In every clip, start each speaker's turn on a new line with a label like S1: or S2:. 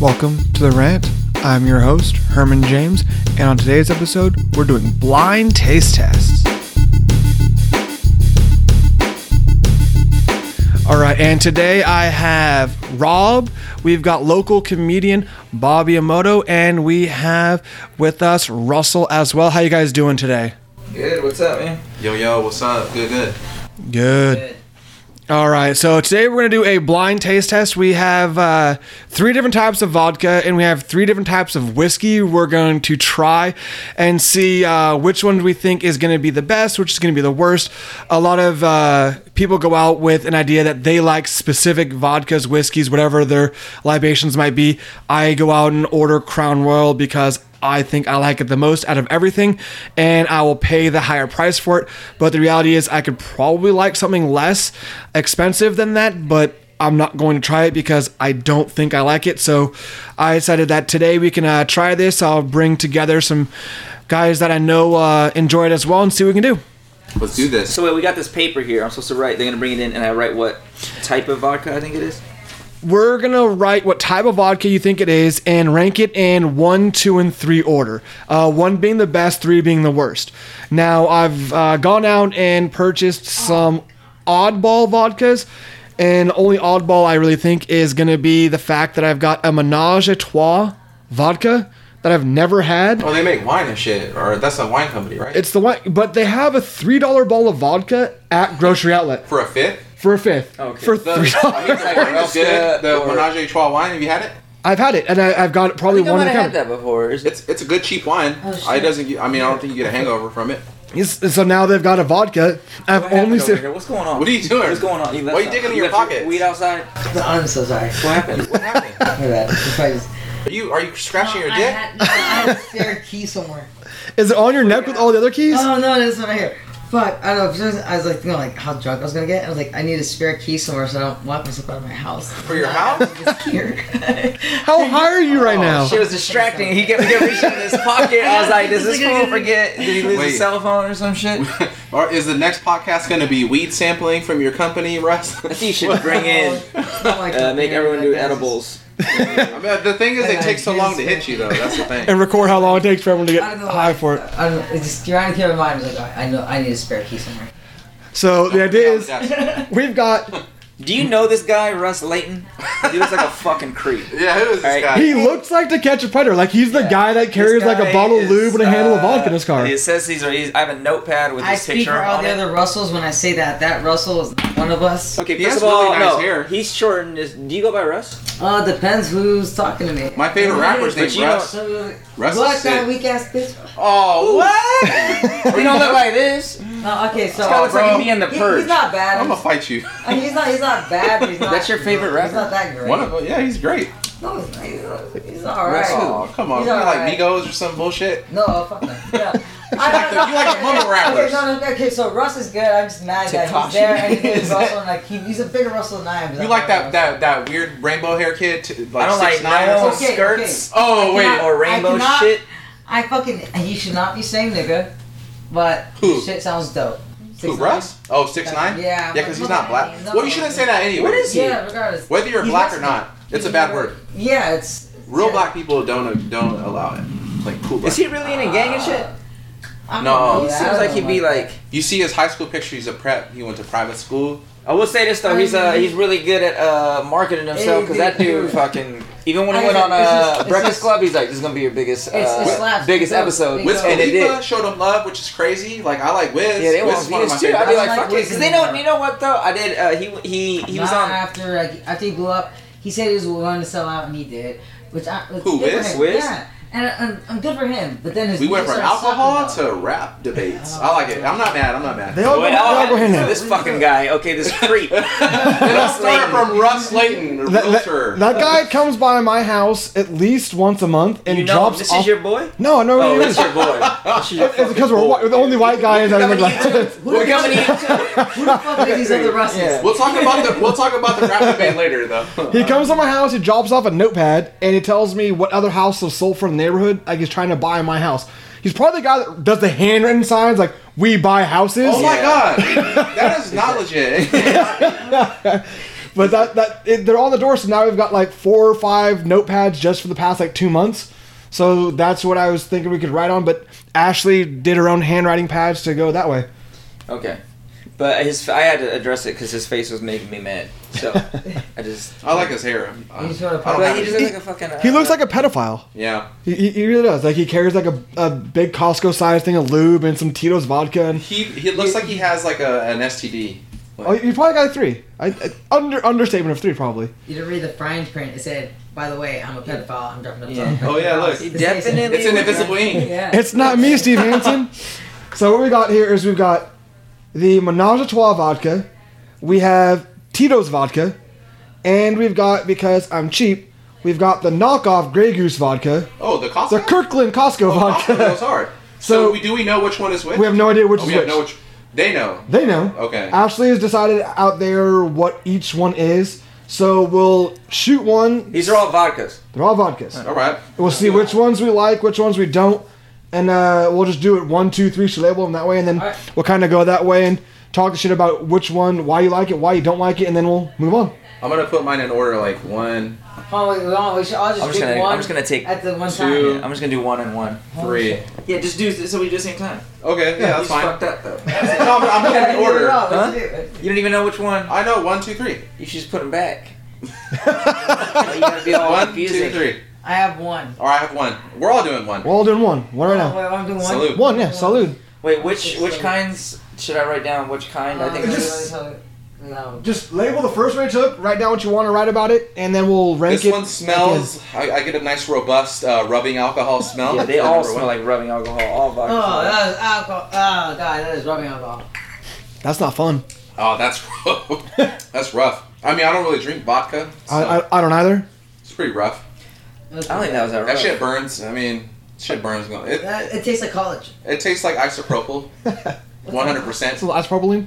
S1: Welcome to The Rant. I'm your host, Herman James, and on today's episode, we're doing blind taste tests. All right, and today I have Rob, we've got local comedian Bobby Emoto, and we have with us Russell as well. How you guys doing today?
S2: Good, what's up, man?
S3: Yo, yo, what's up? Good, good.
S1: Good. All right, so today we're going to do a blind taste test. We have uh, three different types of vodka and we have three different types of whiskey. We're going to try and see uh, which one we think is going to be the best, which is going to be the worst. A lot of uh, people go out with an idea that they like specific vodkas, whiskeys, whatever their libations might be. I go out and order Crown Royal because I think I like it the most out of everything, and I will pay the higher price for it. But the reality is, I could probably like something less expensive than that, but I'm not going to try it because I don't think I like it. So I decided that today we can uh, try this. I'll bring together some guys that I know uh, enjoy it as well and see what we can do.
S3: Let's do this.
S2: So wait, we got this paper here. I'm supposed to write. They're gonna bring it in, and I write what type of vodka I think it is.
S1: We're going to write what type of vodka you think it is and rank it in one, two, and three order. Uh, one being the best, three being the worst. Now, I've uh, gone out and purchased
S2: Oh.
S1: some oddball vodkas, and only oddball I really think is going to be the fact that I've got a Menage a Trois vodka that I've never had.
S3: Oh, they make wine and shit, or that's a wine company, right?
S1: It's the one, but they have a $3 bottle of vodka at Grocery Outlet
S3: for a fifth. Oh,
S1: for a fifth.
S2: Okay.
S1: For
S3: The,
S1: $3.
S3: I think the wine is good. The Menage a Trois wine. Have you had it?
S1: I've had it, and I, I've got
S2: I
S1: probably
S2: think I
S1: one
S2: might
S1: in the
S2: have had
S1: cupboard.
S2: that before. Is it?
S3: It's it's a good cheap wine. I doesn't. get- I mean, I don't think you get a hangover from it.
S1: Yes, and so now they've got a vodka. I've
S2: What happened
S1: only
S2: over
S1: said
S2: here? What's going on?
S3: What are you doing?
S2: What's going on?
S3: Why
S2: left
S3: are you digging in
S2: something.
S3: your
S2: left
S3: pocket?
S2: Weed outside.
S4: I'm so sorry.
S2: What happened?
S3: What happened?
S4: Look at that. If I just-
S3: Are you are you scratching your
S4: I
S3: dick?
S4: had- no, I had a spare key somewhere.
S1: Is it on your neck with all the other keys?
S2: Uh,
S4: Oh no, this one right here. Fuck, I don't know. For some reason, I was like, thinking like how drunk I was gonna get. I was like, I need a spare key somewhere so I don't lock myself out of my house.
S3: For your house?
S4: Just here.
S1: How high are you right now?
S2: Oh, Shit was distracting. He kept, he kept reaching in his pocket. I was like, does this fool forget? Did he lose
S3: Wait.
S2: his cell phone or some shit?
S3: or is the next podcast going to be weed sampling from your company, Russ?
S2: I think you should bring in,
S4: Not like
S2: uh,
S4: that,
S2: make
S4: man.
S2: everyone do
S4: Like, it's
S2: edibles.
S3: I mean, the thing is, it
S4: Uh,
S3: takes so long to
S4: yes,
S3: hit you, though. That's the thing.
S1: And record how long it takes for everyone to
S4: just- I
S1: get
S4: don't know.
S1: high for it.
S4: I don't know. It's just you're out of your mind. I was like, I I know. I need a spare key somewhere.
S1: So the idea is
S3: yeah,
S1: we've got.
S2: Do you know this guy, Russ Layton? Dude was like a fucking creep.
S3: who is this
S2: Alright.
S3: guy?
S1: He looks like the catch a predator. Like he's the
S2: Yeah.
S1: guy that carries
S2: This
S1: like a
S2: guy
S1: bottle of lube
S2: is,
S1: and a handle of
S2: uh,
S1: vodka in his car.
S2: It says he's, he's. I have a notepad with
S4: I
S2: his
S4: speak
S2: picture
S4: for all
S2: on
S4: the
S2: it.
S4: other Russells when I say that. That Russell is not one of us.
S2: Okay,
S3: He
S2: first
S3: has
S2: of all,
S3: really nice
S2: no,
S3: hair.
S2: he's shortened. His, do you go by Russ?
S4: Uh, depends who's talking to me.
S3: My favorite rapper's
S2: But
S3: named
S2: you don't-
S3: Russ.
S4: So,
S3: Russ
S4: What
S3: is
S4: that
S3: sick.
S4: weak ass bitch?
S3: Oh,
S2: What? you don't look like this.
S4: No, okay, so
S2: That looks
S3: bro.
S2: like me in the
S4: He-
S2: purge.
S4: he's not bad.
S3: I'm gonna fight you.
S4: I mean, he's not. He's not bad. But he's not,
S2: That's your favorite rapper?
S4: He's not that great.
S3: One of them, yeah, he's great.
S4: No, he's, not- he's all right.
S2: Russ who?
S3: Oh, come on.
S4: He's
S3: You like
S4: alright.
S3: Migos or some bullshit?
S4: No, fuck that. Yeah.
S3: like the- you like the mumble rappers.
S4: Okay, no, no, okay, so Russ is good. I'm just mad that
S2: Tekashi.
S4: he's there and he's
S2: Is that-
S4: Russell and like he, he's a bigger Russell than I am. but
S3: You
S4: I'm
S3: like
S4: not
S3: that that
S4: Russell.
S3: that weird rainbow hair kid? T- like
S2: I don't
S3: six
S2: like
S3: nine.
S2: nylon
S4: Okay,
S2: skirts
S3: Oh
S4: I
S3: wait,
S4: cannot-
S2: or
S4: I
S2: rainbow
S4: cannot-
S2: shit.
S4: I fucking he should not be saying nigga, but
S3: Who?
S4: shit sounds dope.
S3: who
S4: Six
S3: Russ? Oh six nine.
S4: Yeah,
S3: Yeah,
S4: I'm
S3: because he's
S4: like, no,
S3: not black.
S4: man, no.
S3: well, you shouldn't say that anyway.
S2: What is
S4: nine. Yeah, regardless.
S3: Whether you're
S4: He's
S3: black or
S4: Mexican.
S3: not, it's a bad word.
S4: Yeah, it's
S3: Real
S4: yeah.
S3: black people don't don't allow it. Like cool. Black.
S2: Is he really in a gang and shit?
S4: I don't
S3: No.
S4: know
S2: He
S3: Yeah,
S4: that.
S2: seems
S4: I
S2: like
S4: don't
S2: he'd be
S4: know.
S2: like.
S3: You see his high school picture. He's a prep. He went to private school.
S2: I will say this though, he's uh, he's really good at uh, marketing himself because that dude fucking even when he went on uh, Breakfast Club, he's like, "This is gonna be your biggest, uh,
S4: It's- it slaps.
S2: biggest
S4: It does.
S2: episode,"
S4: It
S3: Wiz
S4: does.
S2: and it did.
S3: Khalifa showed him love, which is crazy. Like I like Wiz.
S2: Yeah, they
S3: Wiz
S2: want
S3: is one of my
S2: Venus too. I'd be
S3: favorites.
S2: like,
S4: I
S2: "Fuck
S4: like
S2: it," because they don't. You know what though? I did. Uh, he he he was
S4: Not
S2: on.
S4: after like after he blew up. He said he was willing to sell out, and he did. Which I which
S3: Who,
S4: good for
S3: Wiz?
S4: him.
S2: Wiz?
S4: Yeah, and and, and good for him. But then his
S3: we went
S4: music
S3: from
S4: started sucking,
S3: alcohol
S4: though.
S3: to rap debates. I like it. I'm not mad. I'm not mad.
S1: They all go,
S2: Wait,
S1: they all
S2: oh,
S1: go hand in.
S2: this fucking guy. Okay, this creep.
S3: It all
S2: Russ
S3: started
S2: Layton.
S3: from Russ Layton, the
S1: That,
S3: realtor.
S1: that, that guy comes by my house at least once a month and
S2: You know,
S1: drops
S2: this
S1: off.
S2: is your boy.
S1: no, I know
S2: Oh,
S1: who it is.
S2: this is your boy. This is your
S1: It's because
S2: fucking
S1: we're
S2: boy.
S1: white. the only white guy is that I'm like.
S2: We're coming in.
S4: Who the fuck are these other Russes?
S2: Yeah.
S3: We'll talk about the we'll talk about the rap debate later though. Oh
S1: He comes to my house, he drops off a notepad, and he tells me what other house is sold from the neighborhood. Like he's trying to buy my house. He's probably the guy that does the handwritten signs, like we buy houses.
S3: Oh my god, that is not legit.
S1: But that that it, they're on the door, so now we've got like four or five notepads just for the past like two months. So that's what I was thinking we could write on. But Ashley did her own handwriting pads to go that way.
S2: Okay. But his, I had to address it because his face was making me mad. So I just.
S3: I like his hair. I-
S4: He's sort of
S3: I don't
S4: But
S2: But
S3: have
S2: he
S3: it.
S2: just looks like a fucking.
S1: He looks
S2: uh,
S1: like a pedophile.
S3: yeah.
S1: He, he- he really does. Like he carries like a, a big Costco sized thing of lube and some Tito's vodka. And
S3: He he looks like he has like a, an STD.
S1: oh, you probably got a three. I, I- under understatement of three probably.
S4: You didn't read the frying print. It said, "By the way, I'm a pedophile. I'm dropping a
S2: Yeah.
S4: phone."
S3: Oh, yeah, look.
S2: He definitely.
S3: It's an invisible ink.
S4: Yeah.
S1: It's not me, Steve Hansen. so what we got here is we've got the Menage a Trois vodka. We have Tito's vodka, and we've got because I'm cheap. We've got the knockoff Grey Goose vodka,
S3: Oh, the
S1: the
S3: Costco.
S1: Kirkland Costco
S3: Costco goes
S1: vodka.
S3: hard.
S1: So-
S3: So, we do we know which one is which?
S1: We have no idea which
S3: Oh,
S1: is
S3: we have
S1: which.
S3: no which. They know.
S1: They know.
S3: Okay.
S1: Ashley has decided out there what each one is. So we'll shoot one.
S2: These are all vodkas.
S1: They're all vodkas.
S3: All right.
S1: We'll see which ones we like, which ones we don't, and uh, we'll just do it one, two, three, should label them that way, and then
S4: Alright.
S1: we'll kind of go that way and talk shit about which one, why you like it, why you don't like it, and then we'll move on.
S3: I'm gonna put mine in order like one,
S4: Oh, we, we, all, we should all just
S2: I'm just
S4: drink
S2: gonna.
S4: one
S2: I'm just gonna take.
S4: at the one
S3: two.
S4: time.
S2: I'm just gonna do one and one.
S3: three.
S2: Yeah, just do so we do the same time.
S3: Okay, yeah, that's
S2: He's
S3: fine.
S2: fucked up though.
S3: No, I'm, I'm
S4: Yeah,
S3: in order.
S4: Let's
S2: Huh?
S4: do it.
S2: You don't even know which one.
S3: I know one, two, three.
S2: You should just put them back. you gotta be all
S3: One, two,
S2: confusing.
S3: three.
S4: I have one.
S3: All right, I have one. We're all doing one.
S1: We're all doing one, one right
S4: Oh,
S1: now.
S4: wait, I'm doing one.
S3: Salute.
S1: One, yeah, salute.
S2: Wait, which which kinds should I write down? Which kind? I
S3: Uh,
S2: think.
S4: Um,
S1: Just-
S2: it's-
S4: no.
S1: Just label the first one you took, write down what you want to write about it, and then we'll rank
S3: This
S1: it.
S3: one smells. I, I get a nice robust uh, rubbing alcohol smell.
S2: Yeah, they
S3: That's
S2: all
S3: number
S2: smell like rubbing alcohol. All vodkas.
S4: Oh,
S2: smell like-
S4: that is alcohol. Oh, God, that is rubbing alcohol.
S1: That's not fun.
S3: Oh, that's rough. that's rough. I mean, I don't really drink vodka. So
S1: I, I, I don't either.
S3: it's pretty rough.
S2: I don't think that was that.
S3: That
S2: rough.
S3: shit burns. I mean, shit burns. It,
S4: That, it tastes like college.
S3: it tastes like isopropyl. One hundred percent.
S1: That's a isopropylene.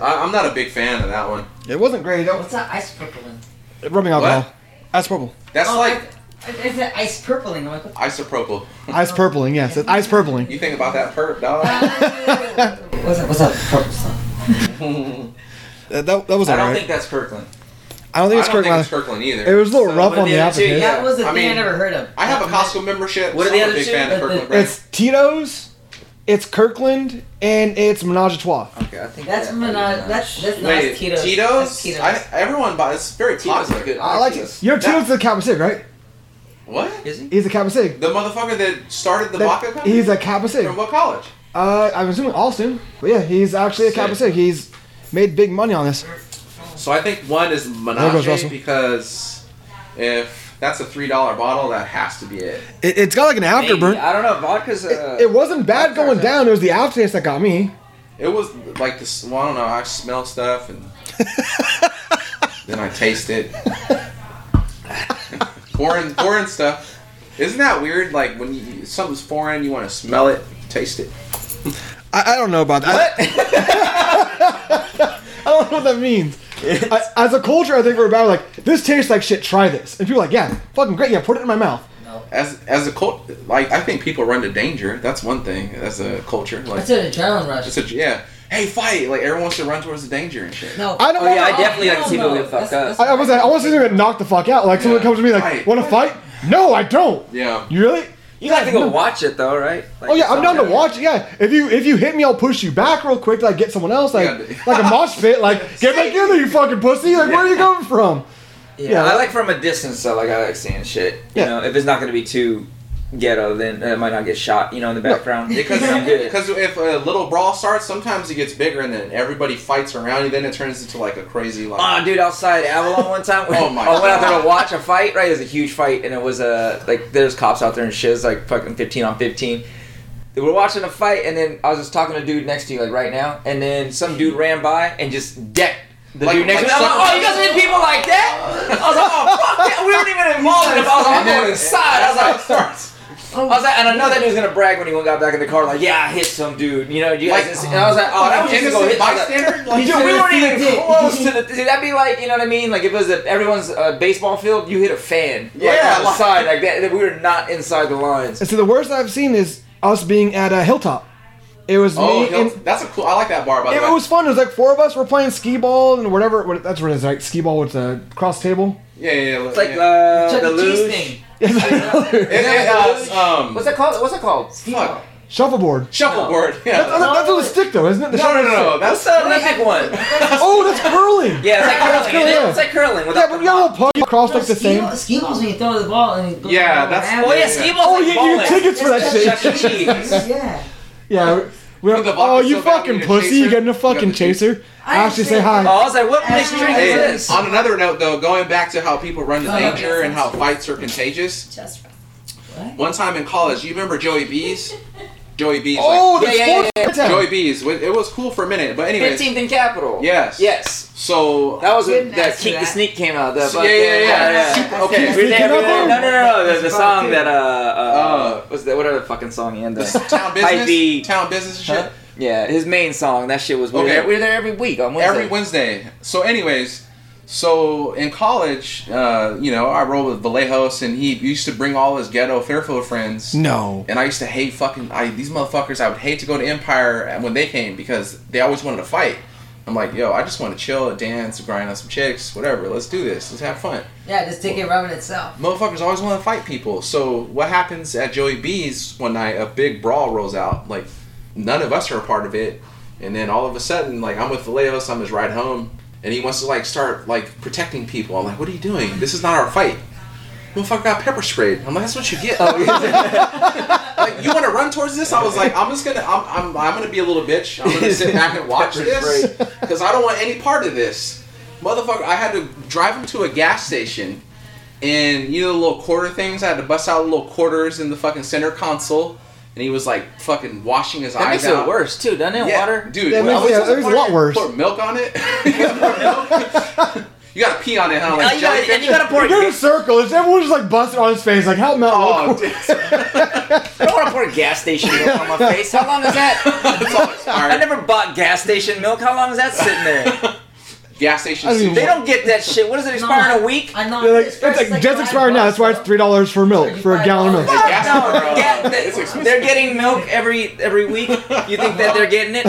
S3: I'm not a big fan of that one.
S1: It wasn't great. That
S4: What's that ice purpling?
S1: was rubbing alcohol. Isopropyl.
S3: That's
S4: oh,
S3: like
S4: I, it's an ice purpling. I'm like, what
S3: isopropyl.
S1: Ice purpling, yes. It's ice purpling.
S3: You think about that perp, dog? I
S4: the- what's that? What's that purple stuff?
S2: I
S1: Uh, that, that was
S2: don't
S1: alright.
S2: think that's Kirkland.
S1: I don't think
S3: don't
S1: it's Kirkland.
S3: think it's Kirkland either.
S1: It was a little
S3: So-
S1: rough
S2: what are
S1: on the
S2: the other two?
S1: application.
S4: That was the
S3: I
S4: thing I
S3: mean,
S4: never heard of.
S3: I have a Costco membership.
S2: What are
S3: so
S2: the
S3: I'm a
S2: other
S3: big
S2: two?
S3: fan of
S4: The- the-
S3: Kirkland brand.
S1: It's Tito's, it's Kirkland, and it's Menage a Trois.
S2: Okay, I think
S4: That's
S2: that-
S4: menage. That's that's not
S3: Wait,
S4: Tito's.
S3: Tito's?
S4: That's Tito's.
S3: I, everyone buys. It's very
S2: Tito's
S3: popular.
S2: are good.
S1: I like it. You know, Tito's the Kappa Sig, right?
S3: What?
S2: Is he?
S1: He's a Kappa Sig.
S3: The motherfucker that started the vodka
S1: That-
S3: company?
S1: he's a Kappa Sig.
S3: From what college?
S1: Uh, I'm assuming Austin. But yeah, he's actually a Kappa Sig.
S3: Sick.
S1: He's made big money on this.
S3: So I think one is
S1: There goes
S3: Menage
S1: Russell.
S3: because if that's a three dollar bottle, that has to be it.
S1: It, it's got like an
S2: Maybe.
S1: afterburn.
S2: I don't know. Vodka's. Uh,
S1: It, it wasn't bad going down. It was the aftertaste that got me.
S3: It was like this. Well, I don't know. I smell stuff and then I taste it. foreign, foreign stuff. Isn't that weird? Like when you, something's foreign, you want to smell it, taste it.
S1: I, I don't know about that. I don't know what that means. I, as a culture, I think we're about like this tastes like shit. Try this, and people are like, yeah, fucking great. Yeah, put it in my mouth.
S3: As as a cult, like I think people run to danger. That's one thing. As a culture, like
S4: That's an adrenaline rush.
S3: it's a yeah. Hey, fight! Like everyone wants to run towards the danger and shit.
S4: no.
S1: I don't.
S2: Oh,
S1: want
S2: yeah, I
S1: to-
S2: definitely like to see
S4: Hell no.
S2: people get fucked
S4: That's-
S2: up.
S1: I, I was like, I want to see them get knocked the fuck out. Like someone
S3: Yeah.
S1: comes to me like,
S3: Fight.
S1: "Want to fight?" No, I don't.
S3: Yeah.
S1: You really?
S2: You have to go watch it though, right? Like,
S1: Oh yeah, I'm down to
S2: something.
S1: watch. it, Yeah, if you if you hit me, I'll push you back real quick. Like get someone else, like
S3: Yeah.
S1: like a mosh pit. Like get back in there, you fucking pussy. Like where are you coming from?
S2: Yeah,
S1: Yeah.
S2: I like from a distance though. Like I like seeing shit. You
S1: Yeah.
S2: know, if it's not gonna be too ghetto, then it might not get shot. You know, in the background.
S3: Because
S2: I'm good.
S3: because if a little brawl starts, sometimes it gets bigger and then everybody fights around you. Then it turns into like a crazy like.
S2: Oh, dude, outside Avalon one time,
S3: Oh my
S2: I went out there
S3: God.
S2: to watch a fight. Right, it was a huge fight, and it was a uh, like there's cops out there and shit. It's like fucking fifteen on fifteen. They were watching a fight, and then I was just talking to a dude next to you, like right now, and then some dude ran by and just decked. The
S3: Like-
S2: dude next
S3: like
S2: to me. I'm like,
S3: some-
S2: oh, you guys hit people like that? I was like, oh, fuck that. We weren't even involved in it. but I was like, I'm
S3: And then-
S2: going inside. I was
S3: That's how
S2: like,
S3: it starts.
S2: I was like, and I know that dude was gonna brag when he went got back in the car, like, yeah, I hit some dude, you know, you guys.
S3: Like,
S2: didn't see- and I was like, oh, that was just
S3: Innocent
S2: gonna hit I was like,
S3: bystander. Like,
S2: Dude, we weren't even
S4: Did-
S2: close to the. Dude, that'd be like, you know what I mean? Like, if it was a, everyone's uh, baseball field, you hit a fan.
S3: Yeah,
S2: Like, on the
S3: like-
S2: side, like that. We were not inside the lines.
S1: And so the worst I've seen is us being at a hilltop. It was
S3: Oh,
S1: me.
S3: Hill-
S1: and-
S3: that's a cool. I like that bar. By the
S1: it
S3: way,
S1: was fun. It was like four of us were playing skee ball and whatever. What, that's what it is like skee ball with the cross table.
S3: yeah, yeah. yeah
S2: It's like
S3: yeah.
S2: uh,
S4: Chuck
S2: the
S4: E. Cheese
S2: luge.
S4: thing.
S3: It- it, uh, it's, um,
S2: What's that called? What's that called?
S3: Fuck.
S1: Shuffleboard.
S3: Shuffleboard.
S1: That's,
S3: Yeah.
S1: that's with a stick though, isn't it? The
S3: No,
S1: shuffle
S3: no, no, no.
S1: stick.
S2: That's
S3: That's
S2: the Olympic one.
S1: Oh, that's curling.
S2: Yeah, it's like
S1: That's
S2: curling. isn't it?
S1: curling.
S2: It's like curling.
S1: Yeah,
S2: Without
S1: but
S2: the
S1: you know,
S2: ball.
S1: pug cross like the
S4: ski
S1: same.
S4: ball- ski balls when you throw the ball and it goes
S3: Yeah,
S4: around
S3: that's-
S4: and
S2: Oh
S4: around.
S2: yeah, skee ball's
S1: Oh,
S2: like
S1: you, you
S2: bowling.
S1: get tickets for that
S2: It's just
S1: shit.
S2: Chuck E. Cheese.
S4: Yeah.
S1: Yeah. We
S3: Dude, the vodka's
S1: oh, you
S3: so bad we
S1: fucking
S3: need a
S1: pussy! You
S3: chaser.
S1: getting a
S3: We got
S1: fucking
S3: the chaser.
S1: chaser?
S4: I
S1: Ashley, say
S4: said-
S1: hi.
S2: Oh, I was like, what mixed drink
S3: Hey,
S2: is this?
S3: on another note, though, going back to how people run to
S4: Oh,
S3: danger
S5: yes.
S3: and how fights are contagious.
S5: Just right.
S3: One time in college, you remember Joey B's? Joey B's.
S1: Oh, the
S2: Yeah, yeah,
S1: sports
S2: yeah,
S3: like,
S1: town.
S3: Joey B's. It it was cool for a minute, but anyways.
S2: 15th and Capital.
S3: Yes.
S2: Yes.
S3: So
S2: That was when
S4: Didn't
S2: that
S4: ask
S2: Keek
S4: you
S2: the
S4: that.
S2: Sneak came out. The,
S3: So- yeah, yeah, yeah. Super- okay.
S2: We were there- we were there- No, no, no, no. The, the
S4: That's
S2: song
S4: fine,
S2: that uh, uh,
S3: Oh.
S2: was that whatever the fucking song he ended. up-
S3: town
S2: Hype B.
S3: business, town business and shit.
S2: Huh? Yeah, his main song. That shit was. We were,
S3: Okay.
S2: there, we were there every week on Wednesday.
S3: Every Wednesday. So, anyways, so in college, uh, you know, I rolled with Vallejos, and he used to bring all his ghetto Fairfield friends.
S1: No.
S3: And I used to hate fucking I, these motherfuckers. I would hate to go to Empire when they came because they always wanted to fight. I'm like, yo, I just want to chill, dance, grind on some chicks, whatever. Let's do this. Let's have fun.
S4: Yeah, just take it rubbing itself.
S3: Motherfuckers always want to fight people. So what happens at Joey B's one night? A big brawl rolls out. Like none of us are a part of it. And then all of a sudden, like I'm with Vallejos, I'm his ride home, and he wants to like start like protecting people. I'm like, what are you doing? This is not our fight. Motherfucker got pepper sprayed. I'm like, that's what you get. like you want to run towards this? I was like, I'm just gonna, I'm, I'm, I'm gonna be a little bitch. I'm gonna sit back and watch this because I don't want any part of this. Motherfucker, I had to drive him to a gas station and you know the little quarter things. I had to bust out little quarters in the fucking center console, and he was like fucking washing his
S2: That
S3: eyes
S2: makes
S3: out.
S2: it worse too, doesn't it?
S3: Yeah,
S2: Water.
S3: dude.
S1: That
S3: when I
S1: makes- yeah,
S3: was in
S1: that makes it a
S3: the
S1: lot
S3: party,
S1: worse.
S3: Pour milk on it. you gotta pee on it, huh?
S2: Oh,
S3: Like
S2: you gotta- and
S3: jellyfish?
S2: you gotta pour.
S1: You're
S2: You
S1: in a circle. It's everyone's just like busting on his face, like help me out.
S3: Oh,
S1: local."
S3: dude.
S2: I don't want to pour gas station milk on my face. How long is that?
S3: It's always hard.
S2: I never bought gas station milk. How long is that sitting there?
S3: gas station.
S1: I don't
S3: soup.
S1: even-
S2: They don't get that shit. What does it expire in a week?
S4: I know.
S1: They're like, it's like just expired now. That's why it's three dollars for milk for a gallon of milk.
S2: Fuck
S3: gas
S2: no,
S3: is gross.
S2: ga-
S3: It's
S2: they-
S3: expensive.
S2: they're getting milk every every week. You think that they're getting it?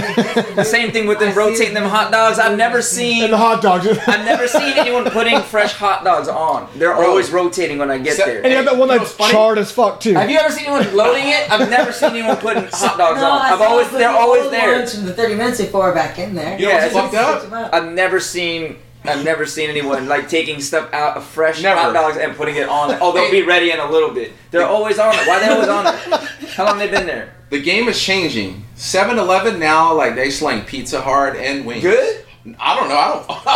S2: The same thing with them rotating them hot dogs. I've never
S1: And the
S2: seen
S1: hot dogs.
S2: I've never seen anyone putting fresh hot dogs on. They're always rotating when I get
S3: Except-
S1: And
S2: there.
S1: you have that one
S3: You know
S1: that's
S3: what's funny?
S1: charred as fuck too.
S2: Have you ever seen anyone loading it? I've never seen anyone putting hot dogs on. I've always they're always there.
S4: From the 30 minutes before back in there.
S3: You
S2: know what's
S4: Just
S3: fucked up?
S4: switch 'em up.
S2: I've never seen I've never seen anyone like taking stuff out of fresh
S3: Never.
S2: hot dogs and putting it on. Oh, they'll be ready in a little bit. They're always on it. Why they always on it? How long they been there?
S3: The game is changing. 7-Eleven now, like they slang pizza hard and wings.
S2: Good.
S3: I don't know. I don't.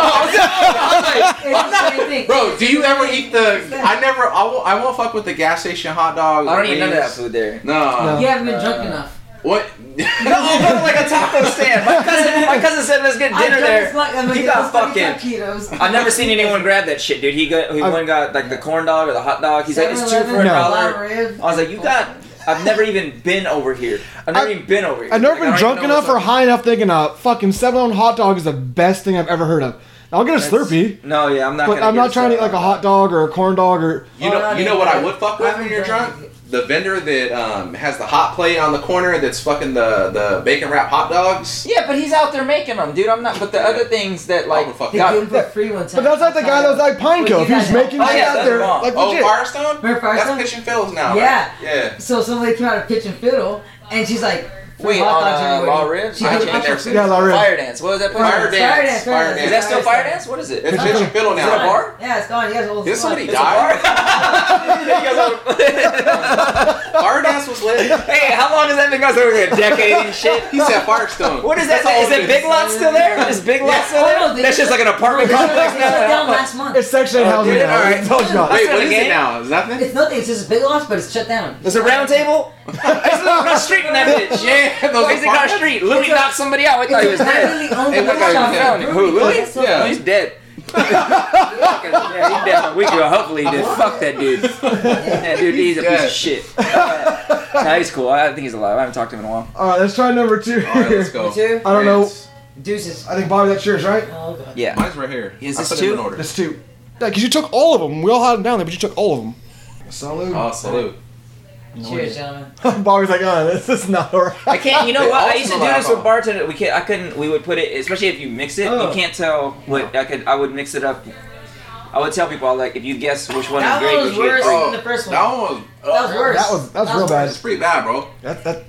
S4: It's the same thing.
S3: Bro, do you ever eat the? I never. I won't. I won't fuck with the gas station hot dogs.
S2: I don't eat none of that
S3: wings.
S2: food there.
S3: No.
S4: You haven't been drunk enough.
S3: What?
S2: No, I'll go to like a taco stand. My cousin, my cousin said, let's get dinner there. You got fucking- I've never seen anyone grab that shit, dude. He got, he
S1: I've-
S2: one got like the corn dog or the hot dog. He's like, it's two for
S1: No.
S2: a dollar. I was like, you got. I've never even been over here. I've never
S1: I've-
S2: even been over here.
S1: I've never
S2: Like, I
S1: been
S2: don't
S1: drunk
S2: even know
S1: enough or
S2: what's up.
S1: high enough thinking a fucking seven on hot dog is the best thing I've ever heard of. I'll get a Slurpee,
S2: No, yeah, I'm not.
S1: but
S2: gonna
S1: I'm
S2: get
S1: not trying to eat
S2: upset.
S1: like a hot dog or a corn dog or.
S3: You know. You know what I would fuck with when you're drunk. The vendor that um, has the hot plate on the corner that's fucking the the bacon wrap hot dogs.
S2: Yeah, but he's out there making them, dude. I'm not. But the other things that like,
S3: Oh, fuck.
S4: They
S2: got-
S4: gave him for free one time.
S1: But that's like the guy that was like Pineco.
S4: Well,
S1: If he
S4: you
S1: was
S4: guys-
S1: making
S2: oh,
S1: shit
S2: yeah,
S1: out
S2: that's
S1: there,
S2: wrong.
S1: like
S3: Oh,
S1: legit.
S3: Firestone.
S4: Remember Firestone?
S3: That's pitch and fills now.
S4: Yeah.
S3: Right? Yeah.
S4: So somebody came out of Pitch and Fiddle, and she's like,
S2: Wait, on,
S4: hot dogs
S2: uh,
S4: everywhere.
S2: Law Ridge?
S4: She
S3: I
S4: goes,
S3: haven't been there since.
S1: Yeah, La Red.
S2: fire dance. What was that? place?
S3: Fire
S4: Fire
S3: dance.
S4: dance,
S3: Fire
S4: fire
S3: dance.
S2: Is that still fire dance? What is it?
S3: It's pitch and fiddle now.
S2: Is it a bar?
S4: Yeah, it's gone. You guys old
S3: Did
S4: as
S3: somebody
S4: fuck.
S3: die?
S2: You guys are-
S3: Fire dance was lit.
S2: Hey, how long has that been going? So like a decade and shit.
S3: He said Firestone.
S2: What is that?
S3: That's all
S2: Is it Big Lot still there? Is Big Lot still
S4: Oh, no,
S2: there?
S4: they-
S2: That's just like an
S4: They
S2: apartment
S4: shut
S2: complex
S4: it down
S2: now.
S4: last month.
S1: It's section eight housing
S2: dude,
S1: now.
S2: all right.
S1: It's all gone.
S3: Wait,
S2: That's
S3: what
S2: the
S3: is
S2: game.
S3: it now? Is nothing?
S4: It's nothing. It's just a big loss, but it's shut down.
S2: There's a round table. I used to live across the street in that bitch.
S3: Yeah, those
S2: Crazy across
S3: apartments?
S2: the street. Louis knocked somebody out. I thought he was
S4: It's a
S2: dead.
S4: privately owned
S3: Hey, what
S4: gun
S3: guy
S4: shop.
S3: you telling?
S4: Brewery.
S2: Who, Louis?
S4: That's so
S3: Yeah.
S2: Oh, he's dead. Fucking- yeah, he's dead from a week ago. Hopefully he did. Fuck that dude. That dude, he's a piece
S3: Yeah.
S2: of shit. Uh, nah, he's cool. I think he's alive. I haven't talked to him in a while.
S1: All right, let's try number two.
S3: All right, let's go.
S4: Me too.
S1: I don't know.
S3: It's-
S4: Deuces.
S1: I think Bobby, that's yours, right?
S4: Oh, God.
S2: Yeah.
S3: Mine's right here.
S2: Is
S3: I
S2: this
S3: put them in
S2: two?
S3: order.
S1: That's two. Yeah, because you took all of them. We all had them down there, but you took all of them. Salute.
S3: Oh, salute.
S4: Cheers, gentlemen.
S1: Bobby's like, oh, this is not alright.
S2: I can't. You know
S3: They
S2: what? I
S3: all
S2: used to do
S3: smell
S2: this
S3: alcohol.
S2: with bartender. We can't. I couldn't. We would put it, especially if you mix it.
S4: Oh.
S2: You can't tell what I could. I would mix it up. I would tell people I like if you guess which one
S4: That
S2: is
S4: one
S2: grape.
S4: was
S2: which one-
S4: worse.
S2: oh,
S4: the first one.
S3: That one was. uh,
S4: That was worse.
S1: Oh, That was- that was real bad.
S3: It's pretty bad, bro.
S1: That, that,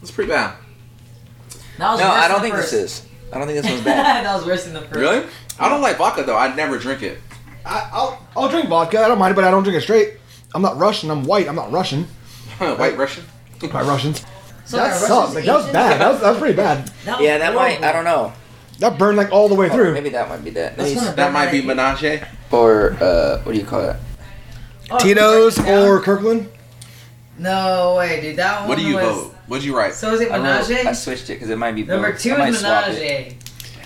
S3: It's pretty bad.
S4: That was
S2: No,
S4: worse
S2: I
S4: than
S2: don't
S4: the
S2: think
S4: first.
S2: this is. I don't think this one's bad.
S4: that was worse than the first.
S3: Really? I don't like vodka though. I'd never drink it.
S1: I, I'll, I'll drink vodka. I don't mind it, but I don't drink it straight. I'm not Russian. I'm white. I'm not Russian.
S3: White Russian.
S1: By Russians.
S4: So
S1: That
S4: the
S1: sucks.
S4: Russians,
S1: Like, that was
S4: Asians-
S1: bad. That was, that was pretty bad.
S4: That was
S2: yeah, that might. I
S4: horrible.
S2: don't know.
S1: That burned like all the way
S2: Oh,
S1: through.
S2: maybe that might be that.
S4: That's not a
S3: That
S4: bad
S3: might be
S4: idea.
S3: Menage.
S2: Or uh, what do you call it?
S4: Oh,
S1: Tito's
S4: you write it down?
S1: or Kirkland?
S4: No way, dude. That one
S3: What do you
S4: was...
S3: vote? What'd you write?
S4: Um, So is it
S2: I, wrote, I
S4: Menage?
S2: switched it because it might be.
S4: Number
S2: both.
S4: two
S2: I might
S4: is
S2: swap it.
S4: Menage.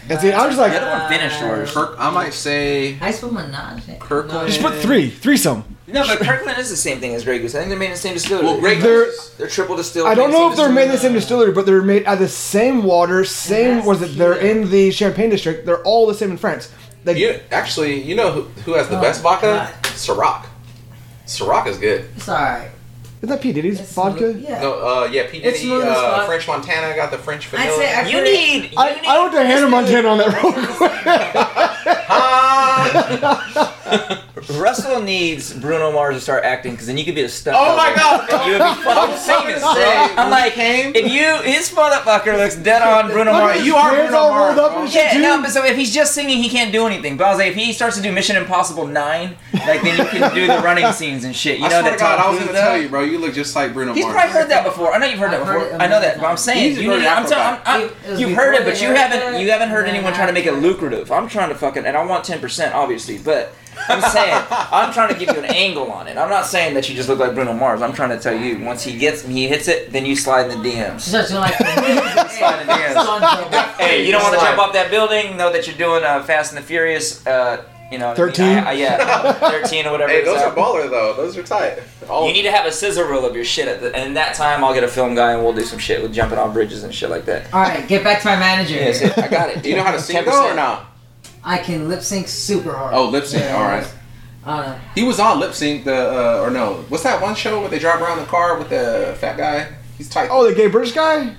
S1: And see, I'm just
S2: The
S1: like,
S2: other one finished worse.
S3: Kirk. I might say.
S4: Uh, I spelled Menage.
S3: Kirkland.
S1: just put three, threesome.
S2: No, but Kirkland is the same thing as Grey Goose. I think they're made in the same distillery.
S3: Well, Grey
S1: They're-
S3: Goose.
S2: They're triple distilled.
S1: I don't
S2: made in
S1: know if they're made in the same
S4: distillery.
S1: distillery, but they're made out of the same water, same
S4: that's
S1: was it? They're
S4: cute.
S1: in the Champagne district. They're all the same in France. They,
S3: You actually, you know who, who has the
S4: Oh,
S3: best vodka?
S4: God.
S3: Ciroc. Ciroc is good.
S4: It's alright.
S1: Isn't that P Diddy's
S4: It's
S1: vodka?
S4: smooth. Yeah.
S3: No, uh, yeah, P
S4: It's
S3: Diddy,
S4: smooth as
S3: uh,
S4: fuck.
S3: French Montana got the French vanilla.
S4: I'd say I
S2: You
S4: put it-
S2: need. You
S1: I,
S2: need
S1: I went to Hannah Montana on that real quick.
S3: Ah!
S2: Russell needs Bruno Mars to start acting because then you could be a stunt.
S3: Oh my
S2: double.
S3: God.
S2: you would be fucking famous.
S3: Say,
S2: I'm like,
S3: came-
S2: if you his motherfucker looks dead on Bruno
S1: Look at
S2: Mars,
S1: his
S3: you are
S1: beard
S3: Bruno
S1: all
S3: Mars,
S1: rolled up
S3: bro.
S1: and shit,
S2: Yeah, no,
S1: dude.
S2: but so if he's just singing, he can't do anything. But I was like, if he starts to do Mission Impossible Nine, like then you can do the running scenes and shit. You
S3: I
S2: know
S3: swear to
S2: that
S3: God, I
S2: Tom
S3: was
S2: Cruise
S3: gonna
S2: does?
S3: tell you, bro. You look just like Bruno
S2: He's
S3: Mars.
S2: probably heard that before. I know you've heard that
S4: I've heard
S2: before. I
S4: it a
S2: know
S4: million
S2: that, but I'm
S4: times.
S2: saying
S3: He's a
S2: you need,
S3: very
S2: I'm, t-
S3: Afro
S2: I'm, I'm
S4: It was
S2: you've
S4: before
S2: heard it,
S4: they
S2: but you
S4: were
S2: haven't.
S4: good,
S2: You haven't heard
S4: and
S2: anyone trying to make it
S4: after.
S2: lucrative. I'm trying to fucking, and I want ten percent, obviously, but I'm saying I'm trying to give you an angle on it. I'm not saying that you just look like Bruno Mars. I'm trying to tell you, once he gets, he hits it, then you slide in the DMs.
S4: Starts doing like
S2: Sliding hands. Hey, you don't want to
S3: Slide.
S2: jump off that building. Know that you're doing uh, Fast and the Furious. Uh, you know,
S1: 13?
S2: I- I- yeah, thirteen or whatever.
S3: Hey,
S2: it's
S3: those are
S2: out.
S3: baller though. Those are tight. Oh, All
S2: You need to have a scissor reel of your shit at the and that time I'll get a film guy and we'll do some shit with jumping off bridges and shit like that.
S4: All right, get back to my manager.
S2: Yeah, see, I got it.
S3: Do you know how to sing though or not?
S4: I can lip sync super hard. Uh,
S3: Oh, lip sync.
S4: Yeah.
S3: All right.
S4: I don't know.
S3: He was on lip sync the uh, or no? What's that one show where they drive around the car with the fat guy? He's tight.
S1: Oh, the gay British guy?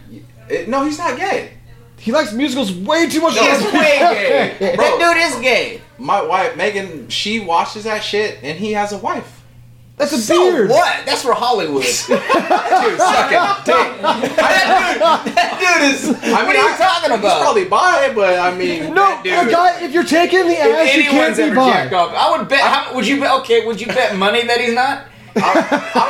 S3: Eh, no, he's not gay.
S1: He likes musicals way too much.
S3: No, he's way gay, bro.
S2: That dude is gay.
S3: My wife Megan, she watches that shit, and he has a wife.
S1: That's a
S2: So
S1: beard.
S2: Oh, what? That's for Hollywood. that dude
S3: Fucking dick.
S2: That dude, that dude is.
S3: I
S2: what are you talking
S3: He's
S2: about?
S3: probably bi, but I mean,
S1: No,
S3: that
S1: a guy, if you're taking the
S2: If
S1: ass, you can't
S2: anyone's
S1: be
S2: ever jacked
S1: bi.
S2: off, I would bet. How, would you bet? Okay, would you bet money that he's not?
S3: I, I don't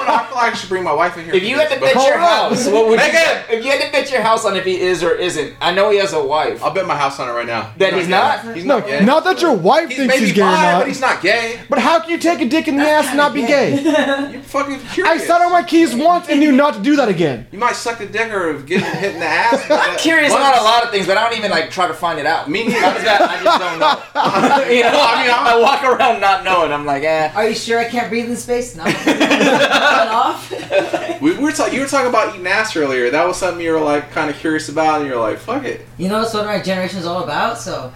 S3: know. I feel like I should bring my wife in here.
S2: If
S3: for
S2: you
S3: this,
S2: had to
S3: but-
S2: bet your
S1: hold on.
S2: house, what would you?
S3: Megan!
S2: Bet? If you had to bet your house on if he is or isn't, I know he has a wife.
S3: I'll bet my house on it right now.
S2: That he's
S3: gay.
S2: not?
S3: He's
S1: No,
S3: not. gay.
S1: not that your wife
S3: He's
S1: thinks
S3: maybe
S1: he's gay
S3: bi,
S1: or not.
S3: but he's not gay.
S1: But how can you take a dick in the ass and not be gay?
S3: You're fucking curious.
S1: I sat on my keys once and knew not to do that again.
S3: You might suck a dick or get hit in the ass. but
S2: I'm
S3: that-
S2: curious
S3: once-
S2: about a lot of things, but I don't even like try to find it out.
S3: Me neither.
S2: I just, got- I just don't know. you know, I mean, I walk around not knowing. I'm like, eh.
S4: Are you sure I can't breathe in space? No. Cut off.
S3: We, we were talking. You were talking about eating ass earlier. That was something you were like kind of curious about, and you're like, "Fuck it."
S4: You know, that's what our generation is all about. So,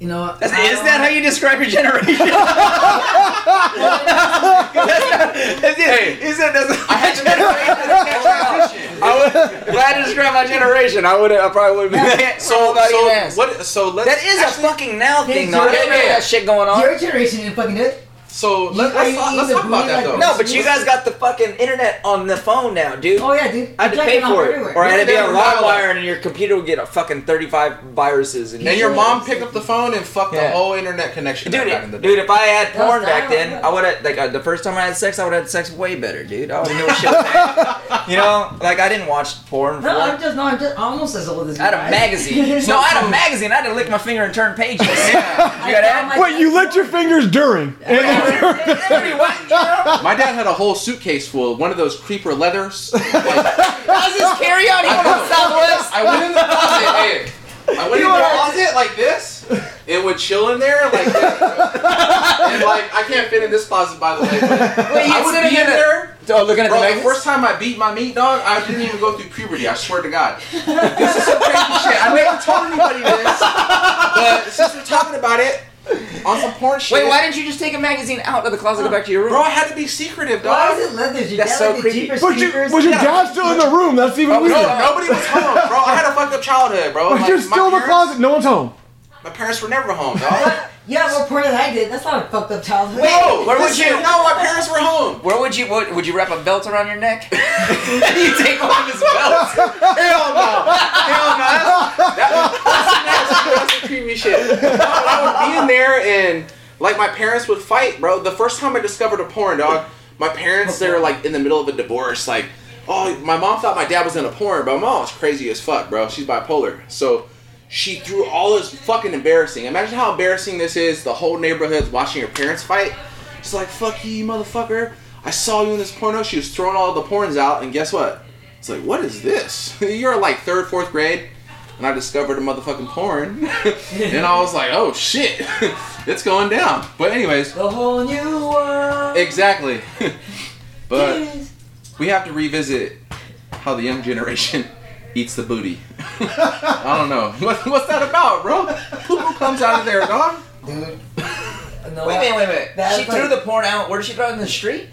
S4: you know.
S2: That's, is that how you describe your generation? that's not, that's it. He said that's I had generation. I would, if I had to describe my generation, I would. I probably would have been
S3: So,
S2: about
S3: so
S2: your ass.
S3: what? So let's.
S2: That is
S3: actually-
S2: a fucking now thing,
S4: Hey,
S2: though. I
S4: Jordan,
S2: didn't know
S3: yeah.
S2: that shit going on.
S4: Your generation didn't fucking do it.
S3: So let,
S4: are
S3: us
S4: you
S3: talk, let's
S4: eating
S3: talk about
S4: the
S3: that though.
S4: booty like-
S2: No, but you guys got the fucking internet on the phone now, dude.
S4: Oh yeah, dude.
S2: I had to
S4: You're
S2: pay
S4: jacking off
S2: for it,
S4: everywhere.
S2: or I had to be
S3: Yeah,
S2: on
S3: they were
S2: LimeWire, and your computer would get a fucking thirty-five viruses. And,
S3: and your mom picked up the phone and fucked the
S2: Yeah.
S3: whole internet connection
S2: dude,
S3: dude, back in the
S2: it,
S3: day.
S2: dude. If I had
S4: That was
S2: porn back
S4: dial-up,
S2: then,
S4: yeah.
S2: I would have like uh, the first time I had sex, I would have had sex way better, dude. I would have knew shit. was happening. you know, like I didn't watch porn.
S4: No, I'm
S2: for
S4: just no, I'm just almost as old as you.
S2: I had a
S4: guys.
S2: magazine. No, I had a magazine. I had to lick my finger and turn pages. yeah. You got that?
S4: I
S1: Wait, you licked your fingers during.
S2: Every what? You know?
S3: My dad had a whole suitcase full of one of those creeper leathers. Like,
S2: How's this carry on? You
S3: I
S2: want
S3: know.
S2: to Southwest?
S3: I went in the closet. Hey, I went in the closet like this. It would chill in there like this. and like I can't fit in this closet by the way. But
S2: Wait,
S3: I
S2: you're
S3: would
S2: sitting
S3: be in
S2: in a-
S3: there.
S2: Oh, looking at the
S3: Bro, the
S2: magazine.
S3: first time I beat my meat dog, I didn't even go through puberty. I swear to God, this is some crazy shit. I never told anybody this, but since we're talking about it on some porn more shit.
S2: Wait, why didn't you just take a magazine out of the closet and go back to your room?
S3: Bro, I had to be secretive, dog.
S4: Why is it leathers? You
S2: That's
S4: got
S2: so
S4: like the
S2: creepy.
S4: cheapest
S1: Was, you,
S4: sneakers.
S1: was your
S3: Yeah.
S1: dad still in the room? That's even
S2: Oh,
S1: weirder.
S3: No, nobody was home, bro. I had a fucked up childhood, bro.
S1: But
S3: Like,
S1: you're
S3: my
S1: still in the
S3: parents-
S1: closet. No one's home.
S3: My parents were never home, dog.
S4: yeah, more porn than I did. That's not a fucked up childhood.
S3: no,
S2: where would
S3: listen,
S2: you-
S3: No, my parents were home.
S2: Where would you what, would you wrap a belt around your neck? you take off his belt.
S3: Hell no. Hell no. That's, that was, that's, some- that's some creepy shit. I would be in there and, like, my parents would fight, bro. The first time I discovered a porn, dog, my parents, they were, like, in the middle of a divorce. Like, oh, my mom thought my dad was in a porn, but my mom was crazy as fuck, bro. She's bipolar. So she threw all this fucking embarrassing. Imagine how embarrassing this is. The whole neighborhood's watching your parents fight. She's like, fuck you, you motherfucker. I saw you in this porno. She was throwing all the porns out, and guess what? It's like, what is this? You're like third, fourth grade, and I discovered a motherfucking porn, and I was like, oh shit, it's going down. But anyways,
S4: The whole new world.
S3: exactly. but
S4: is-
S3: we have to revisit how the young generation eats the booty. I don't know what, what's that about, bro. Poo comes out of there, dog.
S4: Dude. No,
S2: Wait a minute, wait a minute.
S4: That's
S2: she
S4: like-
S2: threw the porn out. Where did she throw it in the street?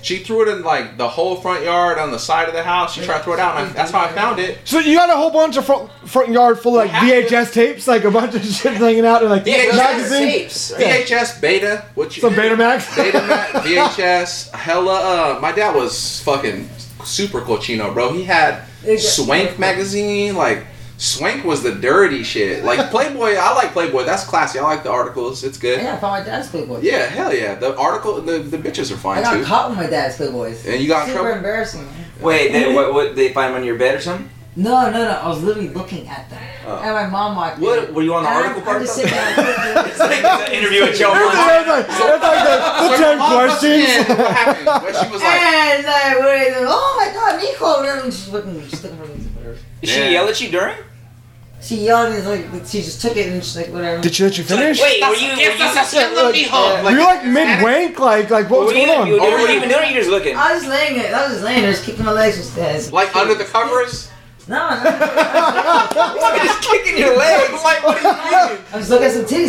S3: She threw it in like the whole front yard on the side of the house. She tried to throw it out, and I, that's how I found it.
S1: So you got a whole bunch of front, front yard full of like
S3: have to-
S1: VHS tapes, like a bunch of shit hanging out, and like
S3: VHS
S1: magazine,
S2: tapes.
S3: VHS Beta, what you?
S1: some Betamax.
S3: Betamax, VHS, hella. Uh, my dad was fucking super cochino, bro. He had Swank magazine. Like Swank was the dirty shit. Like Playboy, I like Playboy. That's classy. I like the articles. It's good.
S4: Yeah, I found my dad's Playboy.
S3: Yeah, hell yeah. The article, the, the bitches are
S4: I
S3: fine
S4: got
S3: too.
S4: caught with my dad's Playboys.
S3: And you got in
S4: Super
S3: trouble?
S4: embarrassing. man.
S2: Wait, they, what, what they find them on your bed or something?
S4: No, no, no. I was literally looking at them.
S2: Oh.
S4: And my mom walked
S2: What
S4: in.
S2: were you on the
S4: And I'm-
S2: article
S4: I'm
S2: part?
S4: just
S2: though?
S4: sitting there.
S2: it's like an interview with Joe
S1: It's
S2: Munch.
S1: like, it's like the, the
S3: Like,
S1: ten
S3: mom was in,
S1: questions.
S3: What happened? But she was like,
S4: And I waited. Oh my god, Nico! And she's looking, she's looking for me. whatever.
S2: Did
S3: Yeah.
S2: she yell at you during?
S4: She yelled and like she just took it and she's like whatever.
S1: Did you let you finish?
S2: Wait, were you? Were you,
S1: Were
S3: uh,
S1: you like mid wank? Like like what was
S2: were you,
S1: going on?
S2: you, you
S3: Oh,
S2: weren't
S3: really?
S2: even doing it. You just looking.
S4: I was just laying it. I was just laying there, just kicking my legs. Just, uh,
S3: like under the covers.
S4: no, no, no.
S2: just kicking your legs.
S3: like, what are you doing?
S4: I was looking at some titty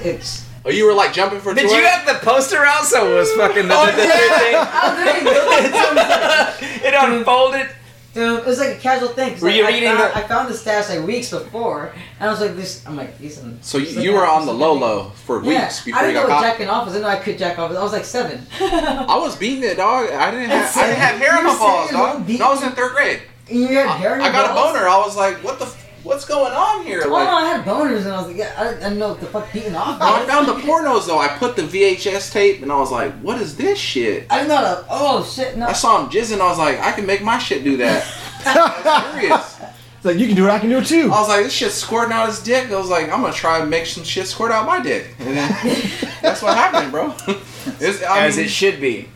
S4: It's,
S3: Oh, you were like jumping for
S2: Did
S3: joy?
S2: you have the poster out so it was fucking the, the, the
S4: I was literally looking at some.
S2: thing? It unfolded.
S4: Dude, it was like a casual thing. 'cause,
S2: Were
S4: like,
S2: you
S4: I
S2: reading
S4: found,
S2: the-
S4: I found the stash like weeks before, and I was like, "This." I'm like, "These." some-
S3: so you,
S4: some
S3: you were
S4: guy-
S3: on the
S4: some
S3: low
S4: guy-
S3: low for
S4: Yeah,
S3: weeks
S4: I
S3: before you
S4: didn't
S3: got
S4: know what
S3: caught.
S4: jacking off was. I didn't know I could jack off. I was like seven.
S3: I was beating it, dog. I didn't have, I didn't have hair on
S4: You
S3: my balls,
S4: said you
S3: dog.
S4: beat-
S3: No, I was in third grade.
S4: you had hair. in
S3: I
S4: your
S3: got a
S4: balls?
S3: boner. I was like, what the, f- what's going on here?
S4: Oh no,
S3: Like, Oh,
S4: I had boners, and I was like, "Yeah, I didn't, I didn't know what the fuck beating off."
S3: when I
S4: was.
S3: found the pornos though. I put the VHS tape, and I was like, what is this shit?
S4: I didn't know. that- Oh shit! No,
S3: I saw him jizzing. I was like, I can make my shit do that. I was curious.
S1: It's like you can do it, I can do it too.
S3: I was like, this shit's squirting out his dick. I was like, I'm gonna try and make some shit squirt out my dick. And then, that's what happened, bro. It's, I
S2: As
S3: mean-
S2: it should be.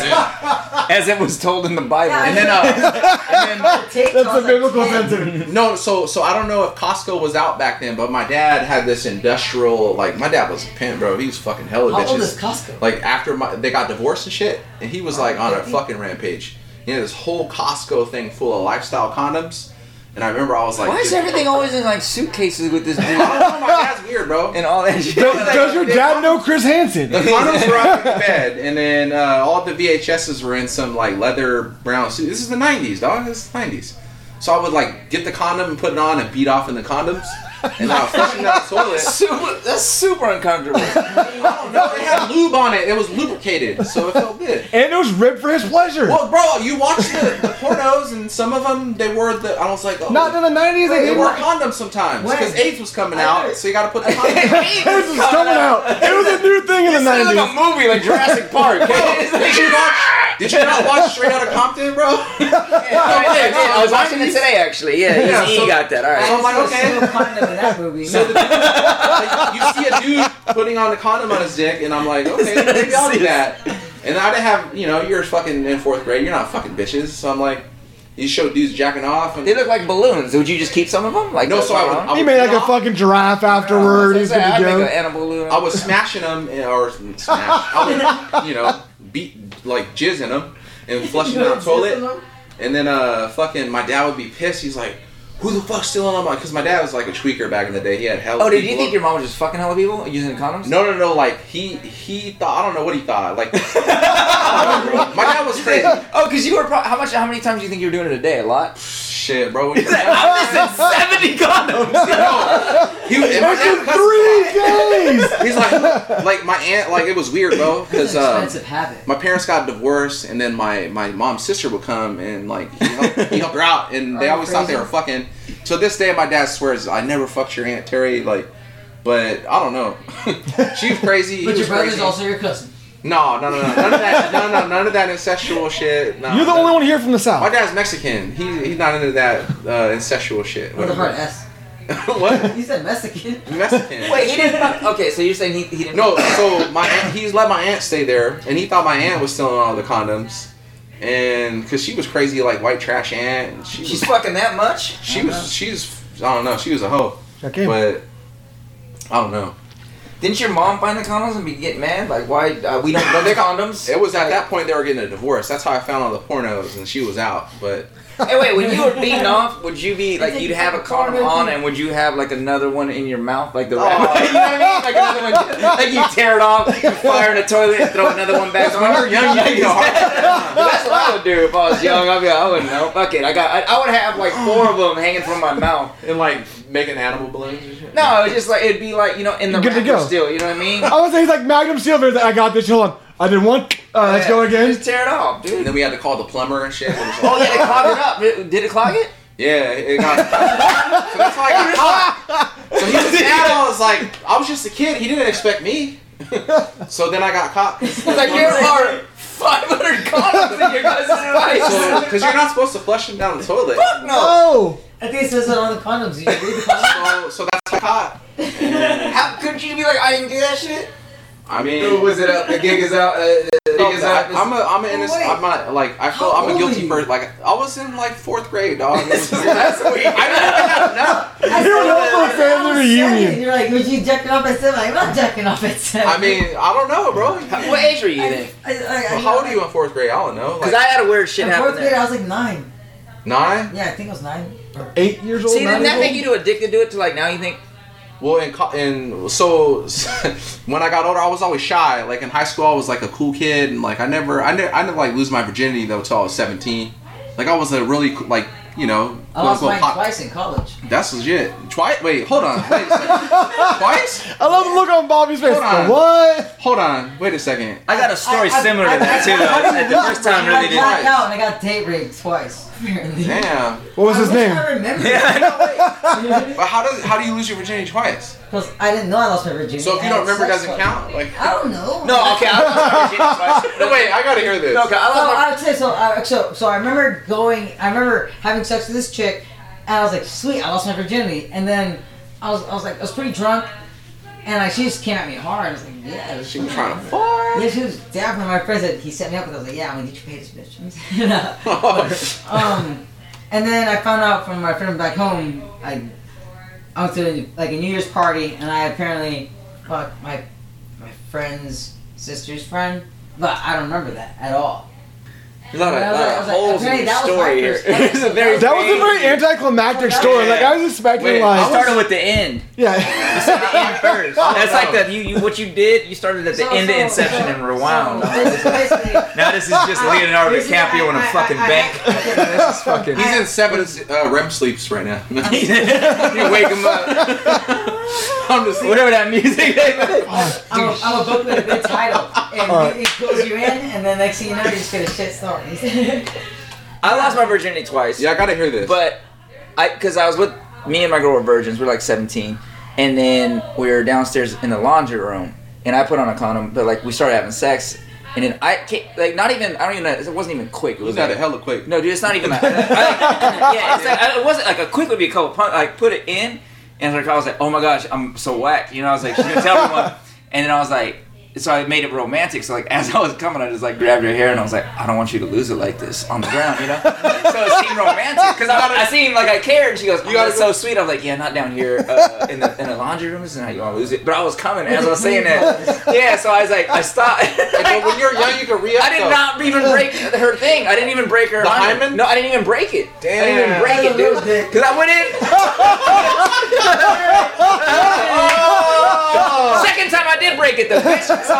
S2: As it was told in the Bible.
S4: Yeah,
S3: and then, uh, and then
S4: Taped, I
S1: That's a
S4: was like,
S1: biblical
S4: "Hey."
S1: sentence.
S3: No, so so I don't know if Costco was out back then, but my dad had this industrial like my dad was a pimp, bro. He was fucking hella
S4: How old is
S3: bitches.
S4: Costco?
S3: Like after my they got divorced and shit, and he was like on a
S4: fifty?
S3: fucking rampage. He had this whole Costco thing full of lifestyle condoms, and I remember I was like,
S2: Why is
S3: just-
S2: everything always in like suitcases with this
S3: I
S2: dude
S3: don't know, my dad's weird, bro.
S2: and all that shit?
S1: Does, does your dad know Chris Hansen?
S3: The condoms were up in the bed, and then uh, all the VHSs were in some like leather brown suit. This is the '90s, dog. This is the '90s. So I would like get the condom and put it on and beat off in the condoms, and I would flush it down the toilet.
S2: Super, that's super uncomfortable.
S3: No, it had lube on it. It was lubricated, so it felt good.
S1: And it was ripped for his pleasure.
S3: Well, bro, you watch the, the pornos, and some of them they wore the. I was like, oh,
S1: Not in the nineties. They
S3: they
S1: didn't.
S3: wore condoms sometimes
S4: When?
S3: because AIDS was coming
S4: I
S3: out,
S4: heard-
S3: so you got to put the condom. on.
S1: It was just coming out. It was a new thing in the
S2: It's like a
S1: nineties.
S2: movie like Jurassic Park. It's like-
S3: Did you watch? Did you not watch Straight Outta Compton, bro?
S2: Oh, I did. I was watching it today actually. Yeah,
S3: Yeah,
S2: he, he
S3: so-
S2: got that. All
S4: I
S2: right.
S3: so- I'm like,
S4: just
S3: okay.
S4: saw a condom in that movie.
S3: So the dude, like, you see a dude putting on a condom on his dick, and I'm like, okay, maybe I'll do that. And I didn't have, you know, you're fucking in fourth grade. You're not fucking bitches, so I'm like, you show dudes jacking off. And,
S2: They look like balloons. Would you just keep some of them? Like
S3: No, so I would-
S2: wrong?
S3: I would
S1: He made like
S3: No.
S1: a fucking giraffe afterward. He's
S2: I
S1: gonna
S2: make an
S1: go.
S2: animal balloon.
S3: I was smashing them, or smash. I would, you know, beat like jizz in them and flushing down the toilet. And then uh, fucking my dad would be pissed. He's like, who the fuck's stealing all my? Because my dad was like a tweaker back in the day. He had hell.
S2: Oh, did you think your mom was just fucking hella people using condoms?
S3: No, no, no. Like he he thought I don't know what he thought. Like my dad was crazy.
S2: Oh, because you were pro- how much? How many times do you think you were doing it a day? A lot.
S3: Shit, bro. He,
S2: I'm missing seventy condoms.
S3: he, and my dad cussed-
S1: Three days.
S3: He's like like my aunt. Like it was weird, bro. Because
S4: It's an
S3: um,
S4: expensive habit.
S3: my parents got divorced, and then my my mom's sister would come and like he helped, he helped her out, and they
S4: Are you
S3: always thought they
S4: crazy?
S3: were fucking. To this day, my dad swears I never fucked your aunt Terry. Like, but I don't know. she was crazy. he
S4: But your
S3: was
S4: brother's
S3: crazy.
S4: also your cousin.
S3: No, no, no, no, none of that, no, no, none of that incestual shit. No,
S1: You're the
S3: no.
S1: only one here from the
S3: My
S1: south.
S3: dad's Mexican. He, he's not into that uh, incestual shit.
S4: What the part
S3: Whatever.
S4: S?
S3: what?
S4: He said Mexican.
S3: Mexican.
S2: Wait, he didn't. fuck- Okay, so you're saying he, he didn't.
S3: No, so my aunt, he's let my aunt stay there, and he thought my aunt was stealing all the condoms, and because she was crazy like white trash aunt, and she
S2: She's
S3: was,
S2: fucking that much.
S3: she was she's I don't know she was a hoe,
S1: Okay.
S3: but I don't know.
S2: Didn't your mom find the condoms and be getting mad? Like, why uh, we don't know the condoms?
S3: It was at that point they were getting a divorce. That's how I found all the pornos, and she was out. But
S2: Hey, wait, when you were beating off, would you be like you'd have a condom on and would you have like another one in your mouth, like the wrap? you know what I mean? Like another one, like you tear it off, you fire in the toilet, and throw another one back on.
S3: when you're young, you
S2: Like,
S3: get a hard
S2: That's what I would do if I was young. I'd be like, I wouldn't know. Fuck it, I got. I, I would have like four of them hanging from my mouth.
S3: and like making animal balloons. And shit.
S2: No, it was just like it'd be like you know in the
S1: Good to
S2: wrapper
S1: go.
S2: still. You know what I mean?
S1: I was he's like Magnum Silver. I got this. Hold on. I did one. Uh, let's go
S2: Yeah,
S1: again.
S2: Just tear it off,
S3: And
S2: dude.
S3: then we had to call the plumber and shit. It was
S2: Oh
S3: like-
S2: yeah, they clogged it up. Did- Did it clog it?
S3: Yeah, it got. so that's why I got caught. So he was mad. I was like, I was just a kid. He didn't expect me. so then I got caught.
S2: It's like there are 500 condoms in your cousin's advice.
S3: Because you're not supposed to flush him down the toilet.
S2: No.
S1: Oh.
S4: I think it says that on the condoms. You read the condoms?
S3: So, so that's how I caught.
S2: How could you be like, I didn't do that shit?
S3: I mean,
S2: was it up? The gig is out. Uh, the
S3: I, am a, I'm an innocent.
S4: wait.
S3: I'm not like I feel.
S4: How
S3: I'm a
S4: old were
S3: guilty
S4: you?
S3: person. Like I was in like fourth grade, dog. It was-
S2: last week.
S3: I don't even know.
S4: I
S1: You don't
S4: said
S1: know
S4: that
S1: for a
S4: when I
S1: family
S4: was seven.
S1: reunion.
S4: You're like, was you jacking off at seven? Like, I'm not jacking off at seven.
S3: I mean, I don't know, bro.
S2: What age were you
S4: I-
S2: then?
S4: I, I, I,
S3: Well, how old are you in fourth grade? I don't know.
S2: Because
S3: Like
S2: I had a weird shit
S4: In fourth
S2: happen
S4: grade,
S2: there.
S4: I was like nine.
S3: nine.
S4: Yeah, I think I was nine. Or-
S1: Eight years old.
S2: See, didn't
S1: nine
S2: that
S1: years
S2: make
S1: old?
S2: you too addicted to it to like now you think,
S3: Well, in co- and so when I got older, I was always shy. Like in high school, I was like a cool kid, and like I never, I never, I never like lose my virginity though till I was seventeen. Like I was a really co- like you know
S4: Oh, I
S3: quote
S4: lost
S3: unquote
S4: mine
S3: hot.
S4: twice in college.
S3: That's legit. Twice. Wait, hold on. Wait a second. twice.
S1: I love the look on Bobby's face.
S3: Hold on.
S1: What?
S3: Hold on. Wait a second.
S2: I got a story
S4: I- I-
S2: similar
S4: I-
S2: to that
S4: I-
S2: too,
S4: I-
S2: though.
S4: I-
S2: At the first time,
S4: I
S2: really
S3: didn't-
S4: blacked out and I got date raped twice. Apparently.
S3: Damn.
S1: What was his name?
S4: I remember.
S3: But how does how do you lose your virginity twice?
S4: Because I didn't know I lost my virginity.
S3: So if you
S4: I
S3: don't
S4: had
S3: remember, it
S4: sex
S3: doesn't
S4: with her.
S3: count. Like
S4: I don't know. Oh,
S2: No, okay, I lost my virginity twice.
S3: no, wait. I gotta hear this.
S2: No, okay, I lost
S4: So
S2: my-
S4: oh, I would say so. I, so so I remember going. I remember having sex with this chick, and I was like, "Sweet, I lost my virginity." And then I was, I was like, I was pretty drunk, and like she just came at me hard. I was like, "Yeah."
S3: She was trying to fuck.
S4: Yeah, she was definitely my friend. Said he set me up with. I was like, "Yeah, I'm gonna get you paid, this bitch." uh, um, and then I found out from my friend back home. I I went to like a New Year's party, and I apparently fucked my my friend's sister's friend, but I don't remember that at all.
S2: A lot of,
S4: I was like- I
S2: lot of
S4: was like,
S2: holes in
S4: okay,
S2: your
S4: that was my
S2: story here.
S4: first-
S2: It's a very
S1: That was a very
S2: strange-
S1: anticlimactic story. Like I was expecting,
S3: Wait,
S1: like
S2: I started with the end.
S1: yeah.
S2: the end first. That's like the you, you what you did. You started at the
S4: So-
S2: end of
S4: so-
S2: Inception
S4: so-
S2: and rewound.
S4: so basically-
S2: now this is just
S4: I-
S2: Leonardo
S4: basically,
S2: DiCaprio in a
S4: I- I-
S2: fucking
S4: I- I-
S2: bank. this is fucking.
S3: He's in seven uh, REM sleeps right now.
S2: you wake him up.
S3: I'm just
S2: Whatever that music. is.
S4: I'm a, I'm a book with a good title, and
S1: Alright.
S4: it, it pulls you in, and then next thing you know, you're just gonna shit stories.
S2: I lost my virginity twice.
S3: Yeah, I gotta hear this.
S2: But I, because I was with me and my girl were virgins. We are like 17, and then we were downstairs in the laundry room, and I put on a condom, but like we started having sex, and then I ca- like not even I don't even know it wasn't even quick. It
S3: was
S2: was
S3: that
S2: like
S3: a hella quick?
S2: No, dude, it's not even. Like, I, yeah, it's like, I, it wasn't like a quick would be a couple punch. Like put it in, and like I was like, oh my gosh, I'm so whack. You know, I was like, she's gonna tell everyone. And then I was like, so I made it romantic. So like as I was coming, I just like grabbed her hair and I was like, I don't want you to lose it like this on the ground, you know. so it seemed romantic because I, I seemed like I cared. And she goes, "You got so sweet." I was like, "Yeah, not down here uh, in the in the laundry room. This is how you want to lose it." But I was coming as I was saying that. Yeah, so I was like, I stopped.
S3: Like, but when you're young, you can re
S2: I did not even break her thing. I didn't even break her.
S3: The
S2: line.
S3: hymen?
S2: No, I didn't even break it. I didn't even
S3: Damn.
S2: break it, dude. Because I went in. Second time I did break it, the bitch. So,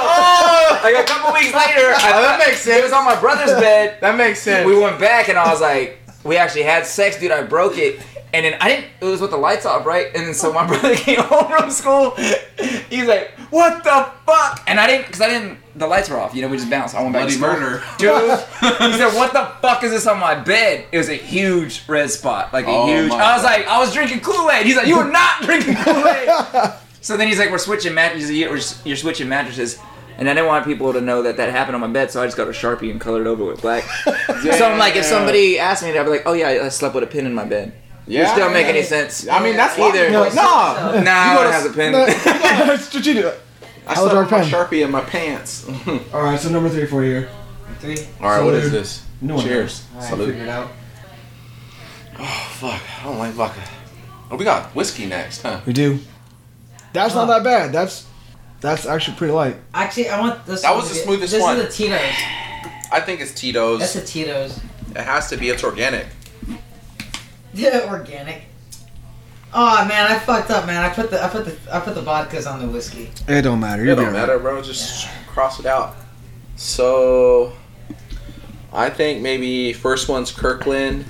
S2: like a couple weeks later, I,
S5: Oh, that makes
S2: it was on my brother's bed.
S5: That makes sense.
S2: We went back and I was like, we actually had sex, dude. I broke it. And then I didn't, it was with the lights off, right? And then so my brother came home from school. He's like, what the fuck? And I didn't, because I didn't, the lights were off. You know, we just bounced. I went back to
S3: Bloody
S2: school.
S3: murder.
S2: Dude, he said, "What the fuck is this on my bed?" It was a huge red spot, like a
S3: Oh
S2: huge.
S3: my
S2: I
S3: God.
S2: was like, I was drinking Kool Aid. He's like, "You were not drinking Kool Aid." so then he's like, "We're switching mattresses. You're, you're switching mattresses." And I didn't want people to know that that happened on my bed, so I just got a sharpie and colored over with black. so I'm like, if somebody asked me, that, I'd be like, "Oh yeah, I slept with a pin in my bed."
S3: Yeah.
S2: It don't make any sense.
S3: I mean, that's
S2: Either.
S3: either. No,
S2: Nah,
S3: I
S2: I
S3: gotta-
S2: don't have a pin.
S1: That's what you do.
S3: slept with my
S1: pen.
S3: sharpie in my pants. All
S1: All right, so number three for you.
S4: Three.
S3: right, what is
S1: Salute.
S3: this?
S1: No one
S3: Cheers.
S4: All right,
S3: Salute.
S4: figure it out.
S3: Oh fuck, I don't like vodka. Oh, we got whiskey next, huh?
S1: We do. That's not
S4: Huh.
S1: that bad. That's that's actually pretty light.
S4: Actually, I want this.
S3: That
S4: one
S3: was
S4: to
S3: the
S4: be-
S3: smoothest
S4: this
S3: one.
S4: This is the Tito's.
S3: I think it's
S4: That's
S3: Tito's.
S4: the Tito's.
S3: It has to be. It's organic.
S4: Organic. Oh man, I fucked up, man. I put the I put the I put the vodkas on the whiskey.
S1: It don't matter.
S3: It
S1: You'll be
S3: don't
S1: alright.
S3: matter, bro. Just cross it out. So, I think maybe first one's Kirkland.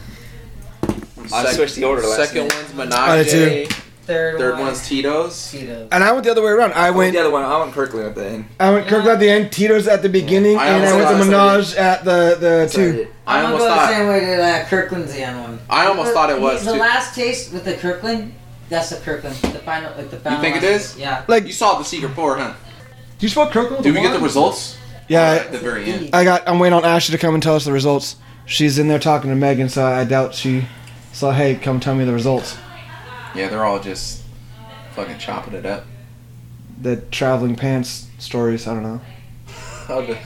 S2: I switched the order last
S3: Second
S2: minute.
S3: one's
S1: I
S3: Menage.
S1: did
S4: Third,
S3: Third
S4: one.
S3: one's Tito's.
S4: Tito's.
S1: And I went the other way around. I
S2: I went
S1: went
S2: the other one. I went Kirkland at the end.
S1: I went Kirkland at the end, Tito's at the beginning,
S3: I
S1: and I
S3: almost
S1: went to
S2: thought-
S1: Minaj at the the
S2: So I
S1: two.
S2: did.
S3: I
S4: I'm gonna
S3: almost
S4: go the
S3: thought.
S4: same way that uh, Kirkland's the end one.
S3: I almost thought it was
S4: The
S3: too.
S4: last taste with the Kirkland, that's the Kirkland. The final, like the final.
S3: think it
S4: last-
S3: is?
S4: Yeah.
S1: Like,
S3: You
S1: do
S3: saw the secret four, huh?
S1: you spell Kirkland?
S3: Did we get the results?
S1: Yeah,
S3: At the very end.
S1: I got. I'm waiting on Ashley to come and tell us the results. She's in there talking to Megan, so I doubt she. So hey, come tell me the results.
S3: Yeah, they're all just fucking chopping it up.
S1: The traveling pants stories. I don't know.
S3: Oh, the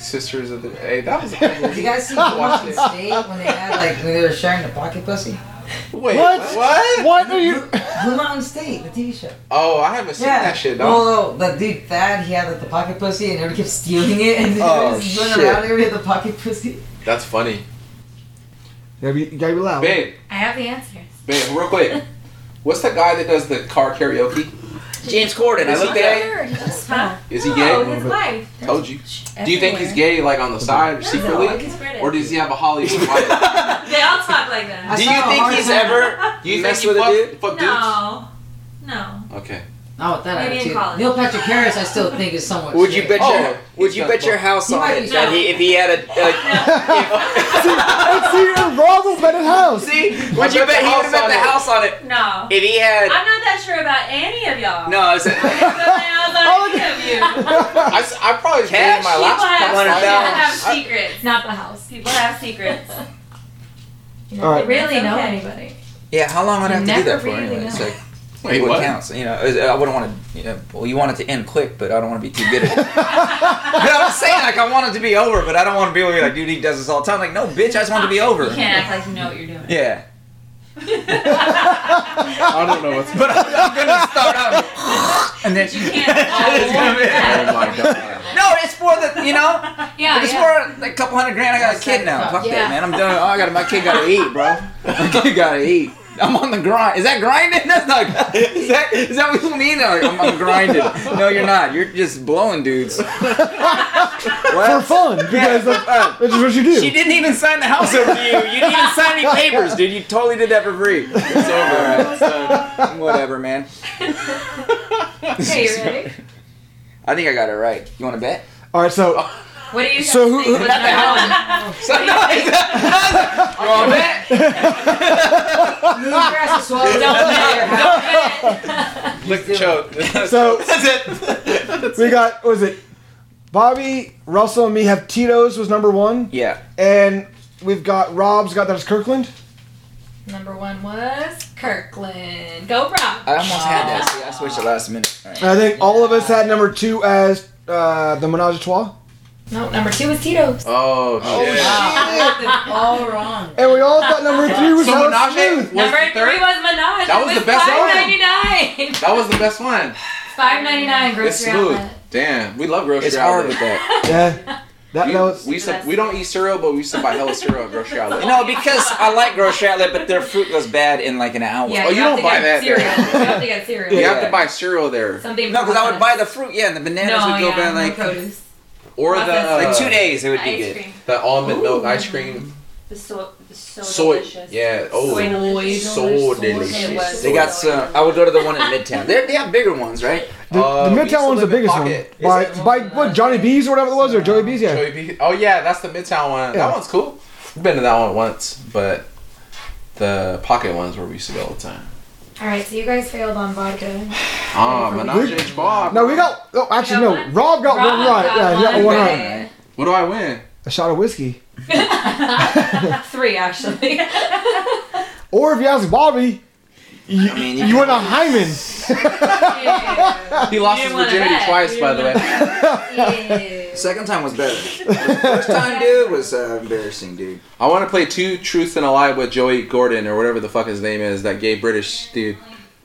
S3: sisters of the. Hey, that was.
S4: Did you guys see Washington State when they had like when they were sharing the pocket pussy?
S3: Wait,
S1: What?
S3: What?
S1: What are you?
S4: Blue Mountain State, the TV show.
S3: Oh, I haven't seen that shit. No.
S4: Oh, the dude Thad, he had like, the pocket pussy, and everyone kept stealing it, and
S3: Oh,
S4: oh, just going
S3: shit.
S4: around. Everybody had the pocket pussy.
S3: That's funny.
S1: gotta be, you gotta be loud.
S3: Babe,
S6: I have the answers.
S3: babe, real quick. What's the guy that does the car karaoke?
S2: James Corden. I
S3: Is he
S2: looked at.
S6: Third, he just huh?
S3: Is he
S6: No,
S3: gay?
S6: his wife.
S3: Told you.
S6: Everywhere.
S3: Do you think he's gay, like on the side or
S6: No,
S3: secretly?
S6: he's British.
S3: Or does he have a Hollywood wife?
S6: They all talk like that.
S2: Do you think he's ever?
S3: Do you think
S2: Mess
S3: he
S2: with a
S3: fuck,
S2: dude?
S3: fuck dudes?
S6: no. No.
S3: Okay.
S4: Oh, with that
S6: Maybe in
S4: attitude.
S6: college.
S4: Neil Patrick Harris, I still think is somewhat.
S2: Would you
S4: straight.
S2: bet
S3: Oh,
S2: your Would
S3: he's
S2: you
S3: got
S2: bet your
S3: both.
S2: house
S4: He
S2: on
S4: might
S2: it
S4: be
S2: that he if he had a?
S1: Let's see your Robert Bennett house.
S2: see, would
S3: I
S2: you
S3: bet
S2: bet
S3: the
S2: he
S3: house
S2: would have bet
S3: on
S2: the
S3: it.
S2: house on it
S6: No.
S2: if he had?
S6: I'm not that sure about any of y'all.
S2: No, I said.
S6: I'm not
S1: Oh,
S6: about
S1: look
S6: any of you.
S3: I, s- I probably
S2: Cash?
S3: did my
S6: People
S3: last
S6: have,
S2: One
S6: people
S2: of them.
S6: have secrets. Not the house. People have secrets.
S1: All right.
S6: Really
S7: It's
S6: know
S7: okay.
S6: anybody.
S2: Yeah, how long would I have to do
S6: Never
S2: that for
S6: really
S2: anyway?
S6: know.
S2: It's like,
S3: Wait,
S2: what,
S3: what?
S2: counts? You know, is- I wouldn't want to. You know, well, you want it to end quick, but I don't want to be too good at it. you know what I'm saying? Like, I want it to be over, but I don't want to be over here like, dude, he does this all the time. Like, no, bitch, I just want it to be over.
S6: You can't act like you know what you're doing.
S2: Yeah,
S3: I don't know what's
S2: but I'm, I'm gonna start out, and then
S6: You can't
S2: It's gonna be-
S6: always.
S3: Oh my god.
S2: No, it's for the you know.
S6: Yeah,
S2: It's
S6: yeah.
S2: for like a couple hundred grand. I got a kid now. Fuck
S6: Yeah.
S2: that, man. I'm done. Oh, I got my kid. Got to eat, bro. My kid got to eat. I'm on the grind. Is that grinding? That's not. Is that is that what you mean? Like, I'm on grinding. No, you're not. You're just blowing dudes.
S1: For
S2: What?
S1: fun, because that's, that's just what you do.
S2: She didn't even sign the house over to you. You didn't even sign any papers, dude. You totally did that for free. It's over. All right. Whatever, man.
S6: Okay, you ready?
S2: I think I got it right. You want to bet?
S1: All right, so
S6: What do you
S1: So who-
S6: think was
S1: Not
S6: number
S2: So, no, he's not- you want to bet?
S4: Move your ass to swallow.
S6: one?
S3: Lick the choke.
S1: So-
S3: that's it.
S1: we got what was it? Bobby, Russell, and me have Tito's was number one,
S2: Yeah.
S1: and we've got Rob's got that as Kirkland.
S6: Number one was Kirkland. Go Rob.
S2: I almost had that. See, I switched it last minute. All right.
S1: And I think all of us had number two as uh, uh, the Menage a Trois.
S6: No, number two is Tito's.
S3: Oh, shit.
S4: Wow. You got this all wrong.
S1: And we all thought number three was
S3: So
S1: Hella
S3: Menage
S1: Smooth.
S3: was
S6: number
S3: the third.
S6: three was Menage.
S3: That
S6: It
S3: was the best
S6: Five
S3: one.
S6: ninety nine.
S3: That was the best one.
S6: Five ninety nine grocery
S3: It's smooth.
S6: outlet.
S3: Damn, we love grocery
S2: It's hard
S3: outlet.
S2: with that.
S1: Yeah. That,
S3: We,
S1: that was.
S3: we, used to- we don't eat cereal, but we used to buy hella cereal at grocery outlet.
S2: No, because I like grocery outlet, but their fruit goes bad in like an hour.
S6: Yeah,
S3: Oh, you
S6: have
S3: don't
S6: to
S3: buy that
S6: get
S3: there.
S6: Cereal. you have to get cereal.
S3: You
S2: Yeah.
S3: have to buy cereal there,
S6: Something.
S2: No, because I would buy
S6: processed.
S2: the fruit. Yeah, and the bananas
S6: no,
S2: would go
S6: yeah,
S2: bad
S6: no
S2: like
S6: produce.
S3: or the
S6: Processed.
S2: like
S3: uh,
S2: two days. It would be
S6: Ice
S2: good.
S6: cream.
S3: the almond milk
S6: Ooh.
S3: ice cream,
S5: The so, the so
S3: soy.
S5: delicious.
S3: Yeah, oh,
S6: Soy delicious.
S3: so
S6: It
S3: delicious.
S6: was.
S2: They got some. I would go to the one in Midtown. They they have bigger ones, right?
S1: The,
S3: Uh,
S1: the
S3: we used to
S1: Midtown one's the
S3: live in
S1: biggest one.
S3: Pocket.
S1: By,
S4: Is it-
S1: by what, Johnny B's or whatever it was, or Joey B's? Yeah.
S3: Joey B. Oh yeah, that's the Midtown one.
S1: Yeah.
S3: That one's cool. We've been to that one once, but the pocket one's where we used to go all the time.
S6: All right, so you guys failed on vodka.
S3: Ah, Menage a Trois.
S1: No, we got. Oh, actually,
S6: got
S1: no.
S6: one?
S1: Rob got one right. yeah, he got one right.
S3: What do I win?
S1: A shot of whiskey.
S6: Three actually.
S1: Or if you ask Bobby, you,
S2: I mean, you
S1: you
S2: can-
S1: want a Hyman.
S6: Yeah.
S3: He lost
S6: You
S3: his
S6: didn't wanna
S3: virginity
S6: bet.
S3: twice,
S6: You
S3: by the
S6: didn't
S3: way.
S6: Ew.
S2: Second time was better. First time, dude, was uh, embarrassing, dude.
S3: I want to play two truths and a lie with Joey Gordon or whatever the fuck his name is, that gay British dude.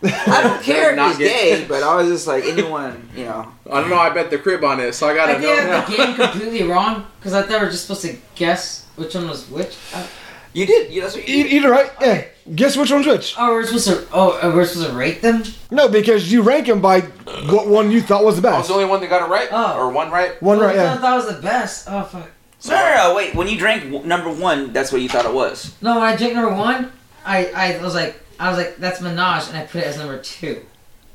S2: I don't care if
S3: Not
S2: he's
S3: good.
S2: gay, but I was just like anyone, you know.
S3: I don't know. I bet the crib on it, so I
S4: I
S3: gotta
S4: think I got
S3: know.
S4: the game completely wrong because I thought we were just supposed to guess which one was which. Uh,
S2: You did. You, that's what you
S1: Eat,
S2: did.
S1: eat it E, right. Yeah. Guess which one's which?
S4: Oh, we're supposed to. Oh, uh, we're supposed to rate them.
S1: No, because you rank them by what one you thought was the
S3: I was
S1: best.
S3: the only one that got it right,
S4: Oh.
S3: or one right.
S1: One right.
S4: I
S1: Yeah.
S4: thought that was the best. Oh fuck.
S2: No, no, no, uh, wait. When you drank w- number one, that's what you thought it was.
S4: No, when I drank number one, I I was like I was like that's Minaj, and I put it as number two.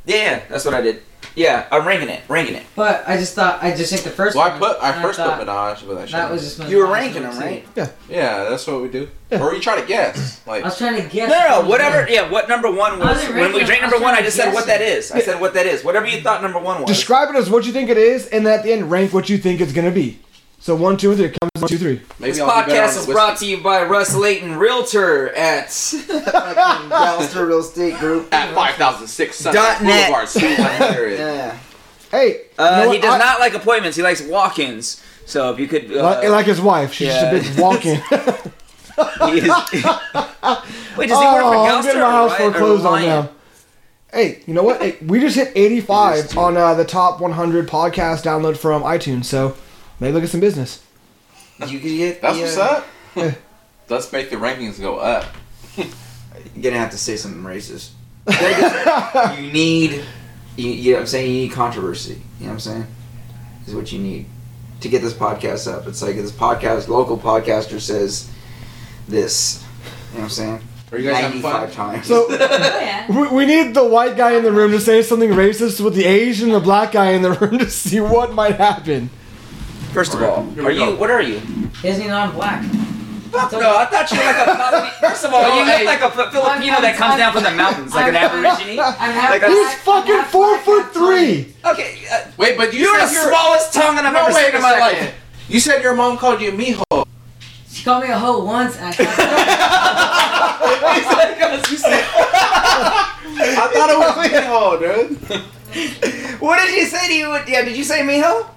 S2: Yeah, yeah, that's what I did. Yeah, I'm ranking it, ranking it.
S4: But I just thought I just think the first.
S3: Well, I
S4: one,
S3: put I
S4: and
S3: first put
S4: thought
S3: Menage, but I should.
S4: That was just.
S2: You were
S4: Minaj
S2: ranking
S4: number
S2: them,
S4: two.
S2: right?
S3: Yeah, that's what we do. Or you try to guess, like
S4: I was trying to
S2: No,
S4: guess.
S2: no, no, whatever. Yeah, what number one
S4: I
S2: was?
S4: wasn't
S2: When we
S4: ranking
S2: drank
S4: it, I
S2: number
S4: was
S2: one, I
S4: trying
S2: just
S4: to
S2: said
S4: guess
S2: what that is. I said what that is. Whatever you thought number one was.
S1: Describe it as what you think it is, and at the end, rank what you think it's gonna be. So one, two, and three. Comes one, two, three.
S3: maybe
S2: this
S3: I'll be better on the
S2: podcast is
S3: whiskey.
S2: brought to you by Russ Layton, Realtor at fucking Dallas Real Estate Group.
S3: at five thousand six
S2: Dot net.
S3: Boulevard, Suite 100.
S2: Yeah.
S1: Hey.
S2: Uh,
S1: you know
S2: he
S1: what?
S2: does
S1: I-
S2: not like appointments. He likes walk-ins. So if you could, uh,
S1: Like, like his wife, she's
S2: yeah.
S1: just a big walking.
S2: he is- wait, does he work
S1: oh,
S2: for
S1: I'm
S2: Gulfstream
S1: getting my house
S2: or Ry- or
S1: foreclosed on
S2: Lion?
S1: now. Hey, you know what? Hey, we just hit
S3: It is
S1: 85
S3: too.
S1: on uh, the top 100 podcast download from iTunes, so maybe look at some business.
S2: You could get.
S3: That's
S2: the,
S3: what's
S2: uh,
S3: up. Let's make the rankings go up.
S2: You're gonna have to say something racist. you need. You, you know what I'm saying? You need controversy. You know what I'm saying? Is what you need to get this podcast up. It's like this podcast, local podcaster says this. You know what I'm saying?
S3: Are you guys having
S2: 95
S3: fun?
S2: times.
S1: So
S6: Yeah.
S1: we, we need the white guy in the room to say something racist with the Asian and the black guy in the room to see what might happen.
S2: First of all,
S3: Here we
S2: are you?
S3: go.
S2: What are you?
S4: Disney non black.
S2: Fuck no! I thought you were like a. Polynesian- First of all,
S3: No,
S2: you
S3: hey.
S2: look like a Fi- Filipino
S4: I'm-
S2: that comes
S4: I'm-
S2: down from the mountains, like an
S4: I'm-
S2: Aborigine.
S4: I'm half
S2: Like a-
S4: black,
S1: He's
S4: I'm
S1: fucking
S4: half
S1: four
S4: black, half
S1: foot three.
S2: Okay, uh,
S3: Wait, but you
S2: you're the
S3: said you're
S2: smallest tongue that I've
S3: no
S2: ever
S3: wait
S2: seen
S3: a
S2: in my
S3: second.
S2: life.
S3: You said your mom called you mijo.
S4: She called me a hoe once. And I thought-
S2: You said-
S3: I thought it was mijo, dude.
S2: what did you say to you? Yeah, did you say mijo?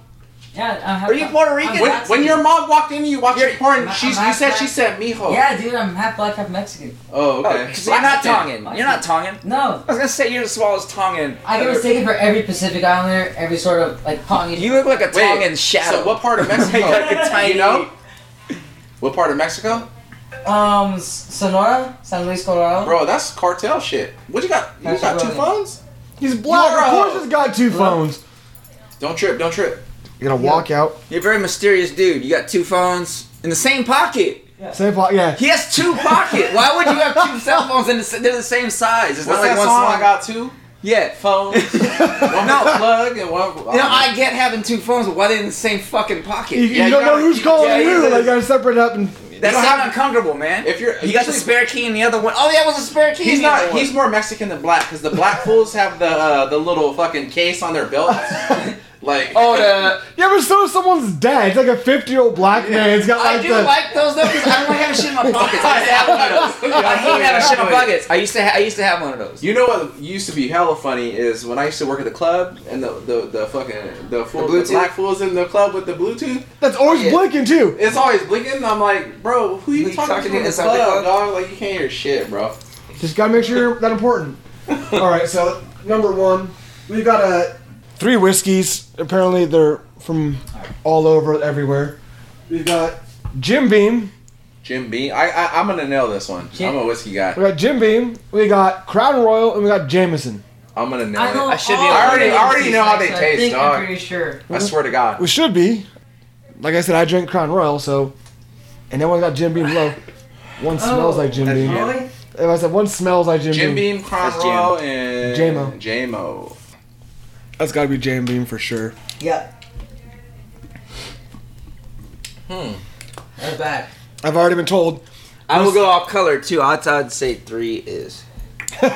S4: yeah, I'm half
S2: Are you
S4: black.
S2: Puerto
S4: I'm
S2: Rican?
S3: When,
S4: half
S3: when your mom walked in, you watched
S2: You're-
S3: porn.
S4: I'm-
S3: She's,
S4: I'm
S3: you said
S4: half
S3: she said mijo.
S4: Yeah, dude, I'm half black, half Mexican.
S3: Oh, okay.
S2: Oh, so you're not Tongan. You're not Tongan.
S4: No,
S2: I was gonna say you're the smallest Tongan.
S4: I get mistaken for every Pacific Islander, every sort of like Polynesian.
S2: You look like a
S3: Wait,
S2: Tongan shadow.
S3: So what part of Mexico?
S2: Like a tiny-
S3: you know? What part of Mexico?
S4: Um, S- Sonora, San Luis, Colorado.
S3: Bro, that's cartel shit. What you got? You
S4: That's
S3: got two
S4: right.
S3: phones?
S1: He's black.
S3: You're a
S1: Of course,
S3: hoe.
S1: he's got two phones.
S3: Don't trip, don't trip.
S1: You're gonna walk out.
S2: You're a very mysterious dude. You got two phones in the same pocket.
S1: Same pot. Yeah.
S2: He has two pockets. Why would you have two cell phones in the, s- they're the same size? It's
S3: What's
S2: not like
S3: that
S2: one
S3: song?
S2: song.
S3: I got two
S2: yeah.
S3: phones. one
S2: No.
S3: no. plug and one. um,
S2: You know, I get having two phones, but why they in the same fucking pocket?
S1: You, you
S3: Yeah, you
S1: don't know
S3: gotta-
S1: who's calling
S2: yeah,
S1: you.
S2: you-
S1: Like, you gotta separate it up and.
S2: That's
S3: you don't
S2: not
S3: have-
S2: uncomfortable, man.
S3: If you're,
S2: you got the
S3: usually-
S2: spare key in the other one. Oh, yeah, it was a spare key.
S3: He's
S2: in the other
S3: not.
S2: one.
S3: He's more Mexican than black because the black fools have the uh, the little fucking case on their belt. like
S2: Oh, the
S1: Yeah, but so someone's dad. It's like a 50 year old black man. It's got
S2: I
S1: like
S2: do
S1: the.
S2: like those though because I don't like having shit in my pockets. I used to have one of those. I hate having shit in my pockets. I used to ha- I used to have one of those.
S3: You know what used to be hella funny is when I used to work at the club and the the, the fucking the fool the,
S2: Bluetooth?
S3: black fools in the club with the Bluetooth.
S1: that's always
S2: Yeah.
S1: blinking too.
S3: It's always blinking. and I'm like, bro, who you
S2: Who you
S3: talking,
S2: talking
S3: to
S2: to
S3: in the
S2: inside the
S3: club,
S2: club?
S3: dog? Like you can't hear shit, bro.
S1: Just gotta make sure you're that important. All right, so number one, we've got uh, three whiskeys. Apparently, they're from all over, everywhere. We've got Jim Beam.
S3: Jim Beam. I, I I'm gonna nail this one.
S4: Jim-
S3: I'm a whiskey guy.
S1: We got Jim Beam. We got Crown Royal, and we got Jameson.
S3: I'm gonna nail
S4: I know.
S3: it.
S2: I should be
S4: all
S2: I already-
S4: the
S2: I
S3: already know how they
S4: I
S3: taste,
S4: think
S3: dog.
S4: I'm pretty sure.
S3: I swear to God.
S1: We should be. Like I said, I drink Crown Royal, so. And everyone got Jim Beam low.
S2: Oh.
S1: One smells like Jim
S3: that's
S1: Beam.
S3: Jim.
S4: Really?
S1: If I said one smells like Jim,
S3: Jim
S1: Beam,
S3: Beam, Crown
S2: That's Jim.
S3: Royal, and
S1: J-Mo.
S3: J-Mo.
S1: that's gotta be Jim Beam for sure.
S4: Yeah.
S3: Hmm.
S4: That's bad.
S1: I've already been told.
S2: I will go off color too. I'd, I'd say three is.
S3: Hmm.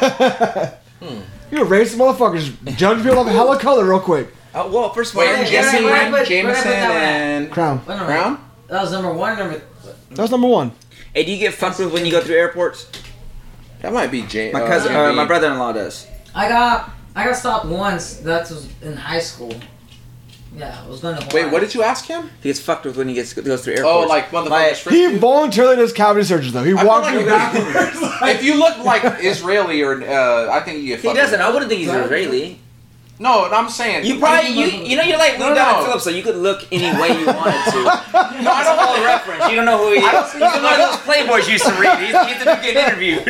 S1: You racist motherfuckers. Judge people off a hella color real quick.
S2: Uh, well, first of all,
S3: Wait,
S4: Wait,
S2: Jesse-
S3: Jameson,
S4: wait, wait. where'd I put
S3: Jameson,
S4: that one at?
S3: and
S1: Crown.
S4: Wait a minute.
S3: Crown.
S4: That was number one. Number.
S1: That was number one.
S2: hey, do you get fucked with when you go through airports?
S3: That might be J.
S2: My
S3: uh,
S2: cousin,
S3: Jim
S2: or
S3: Beam.
S2: my brother-in-law does.
S4: I got. I got stopped once. That was in high school. Yeah, I was going to. Hawaii.
S3: Wait, what did you ask him?
S2: He gets fucked with when he gets goes through airports.
S3: Oh, like
S2: My-
S3: motherfuckers. frisk
S1: He
S3: you?
S1: voluntarily does cavity searches though. He
S3: I feel
S1: walked
S3: like
S1: through
S3: if-
S1: backwards.
S3: if you look like Israeli or uh, I think you get
S2: he
S3: fucked
S2: doesn't.
S3: with.
S2: I wouldn't think he's
S4: Right.
S2: Israeli.
S3: No, I'm saying
S2: You probably you you know you're like Lee
S3: No, no.
S2: Donald Phillips, so you could look any way you wanted to.
S3: No, I
S2: I don't
S3: don't.
S2: know the reference. You don't know who he is. He's one of those playboys you used to read. He's, he's the dude getting interviewed.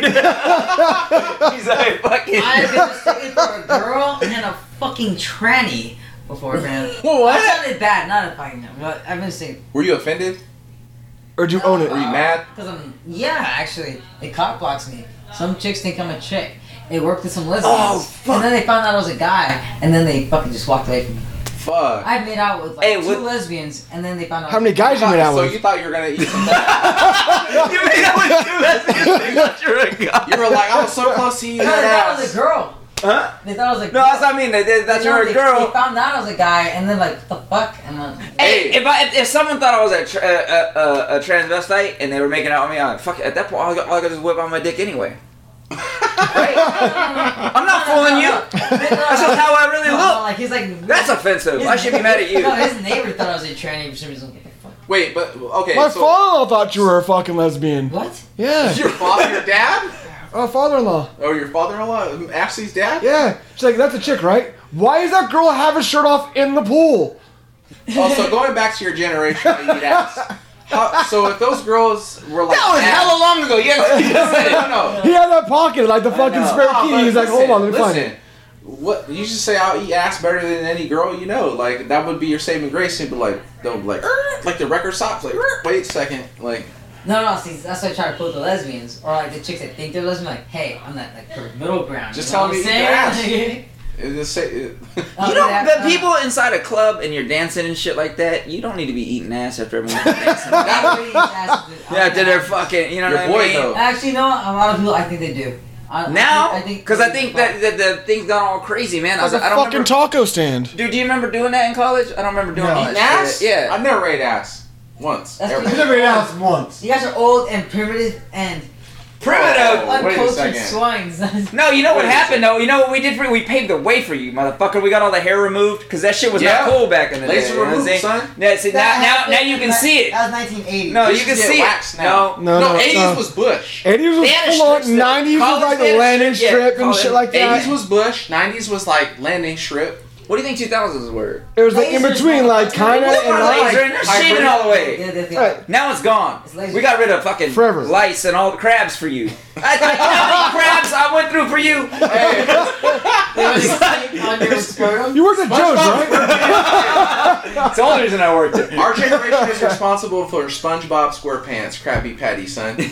S2: he's like fucking.
S4: I have been mistaken for a girl and a fucking tranny before, man. That sounded bad. Not a fucking. But I've been mistaken
S3: Were you offended?
S1: or do you own it?
S3: Were you mad?
S4: because I'm. Yeah, actually, it cock blocks me. Some chicks think I'm a chick. They worked with some lesbians.
S2: Oh, fuck.
S4: And then they found out I was a guy, and then they fucking just walked away from me.
S3: Fuck.
S4: I made out with like
S2: Hey,
S4: two
S2: what-
S4: lesbians, and then they found out.
S1: How many guys you made out
S3: so
S1: with?
S3: you thought you were gonna eat? Some
S2: You made out with two lesbians. You're a guy.
S3: you were like, I was so close to you.
S4: No, they thought I was
S3: ass.
S4: a girl.
S2: Huh?
S4: They thought I was a.
S2: No, that's what I mean. That, that, that
S4: they
S2: you're a
S4: they- They
S2: girl.
S4: found out I was a guy, and then like, what the fuck? And I'm like,
S2: Hey, if I if, if someone thought I was a, tra- a, a, a, a transvestite and they were making out with me, I'm like, fuck. it. At that point, all I got, all I got is whip on my dick anyway. I'm not fooling you. That's just how I really
S4: No,
S2: look.
S4: Like he's like
S2: That's offensive. I should be mad at you.
S4: No, his neighbor thought I was a tranny for some reason. What the fuck?
S3: Wait, but okay.
S1: My
S3: so
S1: father-in-law thought you were a fucking lesbian.
S4: What?
S1: Yeah.
S3: Your father, your dad,
S1: Oh, father-in-law.
S3: or your father-in-law, Ashley's dad?
S1: Yeah. She's like, that's a chick, right? Why does that girl have her shirt off in the pool?
S3: Oh, so going back to your generation, I eat ass. How, so if those girls were like,
S2: That was
S3: ass-
S2: hella long ago. Yeah.
S3: no, no, no.
S1: He had that pocket like the fucking
S2: know.
S1: spare
S3: No,
S1: key.
S3: Oh, but
S1: He's like, hold
S3: listen,
S1: on, let me find
S3: listen.
S1: it.
S3: What you should say? I'll eat ass better than any girl you know. Like that would be your saving grace. You'd be like, don't be like, "Er," like the record stops. Like, "Er," wait a second. Like,
S4: No, no. See, that's why I try to pull the lesbians or like the chicks that think they're lesbian. Like, hey, I'm that like perfect middle ground.
S3: Just
S4: you know
S3: tell
S4: what
S3: me
S4: I'm
S3: you
S4: saying?
S3: it just say.
S4: I'll
S2: You
S4: do
S2: know,
S4: that.
S2: the people inside a club and you're dancing and shit like that, you don't need to be eating ass after everyone's dancing.
S4: Uh, I'll do that.
S2: yeah, after they're fucking, you know
S3: Your
S2: what
S3: boy,
S2: I mean?
S3: though.
S4: Actually, no. A lot of people, I think they do. I,
S2: Now,
S4: I think
S2: because I think that, that the thing's gone all crazy, man. I, was,
S1: Like
S2: I
S1: a
S2: don't
S1: fucking
S2: remember.
S1: taco stand.
S2: Dude, do you remember doing that in college? I don't remember doing
S1: No.
S2: all
S3: Eating
S2: that
S3: ass?
S2: shit. Yeah.
S3: I've never ate ass once.
S4: That's
S3: ever.
S4: because
S1: asked once.
S4: you guys are old and primitive and
S2: Primitive.
S3: Oh, wait a
S4: uncultured
S3: second.
S4: swines.
S2: No, you know what
S3: Wait a
S2: happened though. You know what we did for you? We paved the way for you, motherfucker. We got all the hair removed because that shit was
S3: Yeah.
S2: not cool back in the
S3: Laser
S2: day. you know what I'm
S3: removed,
S2: saying?
S3: son.
S2: Yeah, see, now, now, now you can see it.
S4: That was 1980.
S2: No,
S3: They
S2: you can
S3: should get
S2: see it.
S3: waxed now.
S1: No,
S2: No,
S1: no,
S3: no, 80s
S1: no.
S3: was Bush.
S1: 80s
S2: They
S1: was
S2: had a
S1: full on.
S2: strip strip.
S1: 90s was
S2: College
S1: like
S2: they had a
S1: landing
S2: strip, yeah,
S1: strip and
S2: college.
S1: shit like that.
S3: 80s was Bush. 90s was like landing strip.
S2: What do you think 2000s were?
S1: It was like in
S4: Lasers,
S1: between, like kind of
S4: motherfucker.
S1: and
S2: Laser
S1: not.
S2: and they're shaving all the way.
S4: Yeah, they- they-
S1: Right.
S2: Now it's gone.
S4: It's lazy.
S2: We got rid of fucking
S1: Forever.
S2: lights and all the crabs for you. I think you know how many crabs I went through for you.
S4: on your scrotum?
S1: You worked at Joe's, right?
S2: It's the only reason I worked it.
S3: Our generation is responsible for SpongeBob SquarePants, Krabby Patty, son.
S4: Don't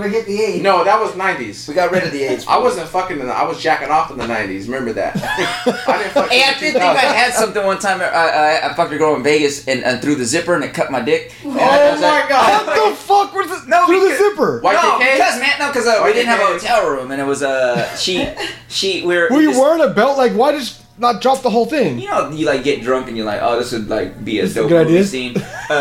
S4: forget the age.
S3: No, that was 90s.
S2: We got rid of the age.
S3: I wasn't fucking. In the, I was jacking off in the 90s. Remember that? I didn't fucking.
S2: Hey, I did think I had something one time. I, I, I fucked a girl in Vegas and, and threw the zipper and it cut my dick. And I
S3: Oh
S2: was
S3: my
S2: like-
S3: god.
S1: What the fuck was this?
S2: No,
S1: Through the
S2: because-
S1: zipper.
S3: Why- YKK?
S2: No, because man, no, because uh, we didn't have a
S3: YKK.
S2: hotel room and it was uh she she we were
S1: Were
S2: we
S1: you
S2: just-
S1: wearing a belt? Like, why just not drop the whole thing.
S2: You know, you like get drunk and you're like, oh, this would like be a dope
S1: good
S2: movie
S1: idea.
S2: scene. Uh, 'cause I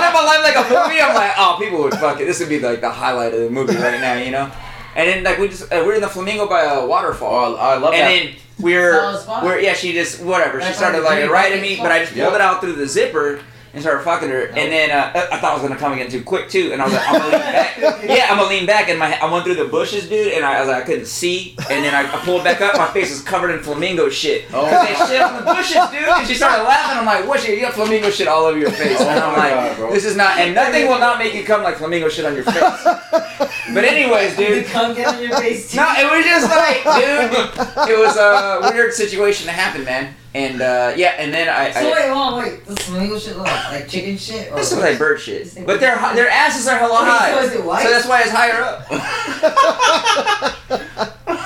S2: live my life like a movie. I'm like, oh, people would fuck it. This would be like the highlight of the movie right now, you know. And then like we just uh, we're in the flamingo by a waterfall.
S3: Oh, I love
S2: and
S3: that.
S2: then we're,
S4: Solid spot.
S2: we're yeah, she just whatever. She
S4: That's
S2: started
S4: how you
S2: like
S4: do it.
S2: right at me, but I just pulled
S3: Yeah.
S2: it out through the zipper. And started fucking her, and then uh, I- I thought I was gonna come again too quick too, and I was like, I'm gonna lean back. yeah, I'm gonna lean back, and my I went through the bushes, dude, and I, I was like, I couldn't see, and then I, I pulled back up, my face was covered in flamingo shit.
S3: Oh.
S2: Oh, that shit on the bushes, dude. And she started laughing. I'm like, what shit? You got flamingo shit all over your face. And
S3: Oh
S2: I'm
S3: my
S2: like,
S3: God, bro.
S2: this is not, and nothing will not make you come like flamingo shit on your face. but anyways,
S4: You
S2: dude.
S4: come get on your face.
S2: No, it was just like, dude, it was a weird situation to happen, man. And uh, yeah, and then I,
S4: So
S2: I
S4: wait, hold on, oh, wait. This flamingo shit look like, like chicken shit? Or
S2: this is like bird shit, but their their asses are hella
S4: Wait, so
S2: high,
S4: is it white?
S2: so that's why it's higher up.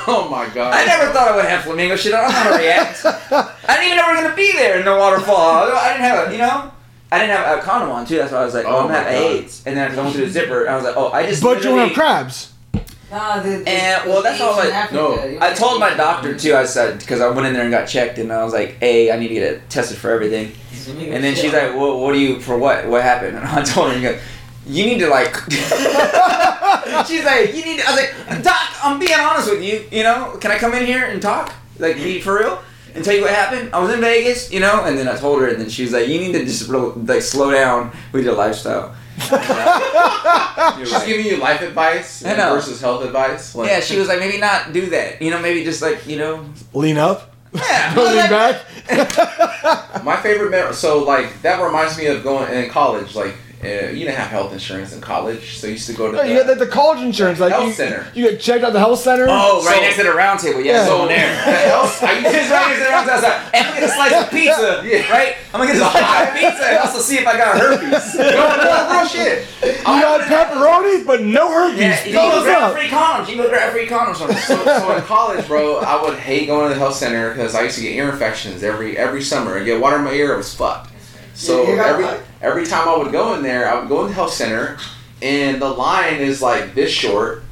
S3: Oh my god.
S2: I never thought I would have flamingo shit. I don't know how to react. I didn't even know we were gonna be there in the waterfall. I didn't have a, you know, I didn't have a condom on too. That's why I was like,
S3: Oh
S2: oh, I'm
S3: my
S2: not
S3: God.
S2: AIDS. And then I went through the zipper. I was like, oh, I just.
S1: But you don't have
S2: literally-
S1: crabs.
S4: Nah,
S2: And,
S4: dude.
S2: Eh, well, that's all I-
S3: no.
S2: I told my doctor too. I said because I went in there and got checked, and I was like, hey, I need to get tested for everything. And then she's like, "What? What do you for? What? What happened?" And I told her, "You, go, you need to like." she's like, "You need." To, I was like, "Doc, I'm being honest with you. You know, can I come in here and talk? Like, be for real." And tell you what happened. I was in Vegas, you know, and then I told her, and then she was like, "You need to just real, like slow down with your lifestyle." You're
S3: She's
S2: right.
S3: giving you life advice
S2: I know.
S3: versus health advice. Like,
S2: Yeah, she was like, maybe not do that. You know, maybe just like you know.
S1: Lean up.
S2: Yeah,
S1: Don't lean
S2: like-
S1: back.
S3: My favorite memory. So like that reminds me of going in college. Like uh, you didn't have health insurance in college, so you used to go to.
S1: No,
S3: the,
S1: Oh, you get the, the college insurance, like
S3: Health
S1: you,
S3: center.
S1: you get checked out at the health center.
S2: Oh, right
S3: So-
S2: next to the round table. Yeah,
S1: Yeah.
S2: so
S3: so
S2: there.
S3: there. The health. I used
S2: It's
S3: to-
S2: right next to the house. I was like, and I'm gonna get a slice of pizza,
S3: Yeah.
S2: right? I'm gonna get a slice of pizza and also see if I got herpes.
S3: No, no, real shit.
S1: you got pepperoni, but no herpes.
S2: Yeah, you
S1: Fill
S2: can go
S1: us
S2: grab
S1: up.
S2: free condoms. You can go grab free condoms from
S3: So, so in college, bro, I would hate going to the health center because I used to get ear infections every every summer and get water in my ear. It was fucked. So
S4: You- you got
S3: every
S4: like-
S3: every time I would go in there, I would go in the health center, and the line is like this short,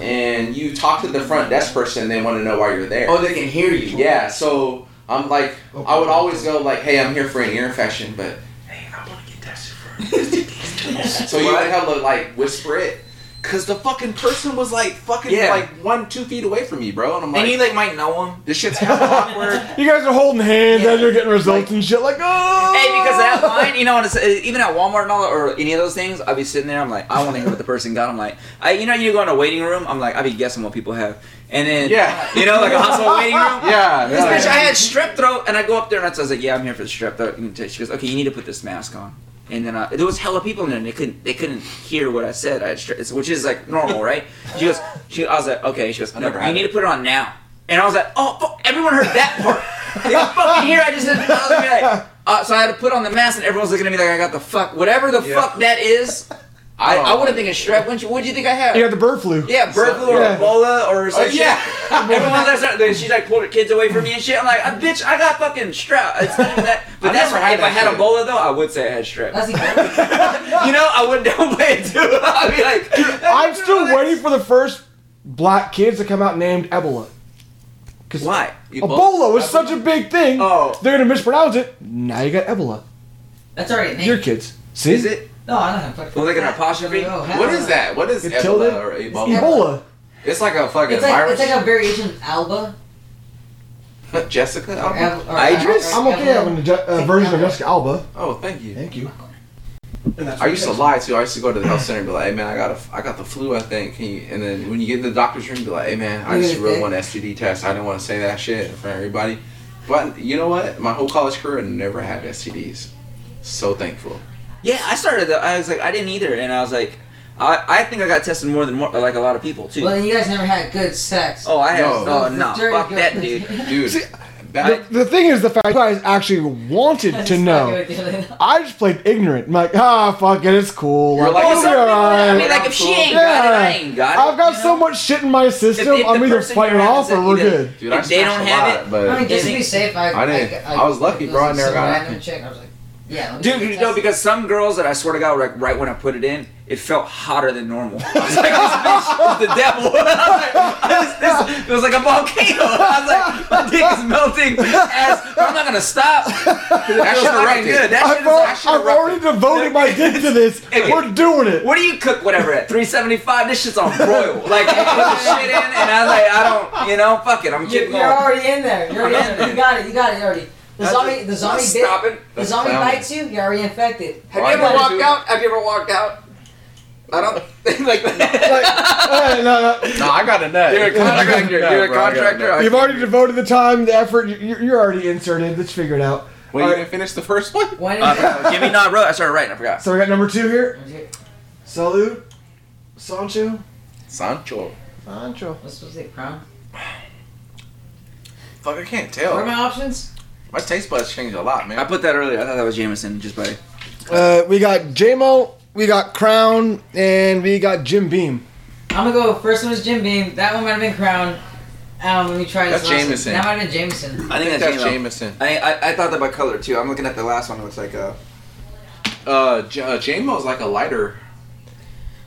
S3: and you talk to the front desk person, they want to know why you're there.
S2: Oh, they can hear you.
S3: Yeah, so I'm like, I would always go like, hey, I'm here for an ear infection, but hey, I want to get tested for. so you would have to like whisper it, cause the fucking person was like fucking
S2: Yeah.
S3: like one two feet away from me, bro, and I'm like,
S2: And you like might know them.
S3: this shit's kind of awkward.
S1: You guys are holding hands
S2: Yeah.
S1: as you're getting results and shit. Like, oh.
S2: Hey, because that line, you know, and it's, uh, even at Walmart and all, or any of those things, I'd be sitting there. I'm like, I want to hear what the person got. I'm like, I, you know, you go in a waiting room. I'm like, I'd be guessing what people have, and then
S3: Yeah.
S2: you know, like a hospital waiting room.
S3: Yeah,
S2: This bitch,
S3: yeah.
S2: I had strep throat, and I go up there and I was like, "Yeah, I'm here for the strep throat." And she goes, "Okay, you need to put this mask on." And then uh, there was hella people in there, and they couldn't they couldn't hear what I said. I had strep, it's- which is like normal, right? She goes, she, I was like, "Okay." She goes, "No,
S3: never
S2: you
S3: had
S2: need
S3: it.
S2: to put it on now." And I was like, "Oh, fuck, everyone heard that part." they don't fucking hear. I just didn't. I was gonna be like, uh, so I had to put on the mask, and everyone's looking at me like I got the fuck, whatever the
S3: Yeah.
S2: fuck that is. I,
S3: Oh.
S2: I wouldn't think it's strep. What'd you, what'd you think I had?
S1: You got the bird flu.
S2: Yeah, bird flu or
S1: Yeah.
S2: Ebola or
S3: Oh,
S2: some shit.
S3: yeah.
S2: Everyone lets her, then she's like pulled her kids away from me and shit. I'm like, "Ah, bitch, I got fucking strep. It's not even that. But
S3: I
S2: that's
S3: never
S2: right.
S3: had
S2: If
S3: that
S2: I had
S3: shit.
S2: Ebola though, I would say I had strep.
S4: That's exactly.
S2: you know, I would downplay it too. I'd be like,
S1: I'm still waiting for the first black kids to come out named Ebola. Because
S2: Why?
S1: Ebola was such a big thing.
S2: Oh.
S1: They're going to mispronounce it. Now you got Ebola.
S4: That's already named.
S1: Your kids. See?
S2: Is it?
S4: No, I don't have fucking.
S2: Well, they got an apostrophe.
S4: Oh, hell
S3: What
S4: no.
S3: is that? What is
S1: It killed it?
S3: Ebola or Ebola?
S1: Ebola.
S3: It's like a fucking
S4: It's like,
S3: virus.
S4: it's like a variation of Alba.
S3: Jessica.
S4: Or
S3: Alba?
S4: Al- or
S2: Idris?
S1: I'm
S4: Al-
S1: okay having a ju- uh, version of Jessica Alba.
S3: Oh, thank you.
S1: Thank you.
S3: I used to lie too. I used to go to the health center and be like, "Hey man, I got a, I got the flu. I think." Can you, and then when you get in the doctor's room, be like, "Hey man, I just really want an STD test. I didn't want to say that shit for everybody." But you know what? My whole college career, I never had STDs. So thankful.
S2: Yeah, I started. The, I was like, I didn't either, and I was like, I, I think I got tested more than more, like a lot of people too.
S4: Well, then you guys never had good sex.
S2: oh, I had.
S3: No.
S2: Oh no,
S4: Very
S2: fuck
S4: good.
S2: that, dude.
S3: Dude,
S1: The,
S3: back,
S1: the thing is, the fact you guys actually wanted
S4: That's
S1: to
S4: not
S1: know.
S4: good, dude.
S1: I just played ignorant. I'm like, ah, fuck it, it's cool.
S3: You're like,
S1: it'll be
S2: Well, some people, I
S1: alright."
S2: mean, like if she ain't got it, I ain't got it.
S1: I've got so
S4: know?
S1: much shit in my system.
S2: if
S1: I'm
S2: the
S1: either
S2: person
S1: fighting
S2: you're
S1: off
S2: having
S1: or we're
S2: sex-
S1: good.
S3: dude,
S2: if they
S3: snatched
S2: don't
S3: a
S2: have
S3: lot,
S2: it-
S3: but
S4: I mean, just to
S2: Isn't-
S4: be safe, I,
S3: I didn't.
S4: I,
S3: I was lucky,
S4: it
S3: bro, I
S4: was
S3: never
S4: some
S3: got it.
S4: random chick. I was like, yeah. let me
S2: Dude,
S4: get
S2: you know,
S4: tested.
S2: because some girls that I swear to God, like right when I put it in, it felt hotter than normal. I was like, this bitch is the devil. I was like, I was- this, it was like a volcano. I was like, dick is melting. Ass. I'm not gonna stop. That
S3: shit
S2: shit
S3: erupted.
S2: right good. That shit
S1: I've,
S2: is
S1: al-
S2: that
S1: I've
S2: shit
S1: already
S2: erupted.
S1: devoted my dick to this.
S2: Okay.
S1: We're doing it.
S2: What do you cook? Whatever at 375. This shit's on broil. Like I put the shit in, and I was like, I don't, you know, fuck it. I'm
S4: You,
S2: keeping
S4: you're
S2: going.
S4: already in there. You're already in there. You got it. You got it already. The
S2: That's
S4: zombie,
S2: it.
S4: the zombie
S2: That's
S4: bit,
S2: stopping.
S4: the
S3: That's
S4: zombie
S3: clowning.
S4: bites you. You're already infected.
S2: Have
S3: Why
S2: you
S3: not?
S2: ever walked out? Have you ever walked out? I don't think like that.
S1: Like, hey, no, no.
S3: No, I got a nut.
S2: You're a contractor.
S3: No,
S2: You're a
S3: bro, I got
S2: contractor.
S3: nut.
S1: You've already devoted the time, the effort. You- You're, you're already inserted. Let's figure it out.
S3: Wait,
S1: All
S3: you
S1: right.
S3: didn't finish the first one?
S4: One
S2: Uh, no, Jimmy not wrote. I started writing. I forgot.
S1: So we got number two here.
S4: infected.
S1: Salud, Sancho,
S3: Sancho.
S1: Sancho.
S4: What's supposed to say crown?
S3: Fuck, I can't
S4: What are
S3: tell.
S4: my options?
S3: My taste buds changed a lot,
S2: I
S3: man.
S2: put that earlier. I thought that was Jameson, just by.
S1: Uh, we got JMO, we got Crown, and we got Jim Beam.
S4: I'm gonna go. First one was Jim Beam. That one might have been crown. Um, let me try this.
S3: That's
S4: last one.
S3: Jameson.
S4: That might have been Jameson.
S2: I think that's,
S3: That's
S2: Jameson.
S3: Jameson.
S2: I, I I thought that by color too. I'm looking at the last one. It looks like a
S3: Uh, J- uh, JMO's like a lighter.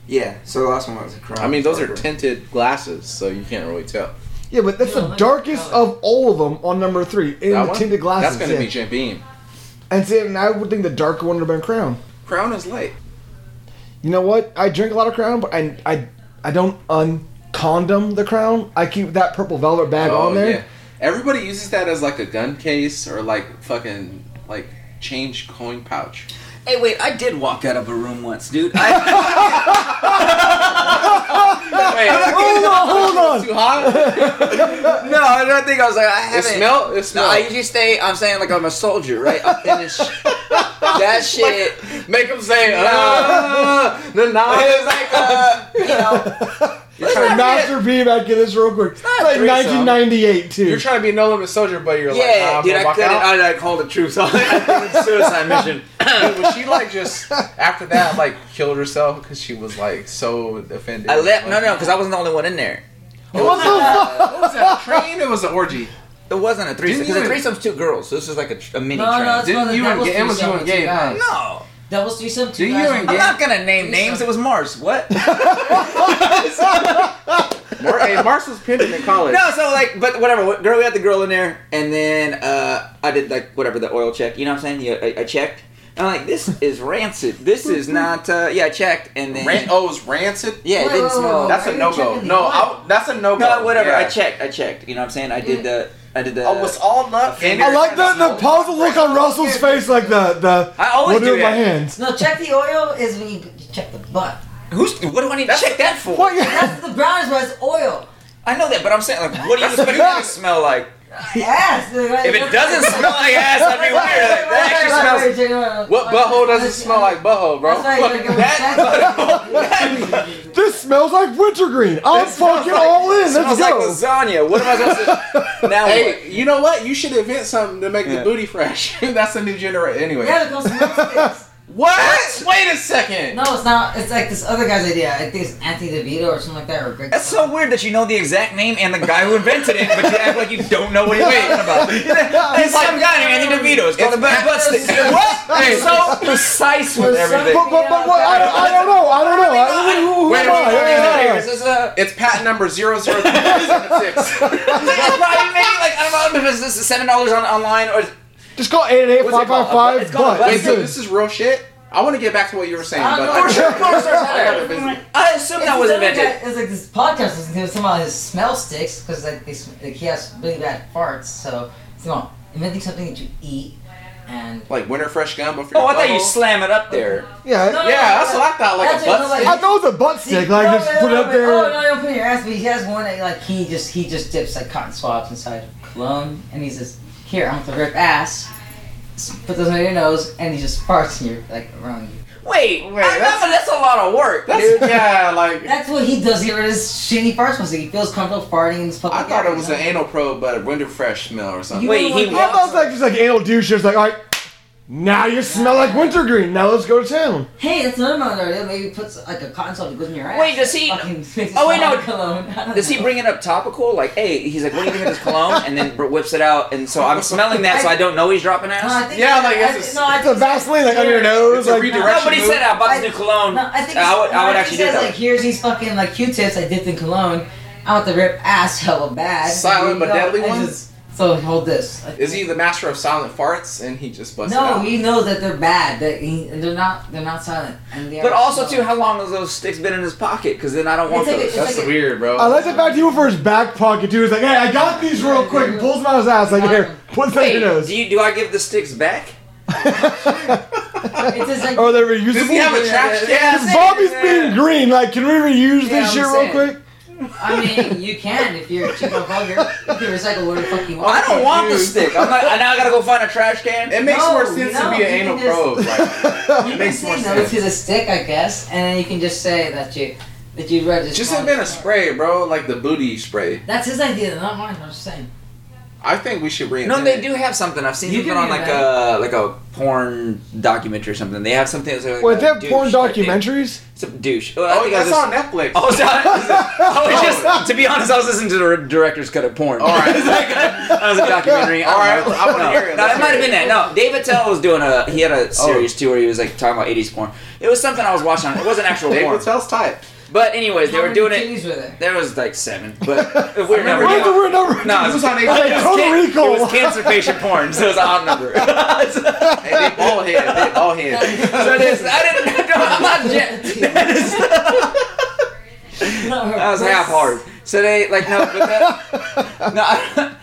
S2: yeah. So the last one was a crown.
S3: I mean, those are tinted glasses, so you can't really tell.
S1: Yeah, but that's
S4: No,
S1: the
S4: that's
S1: darkest
S4: valid.
S1: of all of them on number three in
S3: That
S1: the
S3: one?
S1: tinted glasses.
S3: That's gonna be
S1: yeah.
S3: Jim Beam.
S1: And see, and I would think the darker one would have been Crown.
S3: Crown is light.
S1: You know what? I drink a lot of Crown, but I I I don't uncondom the Crown. I keep that purple velvet bag
S2: Oh,
S1: on there.
S3: Oh, Everybody uses that as like a gun case or like fucking like change coin pouch.
S2: Hey, wait! I did walk out of a room once, dude. I,
S1: Hold on, hold on.
S3: Too hot?
S2: no, I don't think I was like I
S3: It
S2: haven't.
S3: smell. It
S2: No,
S3: smell.
S2: I usually stay. I'm saying like I'm a soldier, right? I'm finished. that shit.
S3: Make them say, ah, the
S2: It was
S3: knives.
S2: like, uh, you know,
S1: Let's have Master B back in this real quick. It's
S2: not
S1: like
S2: threesome.
S1: 1998 too.
S3: You're trying to be a no limit soldier, but you're like, nah,
S2: yeah,
S3: I'm
S2: dude.
S3: gonna
S2: I
S3: walk
S2: couldn't. uh.
S3: out.
S2: I like called a truce. I was like, suicide mission.
S3: Dude, was she like just after that like killed herself because she was like so offended?
S2: I left. No,
S3: Like,
S2: no, because I wasn't the only one in there.
S1: what the fuck?
S3: What was that train? It was an orgy.
S2: It wasn't a threesome.
S3: Didn't
S2: Because a
S3: you-
S2: threesome's two girls. So this is like a, tr- a mini
S4: No,
S2: train.
S4: no, it's
S3: Didn't
S4: called the
S3: you
S4: doubles
S3: engage- was you
S4: threesome with two
S3: engaged,
S4: guys.
S2: no.
S4: Doubles threesome. Two
S3: Didn't
S4: guys.
S3: you
S4: one
S3: engage-
S2: I'm
S4: girl.
S2: not gonna name names. It was Mars. What?
S3: Mar- hey, Marcel's pimping in college.
S2: no, so like, but whatever. what- Girl, we had the girl in there, and then uh, I did like whatever the oil check. You know what I'm saying? Yeah, I, I checked. And I'm like, this is rancid. This is not. Uh, yeah, I checked, and then
S3: Ran- oh, it was rancid.
S2: yeah, it didn't
S4: Wait, wait, wait,
S2: smell.
S4: wait.
S3: That's
S4: Why
S3: a
S4: are you
S3: no go.
S4: checking
S3: No,
S4: these?
S3: I, that's a no go.
S2: No, whatever.
S3: Yeah.
S2: I checked. I checked. You know what I'm saying? I did the. I did the.
S3: Oh, was all love.
S2: finger-
S1: I like the the puzzled look on Russell's face, like the the.
S2: I always
S1: what do
S2: do
S1: with my
S2: that.
S1: hands.
S4: No, check the oil is when you you check the butt.
S2: Who's? What do I need to check that for?
S1: What? you-
S4: That's the brown is where it's oil.
S2: I know that, but I'm saying like, what do you expect it to smell like?
S4: Yes.
S2: If it doesn't smell like ass, that'd be weird. Like, that actually smells.
S4: smells.
S3: What butthole doesn't smell like butthole, bro?
S4: That's right,
S3: Fuck
S4: you're
S3: that.
S1: This smells like wintergreen. I'm fucking all in. Let's
S2: Smells
S1: go.
S2: like lasagna. What am I supposed to? Now
S3: Hey, you know what? You should invent something to make
S2: Yeah.
S3: the booty fresh. that's a new generation. Anyway.
S4: Yeah, it goes smell sticks.
S3: What? Wait a second.
S4: No, it's not. It's like this other guy's idea. I think it's Anthony DeVito or something like that, or Greg.
S2: That's so weird that you know the exact name and the guy who invented it, but you act like you don't know what he's talking about. There's some guy named Anthony DeVito. It's called the Butt Butt Stick. What? You're so precise with everything.
S1: But, but, but what? I, don't, I don't know. I don't know. I, who, who
S3: Wait,
S1: am I?
S3: wait, wait,
S1: Yeah, yeah,
S3: wait,
S1: yeah.
S2: This is a.
S3: It's patent number 0076.
S2: It's probably maybe like I don't know if it's this is seven dollars on online or
S1: Just call 888
S2: What's it called?
S1: 555
S2: It's called a
S1: butt.
S2: butt
S3: Wait,
S1: It's
S3: so
S1: good.
S3: this is real shit? I want to get back to what you were saying,
S4: I
S3: but
S4: don't
S3: I,
S4: know.
S2: I assume that was invented.
S4: It's like this podcast is doing something about his smell sticks because like, they sm- like he has really bad farts, so it's about inventing something that you eat and.
S3: like winter fresh gum before.
S2: Oh, I thought you
S3: butthole.
S2: slam it up there.
S1: Yeah.
S3: Yeah, that's what I thought. Like
S4: That's
S3: a
S4: what
S3: butt
S4: it
S1: I
S3: stick.
S4: looked
S1: thought it was a butt stick. Like,
S4: no,
S1: just
S4: no,
S1: put it
S4: no,
S1: up
S4: but- Oh
S1: there.
S4: no, don't put it in your ass. But he has one that like he just he just dips like cotton swabs inside cologne, and he says, "Here, I'm gonna rip ass." S- Put those on your nose, and he just farts in your like around you.
S2: Wait,
S3: Wait,
S2: I
S3: that's-
S2: know, but that's a lot of work,
S3: That's,
S2: dude.
S3: yeah, like
S4: That's what he does. He his shitty farts music. He feels comfortable farting in his public.
S3: I thought it
S4: area,
S3: was
S4: you
S3: an
S4: know?
S3: anal probe, but a winter fresh smell or something.
S4: You
S2: Wait,
S4: know
S2: he
S4: what?
S1: I thought it was like just like anal douche. It's like, all right, now you smell like wintergreen. Now let's go to town.
S4: Hey, that's another one idea. Maybe puts like a cotton swab that goes in your ass.
S2: Wait, does he-
S4: Fucking makes it
S2: Oh, wait,
S4: smell
S2: no.
S4: like Cologne. I don't
S2: Does he
S4: know.
S2: bring it up topical? Like, hey, he's like, what do you think of this cologne? And then whips it out, and so I'm smelling that, so I don't know he's dropping
S4: No, I
S2: ass.
S4: think
S3: Yeah,
S4: I-
S3: like,
S4: I-
S3: it's a-
S4: no, I
S1: It's a
S4: think-
S1: Vaseline like under your nose.
S3: It's a
S1: Like,
S3: redirect-
S2: No, but he
S3: Direction
S2: said I bought
S4: I-
S2: this new cologne.
S4: No, I think
S2: I would, I would
S4: no,
S2: actually
S4: he
S2: do
S4: says,
S2: that.
S4: Like here's these fucking like Q-tips I dipped in cologne. I want the rip ass hella bad.
S3: Silent
S4: Here you
S3: but
S4: go.
S3: deadly
S4: And
S3: ones?
S4: just- So hold this.
S3: Is he the master of silent farts? And he just busts. it
S4: No,
S3: out?
S4: he knows that they're bad. That he, they're not. They're not silent. And they
S2: But
S4: are
S2: also
S4: slow.
S2: too, how long has those sticks been in his pocket? Because then I don't want
S4: It's like a-
S2: those.
S3: That's
S4: it's like a-
S3: weird, bro.
S1: I like the fact he went for his back pocket too. He's like, hey, I got these real quick. And pulls them out of his ass. Like, here, what's that
S2: Wait,
S1: your nose?
S2: do you do I give the sticks back?
S4: It's
S3: Oh,
S4: just like
S1: Are they
S3: Does he have
S1: reusable?
S3: a trash
S2: Yeah,
S3: can?
S2: yeah,
S1: Bobby's
S2: Yeah.
S1: being green. Like, can we reuse
S4: Yeah,
S1: this
S4: I'm
S1: shit real
S4: saying.
S1: quick?
S4: I mean, you can if you're a cheap motherfucker. You can recycle whatever the fuck you
S2: Well,
S4: want.
S2: I don't want the
S3: Dude.
S2: stick. I'm not, now I gotta go find a trash can.
S3: It makes
S4: No,
S3: more sense
S4: no,
S3: to be
S4: you
S3: an anal
S4: can just-
S3: probe. Like,
S4: You
S3: it
S4: can
S3: makes more
S4: say no to
S3: sense.
S4: the stick, I guess, and then you can just say that you that you register.
S3: Just invent a spray, bro. Like the booty spray.
S4: That's his idea, not mine. I'm just saying.
S3: I think we should reinvent.
S2: No, they
S3: it.
S2: do have something. I've seen
S4: You
S2: something
S4: can
S2: on
S4: do
S2: like a
S4: that.
S2: like a porn documentary or something. They have something that's like
S1: Wait,
S2: a
S1: they have porn
S2: douche, I think.
S1: documentaries?
S2: It's a douche. Well, I
S3: Oh,
S2: think I Oh,
S3: that's
S2: was
S3: on Netflix.
S2: I was, I was just to be honest. I was listening to the director's cut of porn.
S3: All right.
S2: It's like, that was a documentary.
S3: All
S2: I
S3: right,
S2: don't know.
S3: I wanna
S2: No.
S3: hear it. Oh.
S2: No,
S3: Let's
S2: it might have
S3: hear
S2: been that. No, David Tell was doing a. He had a series too where he was like talking about '80s porn. It was something I was watching. on It wasn't actual porn.
S3: David Tell's type.
S2: But anyways, they
S4: How
S2: were
S4: many
S2: doing it.
S4: titties Were there?
S2: There was like seven, but if we're never.
S3: remember
S1: Where's the weird number?
S2: No,
S3: It
S2: it
S3: was
S2: was,
S3: on
S1: Hey,
S3: HBO.
S1: Total Recall.
S2: it was cancer patient porn, so it was an odd number. so
S3: hey, they bald head. They bald head.
S2: it is. I didn't. No, I'm not. je- That is.
S4: No, her
S2: That was
S4: breasts.
S2: half hard. So they like no. But that, no. I-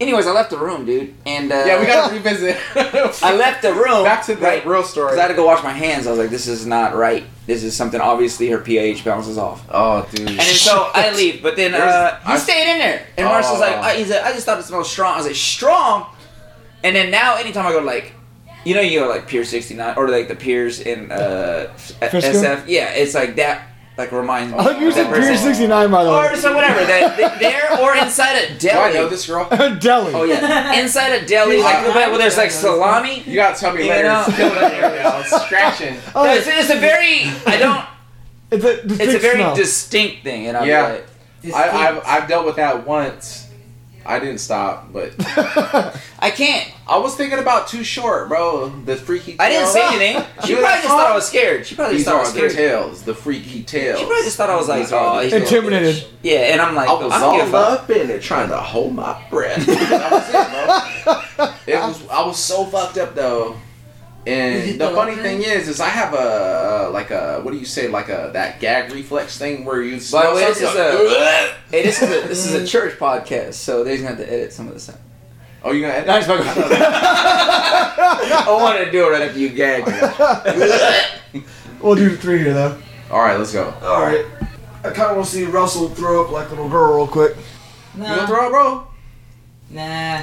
S2: anyways, I left the room, dude, and uh,
S3: Yeah, we gotta revisit.
S2: I left the room.
S3: Back to the
S2: right,
S3: real story.
S2: 'cause I had to go wash my hands. I was like, this is not right. This is something. Obviously, her pH balances off.
S3: oh, dude.
S2: And then so I leave, but then uh,
S3: There's-
S2: he
S3: I-
S2: stayed in there. And
S3: Oh.
S2: Marcel's like, I, he's like, I just thought it smelled strong. I was like, strong. And then now, anytime I go to like, you know, you go to like Pier 69 or like the piers in uh,
S1: Frisco?
S2: SF. Yeah, it's like that. Like reminds me.
S1: I think you
S2: of that
S1: said Pier
S2: person.
S1: 69, by the
S2: Or
S1: way.
S2: so whatever. That that- there or inside a
S3: do I
S2: deli.
S3: know this girl?
S1: Deli.
S2: Oh yeah, inside a deli, like where where there's like salami.
S3: You gotta tell me
S2: You
S3: later.
S2: know.
S3: It's killing me right now. It's scratching.
S1: Oh,
S2: it's, it's a very I don't.
S1: It's a, distinct
S2: It's a very
S1: smell.
S2: distinct thing, and I'm
S3: Yeah.
S2: like,
S4: Just
S3: I,
S4: keep-
S3: I've, I've dealt with that once. I didn't stop, but
S2: I can't.
S3: I was thinking about too short, bro. The freaky. Tail.
S2: I didn't say anything. She
S3: You're
S2: probably
S3: like,
S2: just thought
S3: oh.
S2: I was scared. She probably just
S3: These
S2: thought I was
S3: are the
S2: scared.
S3: tails, the freaky tails.
S2: She probably just thought I was like,
S3: These are
S2: oh,
S3: the
S2: he's-
S3: tails.
S1: Intimidated.
S2: Yeah, and I'm like,
S3: I was
S2: I don't give
S3: all
S2: a fuck.
S3: up in it, trying to hold my breath. That was it, bro. It was- I was so fucked up though.
S4: Is
S3: And
S4: it
S3: the
S4: the
S3: funny
S4: open?
S3: thing is, is I have a uh, like a what do you say like a that gag reflex thing where you.
S2: By the
S3: smell
S2: way, this is
S3: something,
S2: a hey, this is a this is a church podcast, so they're gonna have to edit some of this out.
S3: Oh, you gonna edit?
S2: I just I wanted to do it right after you gagged.
S1: We'll do three here, though.
S3: All right, let's go.
S1: All right. I kind of want to see Russell throw up like a little girl real quick.
S3: You gonna
S4: nah,
S3: throw it, bro?
S4: nah.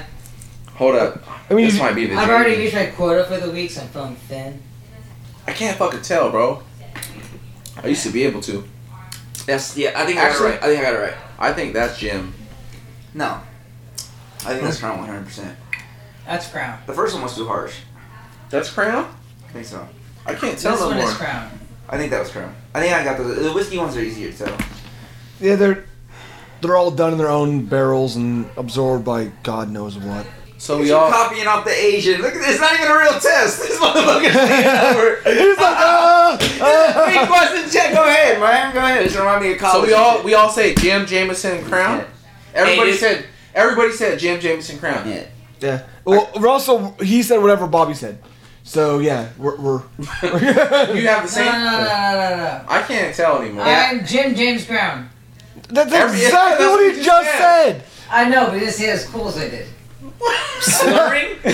S3: Hold up.
S1: I mean,
S3: this
S1: you-
S3: might be the.
S4: I've
S3: dream.
S4: already reached my quota for the week, so I'm feeling thin.
S3: I can't fucking tell, bro. I used to be able to.
S2: That's yeah. I think I got it
S3: Actually-
S2: right. I think I got it right.
S3: I think that's Jim.
S2: No, I think that's around 100. percent
S4: That's crown.
S2: The first one was too harsh.
S3: That's Crown.
S2: I think so.
S3: I can't tell
S4: This
S3: no
S4: one
S3: more.
S4: is crown.
S2: I think that was Crown. I think I got those. The whiskey ones are easier to tell.
S1: Yeah, they're they're all done in their own barrels and absorbed by God knows what.
S3: So Oh,
S2: You're
S3: we all.
S2: copying off the Asian. Look, at this. it's not even a real test. This motherfucker's taking over.
S1: He's like, ah,
S2: Three questions, check. Go ahead, man. Go ahead. Just remind me of college.
S3: So we all we all say Jim Jameson Crown. Everybody
S2: Hey, dude.
S3: said everybody said Jim Jameson Crown.
S2: Yeah.
S1: Yeah. Well, Russell, he said whatever Bobby said. So yeah, we're we're.
S3: You have the
S4: No,
S3: same.
S4: no,
S2: Uh,
S4: no, no, no, no.
S3: I can't tell anymore.
S4: I'm Jim James Crown.
S1: that's
S3: Every- yeah,
S1: exactly
S3: that's
S1: what he just said.
S4: I know, but it's as cool as I did.
S2: Slurring?
S3: Grow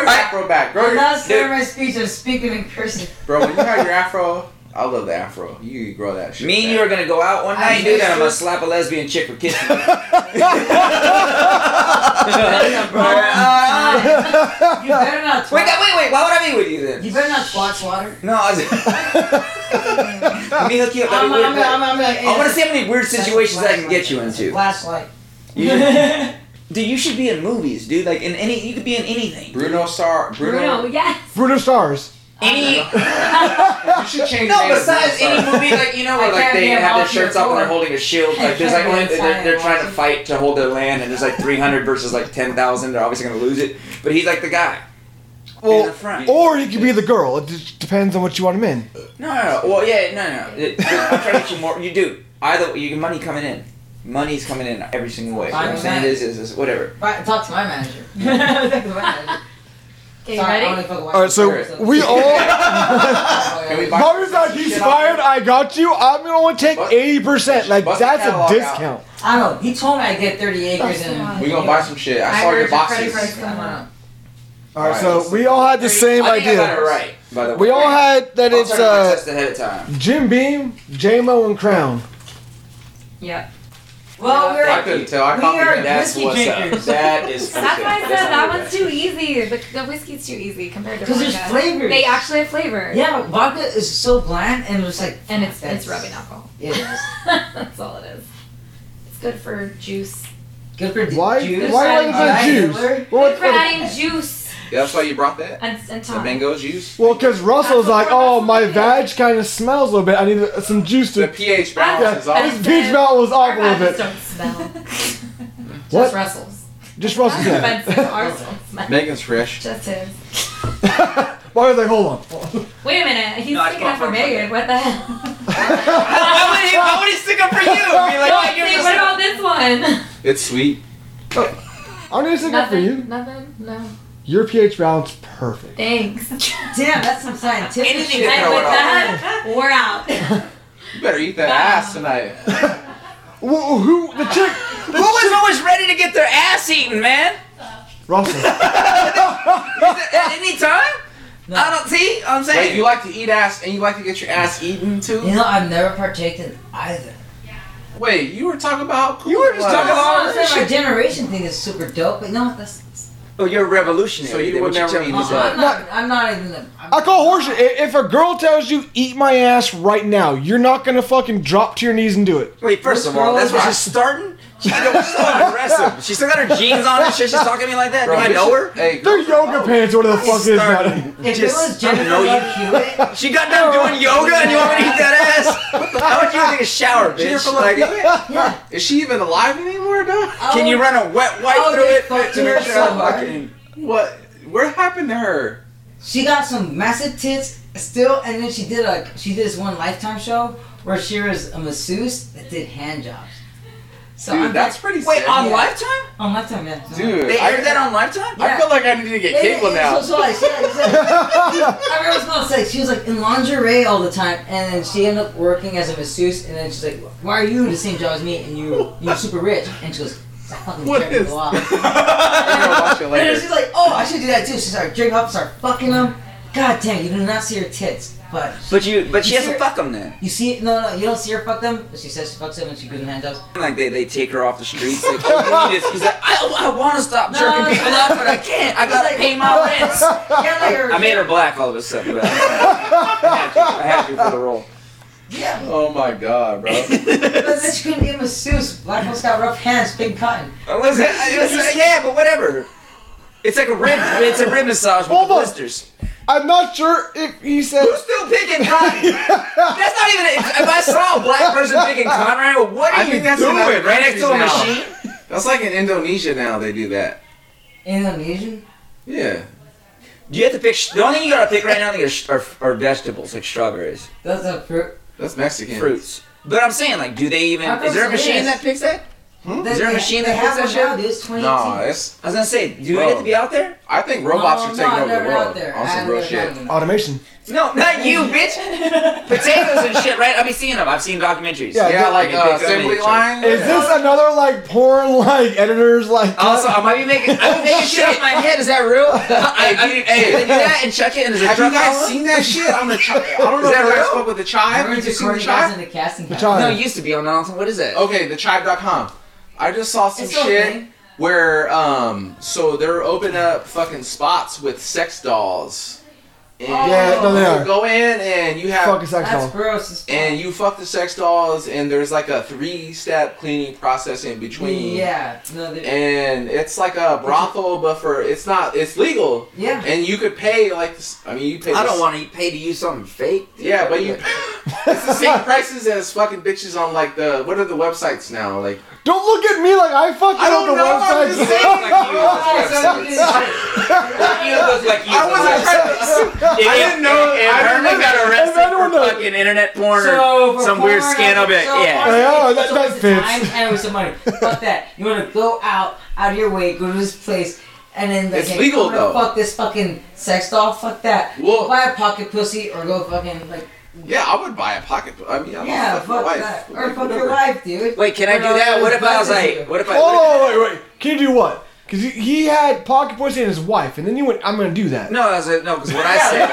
S3: your afro back. Grow
S4: I'm
S3: your
S4: not slurring my speech. I'm speaking in cursive.
S3: bro. When you have your afro, I love the afro. You can grow that shit.
S2: Me and
S3: back.
S2: you are gonna go out one night and do that. I'm gonna slap a lesbian chick for kissing. me. Uh,
S4: You better not
S2: wait,
S4: twat.
S2: wait, wait. Why would I be with you then?
S4: You better not twat swatter.
S2: No, I was. Let me hook you up. That'd
S4: I'm,
S2: be
S4: I'm,
S2: weird.
S4: I'm, I'm, I'm like,
S2: I want to see how many weird situations I can get you into.
S4: Flashlight.
S2: You should, dude, you should be in movies, dude. Like in any, you could be in anything.
S3: Bruno Star. Bruno.
S6: Bruno, yes.
S1: Bruno Stars.
S2: Any.
S3: You should change.
S2: No,
S3: your name to
S2: besides
S3: Bruno
S2: any
S3: Star.
S2: movie, like you know,
S4: I
S2: where like
S4: can't
S2: they
S4: be a
S2: have their
S4: volunteer
S2: shirts up and they're
S4: for-
S2: holding a shield. Like there's like
S4: I
S2: only
S4: can't be a
S2: they're, they're trying to
S4: volunteer.
S2: fight to hold their land, and there's like 300 versus like 10,000. They're obviously gonna lose it, but he's like the guy.
S1: Well,
S2: the front.
S1: or he could be the girl. It just depends on what you want him in.
S2: No, no, no. well, yeah, no, no. It- I'm trying to get you more. You do either. You get money coming in. money's coming in every single way. You know what I'm
S4: Fine,
S2: saying?
S4: man.
S2: This is this, whatever.
S4: Right, talk to my manager. Talk to my manager.
S6: Okay, you
S4: Sorry, I only
S6: ready?
S4: fuck with
S1: All right, so
S4: white people,
S1: we all.
S4: Can
S3: we buy-
S1: Bobby's like, he's fired. I got you. I'm gonna only take
S3: Bust-
S1: eighty percent. Like
S3: bust
S1: that's
S3: the catalog
S1: a
S3: out.
S1: discount.
S4: I don't know. He told me I'd get 30 acres and.
S3: We gonna buy some shit. I,
S6: I
S3: saw
S6: heard
S3: your
S6: your credit
S3: boxes.
S6: card's
S4: I don't know.
S1: All right,
S3: All right,
S1: so we all had the same
S2: I think I got it
S1: idea.
S2: right. By the way,
S1: We all had that.
S2: I'll
S1: It's
S3: Oh,
S2: turn in my
S1: uh,
S2: test ahead of time.
S1: Jim Beam, J Mo, and Crown.
S6: Yep.
S4: Well, we're.
S3: I couldn't tell. I
S4: We
S3: copied
S4: are-
S3: it.
S2: That's
S4: Whiskey
S2: what's up.
S4: drinkers.
S2: That is.
S6: That's why I said
S2: That's how
S6: that
S2: we do
S6: one's too easy. The, the whiskey's too easy compared to
S4: Because there's
S6: vodka.
S4: flavors.
S6: They actually have flavor.
S4: Yeah, but vodka is so bland and it's like.
S6: And it's it's
S4: That's-
S6: rubbing alcohol.
S4: It is.
S6: That's all it is. It's good for juice.
S4: Good for d-
S1: Why?
S4: juice.
S1: Why like
S6: Juice.
S1: the juice?
S4: Regular.
S1: Well,
S6: Good for
S1: what-
S6: adding juice
S3: Yeah, that's why you brought that.
S6: and, and
S3: The
S6: tonic.
S3: mango juice.
S1: well, because Russell's
S6: That's
S1: like,
S6: what
S1: oh,
S6: Russell
S1: my
S6: did.
S1: vag kind of smells a little bit. I need uh, some juice
S3: The
S1: to.
S3: pH
S1: Yeah,
S2: Ah.
S3: balance is off.
S1: his peach mouth was off
S6: Our
S1: a little
S6: bodies
S1: bit.
S6: don't smell.
S1: What?
S6: Just Russell's.
S1: Just Russell
S6: Our bodies don't-
S1: said.
S6: ours don't smell.
S3: Megan's fresh.
S6: Just his.
S1: Bobby's like, hold on.
S6: Wait a minute. He's
S2: No, I
S6: sticking up for
S2: thought-
S6: Megan. What the hell?
S2: Why would he? Why would he stick up for you? Be like, I give
S6: See,
S2: this
S6: what about this one?
S3: It's sweet.
S1: I'm gonna stick up for you.
S6: Nothing. No.
S1: Your pH balance perfect.
S6: Thanks. and with
S4: Damn, that's some scientific
S3: Anything
S4: shit.
S3: to throw it off.
S6: that, we're out.
S3: You better eat that
S2: Ah.
S3: ass tonight.
S1: Whoa, who? The chick. The
S2: Who was
S1: chick-
S2: always ready to get their ass eaten, man?
S1: Russell.
S2: At any time?
S4: No.
S2: I don't see. I'm saying.
S3: Wait, you like to eat ass and you like to get your ass eaten too?
S4: You know, I've never partaked in either.
S3: Wait, you were talking about cool
S2: You were just
S3: blood.
S2: talking about-
S4: I'm saying my generation thing is super dope, but no, that's.
S2: oh, you're a revolutionary.
S3: So you
S2: then,
S3: would
S2: what
S3: never
S2: telling
S3: eat
S2: me
S4: No,
S3: his
S2: about?
S4: I'm, not, I'm not even. A, I'm,
S1: I call horseshit. I- If a girl tells you eat my ass right now, you're not gonna fucking drop to your knees and do it.
S2: Wait, first of all, that's where she's starting. She's so aggressive. She's still got her jeans on and shit. She's talking to me like that.
S3: Bro,
S2: Do I
S3: this
S2: know
S3: shit-
S2: her?
S3: Hey,
S1: They're
S3: girl,
S1: yoga pants. What the fuck is that?
S4: if
S2: just-
S4: it was
S2: I
S4: Jennifer
S2: know you.
S4: Love Hewitt,
S2: She got done doing yoga and you want me to eat that ass? How would you take a shower, bitch?
S3: Jennifer
S2: Like,
S3: Lopez?
S4: yeah.
S3: Is she even alive anymore, dog?
S2: can you run a wet wipe
S4: Oh,
S2: through
S4: they
S2: it?
S4: fucked
S2: to
S4: her
S2: make sure I'm
S4: so hard.
S2: fucking-
S3: What? What happened to her?
S4: She got some massive tits still, and then she did a she did this one Lifetime show where she was a masseuse that did hand jobs. So
S3: Dude,
S4: I'm
S3: that's pretty
S2: Wait,
S3: sick.
S2: on
S4: Yeah.
S2: Lifetime?
S4: on Lifetime, yeah.
S3: Dude,
S2: They
S3: I,
S2: aired that on Lifetime?
S3: I feel like I need to get cable now.
S4: So, so like, she, like, she, I remember it was like she was like in lingerie all the time, and then she ended up working as a masseuse, and then she's like, "Why are you in the same job as me? And you you're super rich?" And she goes, "I fucking
S3: What
S4: turned
S3: is-
S4: you off."
S3: I'm gonna watch it
S4: And then
S3: later.
S4: she's like, "Oh, I should do that too." She started drinking up, start fucking them. God damn, you do not see her tits, but
S2: But you, but she
S4: You
S2: has to
S4: ser-
S2: fuck him then.
S4: you see, no, no, you don't see her fuck them. But she says she fucks them, and she gives them hand jobs.
S2: Like they, they take her off the streets. Like, oh, you need this. He's like, I, I want to stop
S4: No,
S2: jerking
S4: no,
S2: people
S4: no.
S2: off, but I can't. I gotta
S4: Like-
S2: pay my rents.
S4: Yeah, like her.
S2: I made her black all of a sudden. But I, had to, I had to for the role.
S4: Yeah,
S3: Oh my god, bro.
S4: but then she couldn't be a masseuse. Black folks got rough hands, big cotton.
S2: Listen, I- listen, yeah, but whatever. It's like a rib. It's a rib massage with
S1: Hold on.
S2: blisters.
S1: I'm not sure if he said.
S2: Who's still picking cotton? That's not even. If I saw a black person picking cotton, right, now, what are
S3: I
S2: you
S3: think that's
S2: doing?
S3: in other
S2: Right next to a
S3: countries now.
S2: machine.
S3: That's like in Indonesia now. They do that.
S4: Indonesian?
S3: Yeah.
S2: You have to pick. The only thing you gotta pick right now I think, are, sh- are, are vegetables like strawberries,
S4: That's a fruit.
S3: That's Mexican.
S2: fruits. But I'm saying, like, do they even?
S4: I
S2: Is there a
S4: think so,
S2: machine
S4: yes.
S2: that picks that?
S4: Is
S2: there a machine
S4: they
S2: that
S4: have
S2: does
S4: one
S2: that
S4: now, dude. It's 2018.
S3: No, it's.
S2: I was gonna say, do
S3: Bro.
S2: we have to be out there?
S3: I think robots
S4: No,
S3: are taking
S4: no,
S3: over the
S4: never out
S3: world.
S4: there.
S3: On some
S4: I
S3: real
S4: never
S3: shit.
S4: out there.
S1: Automation.
S2: No, not you, bitch. Potatoes and shit, right? I've been seeing them. I've seen documentaries.
S1: Yeah,
S3: Yeah, like
S2: They pick
S3: uh,
S2: up
S3: assembly
S2: nature.
S3: line.
S1: Is this another like porn like editors like?
S2: Also, I might be making. I'm making shit up in my head. Is that real? I, I, I, hey, they do that and check it, and there's a
S3: Have you
S2: drug
S3: guys
S2: column?
S3: seen that shit? I'm the child. I don't know
S2: Is
S3: if
S2: that
S3: you guys
S2: real?
S3: spoke with the
S4: I
S3: chive.
S4: remember
S3: Have you
S4: just
S3: seen the
S4: recording guys
S3: chive?
S4: in the casting
S1: The
S4: couch.
S1: child.
S2: No, it used to be on Donaldson. What is that?
S3: Okay, the chive.com. I just saw some
S4: It's
S3: shit
S4: okay.
S3: where um so they're opening up fucking spots with sex dolls. And
S4: Oh.
S1: Yeah, no, they
S3: you
S1: are.
S3: Go in and you have
S1: Fuck a sex
S4: That's
S1: doll.
S4: gross. as fuck.
S3: and you fuck the sex dolls and there's like a three step cleaning process in between.
S4: Yeah. No, they-
S3: And it's like a brothel, but for it's not it's legal.
S4: Yeah.
S3: And you could pay like s- I mean you pay.
S2: I don't
S3: this-
S2: want to pay to use something fake.
S3: Yeah, but you it's the same prices as fucking bitches on like the what are the websites now like.
S1: Don't look at me like I fucking
S3: I don't
S1: own the
S3: know, I'm just saying, like, you-
S1: website.
S4: Oh, so you did-
S2: You look like you.
S3: I wasn't trying to.
S2: I
S3: didn't know- I didn't look at
S1: and then we're porn up.
S2: fucking internet porn or
S4: So for
S2: some weird
S4: porn,
S2: scam
S4: I-
S2: of it.
S4: so
S2: yeah.
S4: porn,
S1: Yeah,
S4: it's
S1: that-
S4: a
S1: that
S4: waste of time
S1: fits.
S4: and waste of money. Fuck that. You want to go out out of your way, go to this place, and then like,
S3: It's
S4: hey,
S3: legal,
S4: I'm
S3: though.
S4: gonna Fuck this fucking sex doll. Fuck that.
S3: Well-
S4: buy a pocket pussy or go fucking like
S3: Yeah, I would buy a pocketbook. I mean, I would
S4: yeah,
S3: fuck my
S4: fuck
S3: wife.
S4: that or
S3: Like,
S4: fuck your
S3: whatever.
S4: wife, dude.
S2: Wait, can I
S4: Or,
S2: do
S4: uh,
S2: that? What if I was
S4: buy this-
S2: like, what if I?
S1: Oh, wait, wait. Can you do what? Because he, he had pocket pussy and his wife, and then you went, I'm going to do that.
S2: No, I was like, no, because what I said,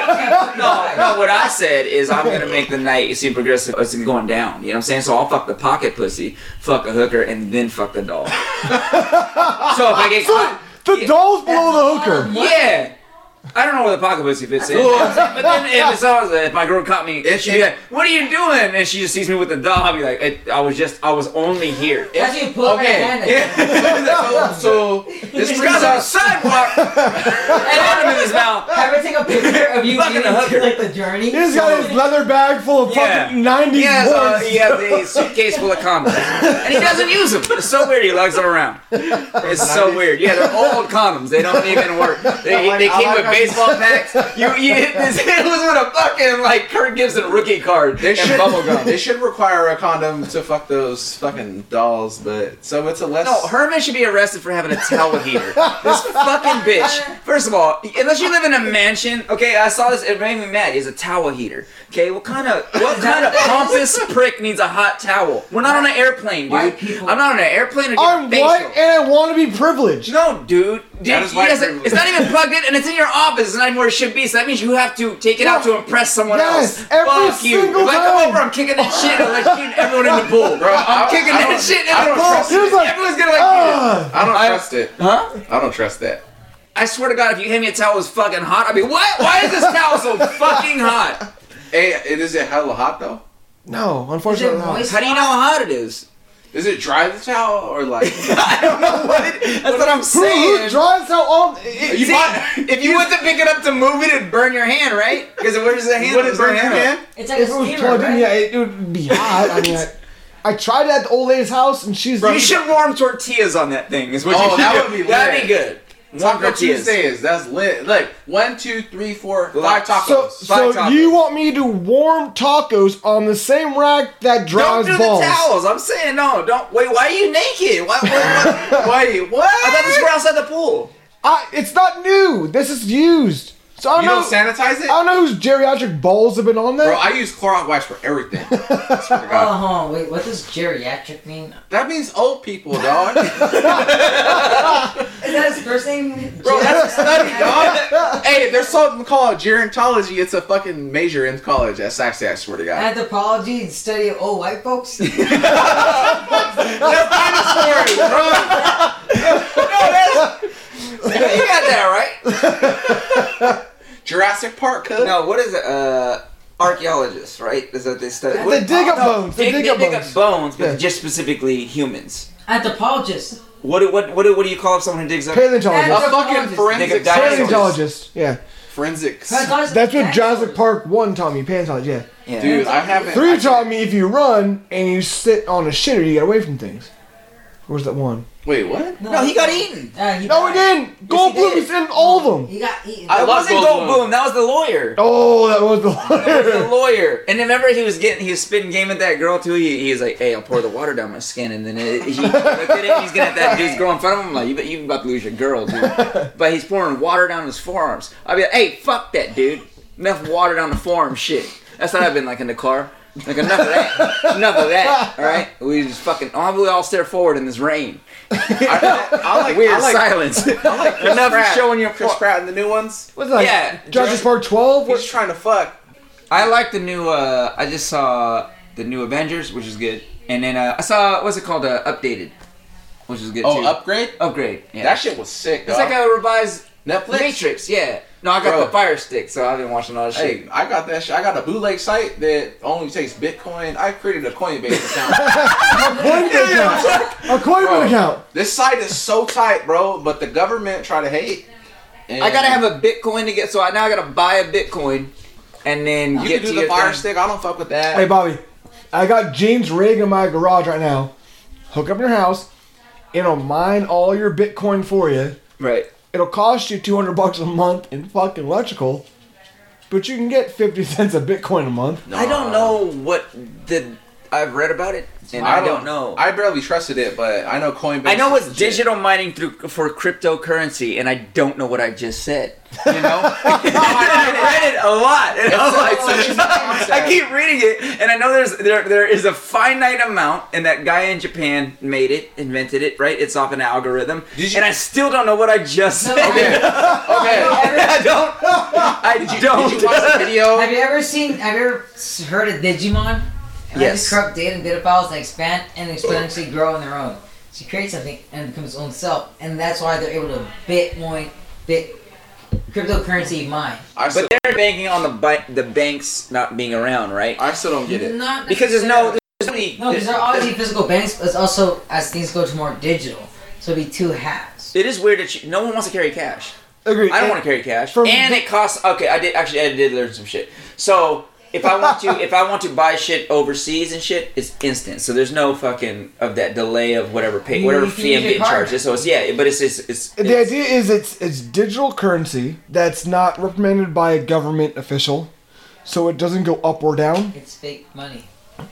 S2: no, no, what I said is I'm gonna make the night seem progressive. It's going down. You know what I'm saying? So I'll fuck the pocket pussy, fuck a hooker, and then fuck the doll. so if I get caught,
S1: The doll's below the hooker.
S2: yeah. I don't know where the pocket pussy fits in. but then if, it's always, if my girl caught me,
S3: If-
S2: she'd be like, "What are you doing?" And she just sees me with the doll. I'll be like, "I- "I was just, I was only here."
S4: That's you pull okay. my hand. Yeah.
S3: so, so this
S2: This
S3: brings
S2: guy's on the
S3: us.
S2: sidewalk. and him in his mouth.
S4: Have her take a picture of you
S2: Fucking
S4: getting
S2: a hooker.
S4: to like the journey.
S1: He's got his leather bag full of
S2: Yeah.
S1: fucking 90s
S2: He has,
S1: porn.
S2: a, he has a suitcase full of condoms, and he doesn't use them. It's so weird. He lugs them around. It's so weird. Yeah, they're old condoms. They don't even work. They,
S3: like-
S2: they
S3: I
S2: came
S3: like
S2: with
S3: how you-
S2: baseball packs. You, you this, it was with a fucking like Kirk Gibson rookie card
S3: They
S2: and
S3: should,
S2: bubble gum.
S3: they should require a condom to fuck those fucking dolls, but so it's a less.
S2: No, Herman should be arrested for having a teleheater. this fucking bitch. First of all, unless you live in a mansion, okay, I saw this, it made me mad. It's a towel heater. Okay, what kind of what kind of pompous prick needs a hot towel? We're not on an airplane, dude.
S4: White people-
S2: I'm not on an airplane to get
S1: I'm
S2: facial.
S1: white and I want to be privileged.
S2: No, dude. Dude,
S3: That is
S2: you
S3: white
S2: guys-
S3: privilege.
S2: it's not even plugged in, and it's in your office. It's not even where it should be. So that means you have to take it out to impress someone
S1: Yes,
S2: else.
S1: every
S2: Fuck you.
S1: single
S2: if I come
S1: time.
S2: over, I'm kicking that shit and electrocuting everyone in the pool, bro. I'm
S3: I-
S2: kicking
S3: I
S2: that
S3: don't- I
S2: shit in the
S3: don't
S2: pool.
S3: trust Oh.
S1: He was like,
S2: Everyone's gonna like,
S1: "Ugh."
S3: I don't trust it.
S2: huh?
S3: I don't trust that.
S2: I swear to God, if you hand me a towel that's fucking hot, I'd be what? Why is this towel so fucking hot?
S3: Hey, it is it hella hot though?
S1: No,
S4: Is it
S1: unfortunately not.
S4: moist?
S2: How do you know how hot it is?
S3: Is it dry the towel or like?
S2: I don't know what. It, that's what I'm
S1: Who, who
S2: saying.
S1: drives out all...
S3: You
S2: See,
S3: bought-
S2: if you went to pick it up to move it, it'd burn your hand, right? Because where does the hand?
S3: Would it burn your
S2: up?
S3: hand?
S4: It's like a
S1: If it was
S4: steamer,
S1: plugged in, yeah,
S4: right?
S1: it, it would be hot. I mean, I, I tried it at the old lady's house, and she's
S2: You should warm tortillas on that thing. Is what
S3: Oh,
S2: you should
S3: that
S2: do.
S3: would be
S2: That'd
S3: lit.
S2: be good. Warm
S3: Taco
S2: tortillas.
S3: Tuesdays. That's lit. Like one, two, three, four, five
S1: So,
S3: tacos.
S1: so
S2: Five tacos.
S1: you want me to warm tacos on the same rack that
S2: Don't
S1: dries
S2: do
S1: balls?
S2: the towels. I'm saying no. Don't wait. Why are you naked? Why? why, why?
S3: Wait, what?
S2: I thought this were outside the pool.
S1: I, it's not new. This is used. So I don't
S3: you
S1: know.
S3: don't sanitize it,
S1: I don't know whose geriatric balls have been on there.
S3: bro. I use Clorox wipes for everything. I swear to
S4: Oh,
S3: God.
S4: hold on, wait, what does geriatric mean?
S3: That means old people, dog.
S4: Is that his first name?
S3: Bro, that's a study, dog. hey, there's something called gerontology. It's a fucking major in college at Sac State, I swear to God.
S4: Anthropology and study of old white folks?
S2: They're dinosaurs, bro. no, that's, you got that right.
S3: Jurassic Park, cuz.
S2: No, what is it? Uh, archaeologists, right? Is that they study?
S1: They
S2: what-
S1: dig up
S2: no,
S1: bones. They dig up bones.
S2: but
S1: Yeah.
S2: just specifically humans.
S4: Anthropologist.
S2: What do, what what do, what do you call up someone who digs up?
S3: A
S1: Paleontologist.
S3: fucking forensic
S2: Nigga, dinosaurs.
S3: scientist.
S1: Paleontologist. Yeah.
S3: Forensics.
S4: Paleontologist-
S1: That's what Jurassic
S4: Dinosaurs.
S1: Park 1 taught me. Paleontologist, yeah.
S2: Yeah.
S3: Dude, I haven't.
S1: Three taught me if you run and you sit on a shitter, you get away from things. Where's that one?
S3: Wait, what?
S2: No, he got eaten.
S4: Uh, he
S1: No, we
S4: died.
S1: didn't. Goldblum is in all of them.
S4: He got eaten.
S3: I
S2: That
S3: love
S2: wasn't
S3: Goldblum.
S2: Goldblum. That was the lawyer.
S1: Oh, that was the
S2: That was the
S1: one.
S2: lawyer. And remember, he was getting he was spitting game at that girl too. He, he was like, "Hey, I'll pour the water down my skin," and then it, he looked at it. and He's gonna have that dude's girl in front of him. Like, you, you about to lose your girl, dude. But he's pouring water down his forearms. I'd be like, "Hey, fuck that, dude. Enough water down the forearm, shit." That's what I've been like in the car. Like enough of that. Enough of that. All right. We just fucking. Oh, we all stare forward in this rain.
S3: I, I like
S2: Weird
S3: I like,
S2: silence. enough
S3: Pratt.
S2: showing your
S3: Chris
S2: por-
S3: Pratt in the new ones.
S1: What's that?
S2: Yeah,
S1: Jurassic Park 12?
S3: He's
S1: What?
S3: trying to fuck.
S2: I like the new. Uh, I just saw the new Avengers, which is good, and then uh, I saw what's it called, uh, updated, which is good
S3: Oh,
S2: too.
S3: upgrade?
S2: upgrade. Yeah,
S3: That shit was sick,
S2: It's
S3: dog.
S2: like a revised
S3: Netflix?
S2: Matrix. Yeah. No, I got
S3: Bro.
S2: the Fire Stick, so I've been watching all that
S3: Hey,
S2: shit.
S3: I got that shit. I got a bootleg site that only takes Bitcoin. I created a Coinbase account.
S1: Coinbase account. A Coinbase
S3: Bro.
S1: account.
S3: this site is so tight, bro, but the government try to hate. And
S2: I gotta have a Bitcoin to get, so I now I gotta buy a Bitcoin, and then
S3: You
S2: get
S3: can do
S2: to
S3: the
S2: your
S3: fire
S2: thing.
S3: stick. I don't fuck with that.
S1: Hey, Bobby. I got James rig in my garage right now. Hook up your house. It'll mine all your Bitcoin for you.
S2: Right.
S1: It'll cost you 200 bucks a month in fucking electrical. but you can get 50 cents a Bitcoin a month.
S2: I don't know what the I've read about it, and I, don't, know. I,
S3: I barely trusted it, but I know Coinbase.
S2: know
S3: is
S2: it's
S3: legit.
S2: digital mining through for cryptocurrency, and I don't know what I just said. You know, I read it a lot. And I'm like,
S3: it's such a concept.
S2: I keep reading it, and I know there's there there is a finite amount, and that guy in Japan made it, invented it, right? It's off an algorithm,
S3: Did you-
S2: and I still don't know what I just said.
S3: Okay. okay.
S2: I don't. I don't.
S3: Did you watch the video?
S4: Have you ever seen? Have you ever s- heard of Digimon? And they
S2: Yes.
S4: just corrupt data and data files that expand and exponentially grow on their own. She creates something and it becomes its own self, and that's why they're able to Bitcoin, bit cryptocurrency mine.
S3: I still,
S2: But they're banking on the bi- the banks not being around, right?
S3: I still don't get it.
S4: Not
S2: Because there's no there's no any,
S4: necessarily- no, because there are obviously physical banks, but it's also as things go to more digital, so it'd be two halves.
S2: It is weird that you, no one wants to carry cash.
S1: Agreed.
S2: I don't want to carry cash,
S1: From
S2: and
S1: the-
S2: it costs. Okay, I did actually. I did learn some shit. So if I want to, if I want to buy shit overseas and shit, it's instant. So there's no fucking of that delay of whatever pay,
S4: You-
S2: whatever
S4: you can
S2: fee
S4: use
S2: I'm
S4: your
S2: getting
S4: card.
S2: charged. So it's yeah, but it's it's, it's,
S1: The
S2: it's-
S1: idea is it's it's digital currency that's not reprimanded by a government official, so it doesn't go up or down.
S4: It's fake money.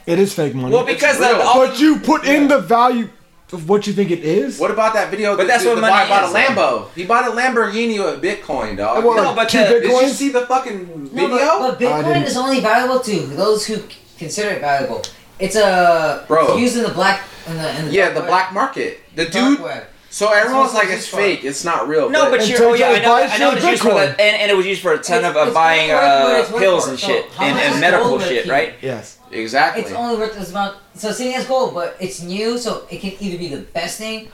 S1: It is fake money.
S2: well because the,
S3: real.
S2: all,
S1: but you put in the value of what you think it is.
S3: What about that video?
S2: But
S3: that
S2: that's
S3: the,
S2: what
S3: the guy
S2: money
S3: bought
S2: is.
S3: a Lambo. He bought a Lamborghini with Bitcoin, dog.
S1: Well,
S2: no, but
S1: two
S2: the-
S3: uh, Did you
S1: Bitcoins?
S3: see the fucking video?
S4: No, but, but
S1: I didn't.
S4: Bitcoin is only valuable to those who c- consider it valuable. It's a
S3: Bro.
S4: it's used in the black in the, in the
S3: yeah,
S4: dark
S3: the
S4: web.
S3: black market. The
S4: Dark
S3: dude.
S4: web.
S3: So everyone's
S4: That's
S3: like,
S4: what
S3: it's
S4: it's
S3: fake. It's not real.
S2: no, but you're
S1: Until
S2: oh, yeah,
S1: you
S2: I know,
S1: buy
S2: I know
S1: shit
S2: it was used for
S1: Bitcoin.
S2: the, and, and it was used for a ton
S4: It's-
S2: of uh,
S4: it's
S2: buying
S4: worth what
S2: uh,
S4: it's worth
S2: pills
S4: for.
S2: and
S4: So
S2: shit
S4: how
S2: and,
S4: much
S2: and
S4: is
S2: medical
S4: gold worth
S2: shit,
S4: here?
S2: right?
S1: Yes.
S3: exactly.
S4: It's only worth this amount. So seeing as gold, but it's new, so it can either be the best thing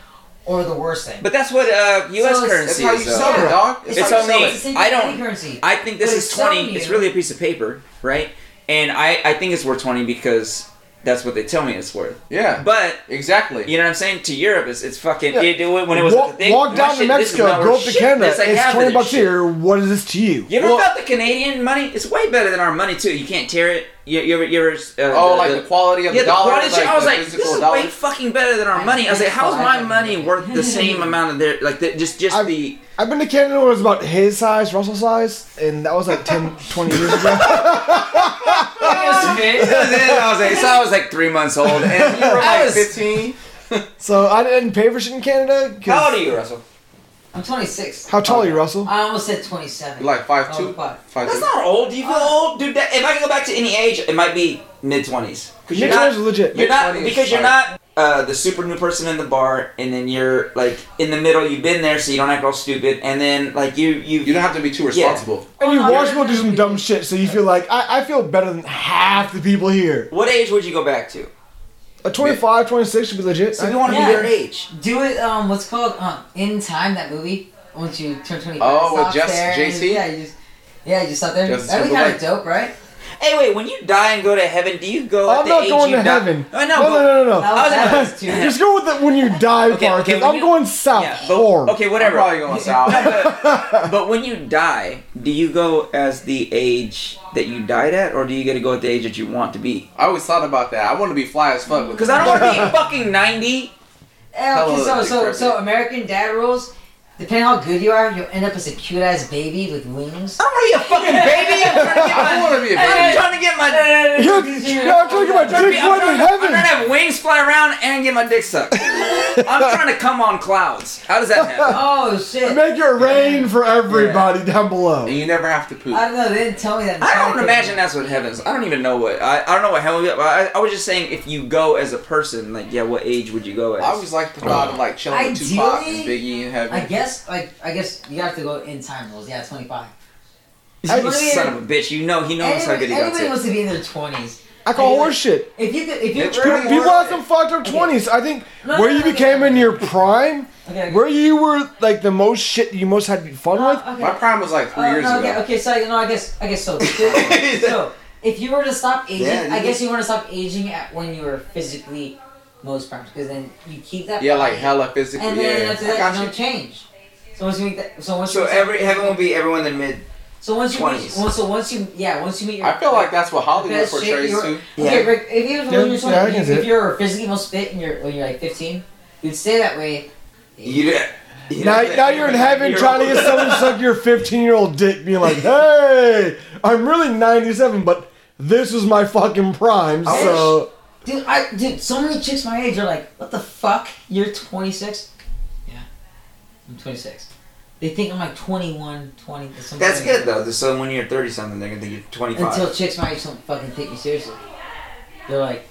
S4: or the worst thing.
S2: But that's what uh, U.S.
S4: So it's-
S3: That's
S2: currency
S3: how you
S2: is. though.
S3: sell it,
S1: Yeah.
S3: dog. It's,
S2: It's
S3: how you
S2: only-
S3: sell
S4: the
S3: it.
S4: same
S2: I
S4: thing as
S2: don't-
S4: any currency.
S2: I think this
S4: But
S2: is
S4: it's
S2: twenty.
S4: telling
S2: It's
S4: you-
S2: really a piece of paper, right? And I, I think it's worth twenty because that's what they tell me it's worth.
S3: Yeah.
S2: But
S3: exactly.
S2: you know what I'm saying? To Europe, it's, it's fucking.
S1: Yeah.
S2: It, it- when it was
S1: walk,
S2: the thing,
S1: walk
S2: my
S1: down to
S2: shit, this is
S1: Mexico,
S2: not
S1: go
S2: worth
S1: up to
S2: shit.
S1: Canada.
S2: like half
S1: it's
S2: of
S1: twenty
S2: this
S1: bucks
S2: shit.
S1: here. What is this to you?
S2: You ever
S3: Well-
S2: felt the Canadian money? It's way better than our money too. You can't tear it. You, you ever, you ever? Uh,
S3: Oh, like the quality of
S2: yeah,
S3: the dollar.
S2: quality shit. I was
S3: the
S2: like, this
S3: physical
S2: is
S3: dollar.
S2: way fucking better than our money. I was like, how's my money worth the same amount of their like the, just just
S1: I've-
S2: the
S1: I've been to Canada when it was about his size, Russell's size, and that was like 10, 20 years ago.
S2: I was like, so I was like three months old, and
S3: You were
S2: I
S3: like
S2: was.
S3: 15.
S1: So I didn't pay for shit in Canada. 'cause-
S2: How old are you, Russell?
S4: I'm 26.
S1: How tall are you, Russell?
S4: I almost said 27.
S3: You're like five two.
S4: Oh, fuck.
S3: Five
S2: That's
S3: two.
S2: not old. Do you feel old, dude? That, if I can go back to any age, it might be mid twenties. Because you're
S1: Mid
S2: not,
S1: is legit.
S2: you're not
S3: Mid-twenties,
S2: because you're
S3: right.
S2: not uh, the super new person in the bar, and then you're like in the middle. You've been there, so you don't act all stupid, and then like you you
S3: You don't have to be too responsible.
S1: and you
S4: Oh, no,
S1: watch
S4: you're
S1: people do
S4: not.
S1: some dumb shit, so you feel like I, I feel better than half the people here.
S2: What age would you go back to?
S1: A 25, 26 should be legit.
S2: So we want to
S4: Yeah.
S2: be their age.
S4: Do it. Um, what's called um, in time that movie. Once you turn 25.
S3: Oh, with
S4: stop
S3: Jus-
S4: there and-
S3: JC?
S4: Yeah, you just. Yeah, you just out there.
S3: Justin
S4: That'd be kind
S3: Timberlake.
S4: of dope, right?
S2: Hey, wait. When you die and go to heaven, do you go? at
S1: I'm
S2: the
S1: not
S2: age
S1: going
S2: you
S1: to
S2: die-
S1: heaven.
S2: I know.
S1: No,
S2: but-
S1: no, no, no,
S4: That
S1: no.
S4: was,
S2: I
S4: that
S2: was-
S4: was too.
S1: Just go with the when you die
S2: Okay,
S1: part.
S2: okay,
S1: 'cause
S2: when
S1: I'm
S2: you-
S1: going south
S2: Yeah, but-
S1: hard.
S2: Okay, whatever.
S3: I'm probably going
S2: No,
S3: south.
S2: but, but when you die, do you go as the age that you died at, or do you get to go at the age that you want to be?
S3: I always thought about that. I want to be fly as fuck.
S2: Because I don't want to be fucking 90.
S4: Yeah, okay,
S3: Hello,
S4: so so
S3: Dick
S4: so American Dad rules. Depending how good you are, you'll end up as a cute ass baby with wings.
S2: I don't want to be a fucking baby. I'm trying to get my.
S3: I want to be a
S2: I'm
S3: baby.
S2: trying to get my.
S1: You're, you're not talking about
S2: I'm trying, to
S1: Bigfoot
S2: be-
S1: in
S2: I'm, trying to, I'm trying to
S1: heaven.
S2: have wings fly around and get my dick sucked. I'm trying to come on clouds. How does that happen?
S4: Oh shit!
S1: Make it rain for everybody down below.
S3: And you never have to poop.
S4: I don't know. They didn't tell me that. in
S2: I don't
S4: childhood.
S2: imagine that's what heaven's. I don't even know what. I, I don't know what hell. I, I was just saying if you go as a person, like yeah, what age would you go as?
S3: I always like the thought of like chilling with Tupac and Biggie in heaven.
S4: I guess like I guess you have to go in time rules. Yeah, twenty five.
S1: I
S2: You
S1: just-
S2: son of a bitch. You know he knows how good
S4: Everybody,
S2: he got
S4: everybody
S2: to.
S4: wants to be in their twenties.
S1: I call horse shit.
S4: If you could, if you
S3: It's
S4: were-
S3: pretty-
S1: People have some fucked up twenties. I think where you became in your prime,
S4: Okay, okay.
S1: where you were like the most shit you most had fun with.
S4: Uh, okay.
S3: My prime was like three
S4: Uh,
S3: years
S4: no,
S3: ago.
S4: okay, okay, so you know, I guess I guess so. so if you were to stop aging,
S3: Yeah,
S4: I
S3: you-
S4: guess you want to stop aging at when you were physically most prime, because then you keep that.
S3: Yeah, like
S4: body,
S3: hella physically.
S4: And then
S3: yeah.
S4: after
S3: I
S4: that,
S3: got
S4: you don't
S3: you.
S4: change. So once you make that, so once
S2: So
S4: you
S2: every heaven will be everyone in the mid.
S4: so once you meet,
S2: 20s.
S4: once, so once you yeah once you meet your
S3: I feel like that's what Hollywood
S4: best shape
S3: portrays
S4: you were-
S3: too.
S2: Yeah.
S4: Okay, but if you
S1: Yeah,
S4: when you're 20,
S1: yeah, I can
S4: if,
S1: see it.
S4: if you're physically most fit and you're when you're like 15, you'd stay that way.
S2: You, you
S1: Now,
S2: know,
S1: now you're in heaven
S2: you're
S1: trying to
S2: old.
S1: get someone to suck your 15 year old dick, being like, "Hey, I'm really 97, but this was my fucking prime.
S4: I
S1: So
S4: Dude, I dude, so many chicks my age are like, what the fuck? You're 26? Yeah, I'm 26. They think I'm like 21, 20. something
S2: That's
S4: like
S2: good
S4: that.
S2: though. So when you're 30 something, they're gonna think you're 25.
S4: Until chicks my age don't fucking take me seriously. They're like,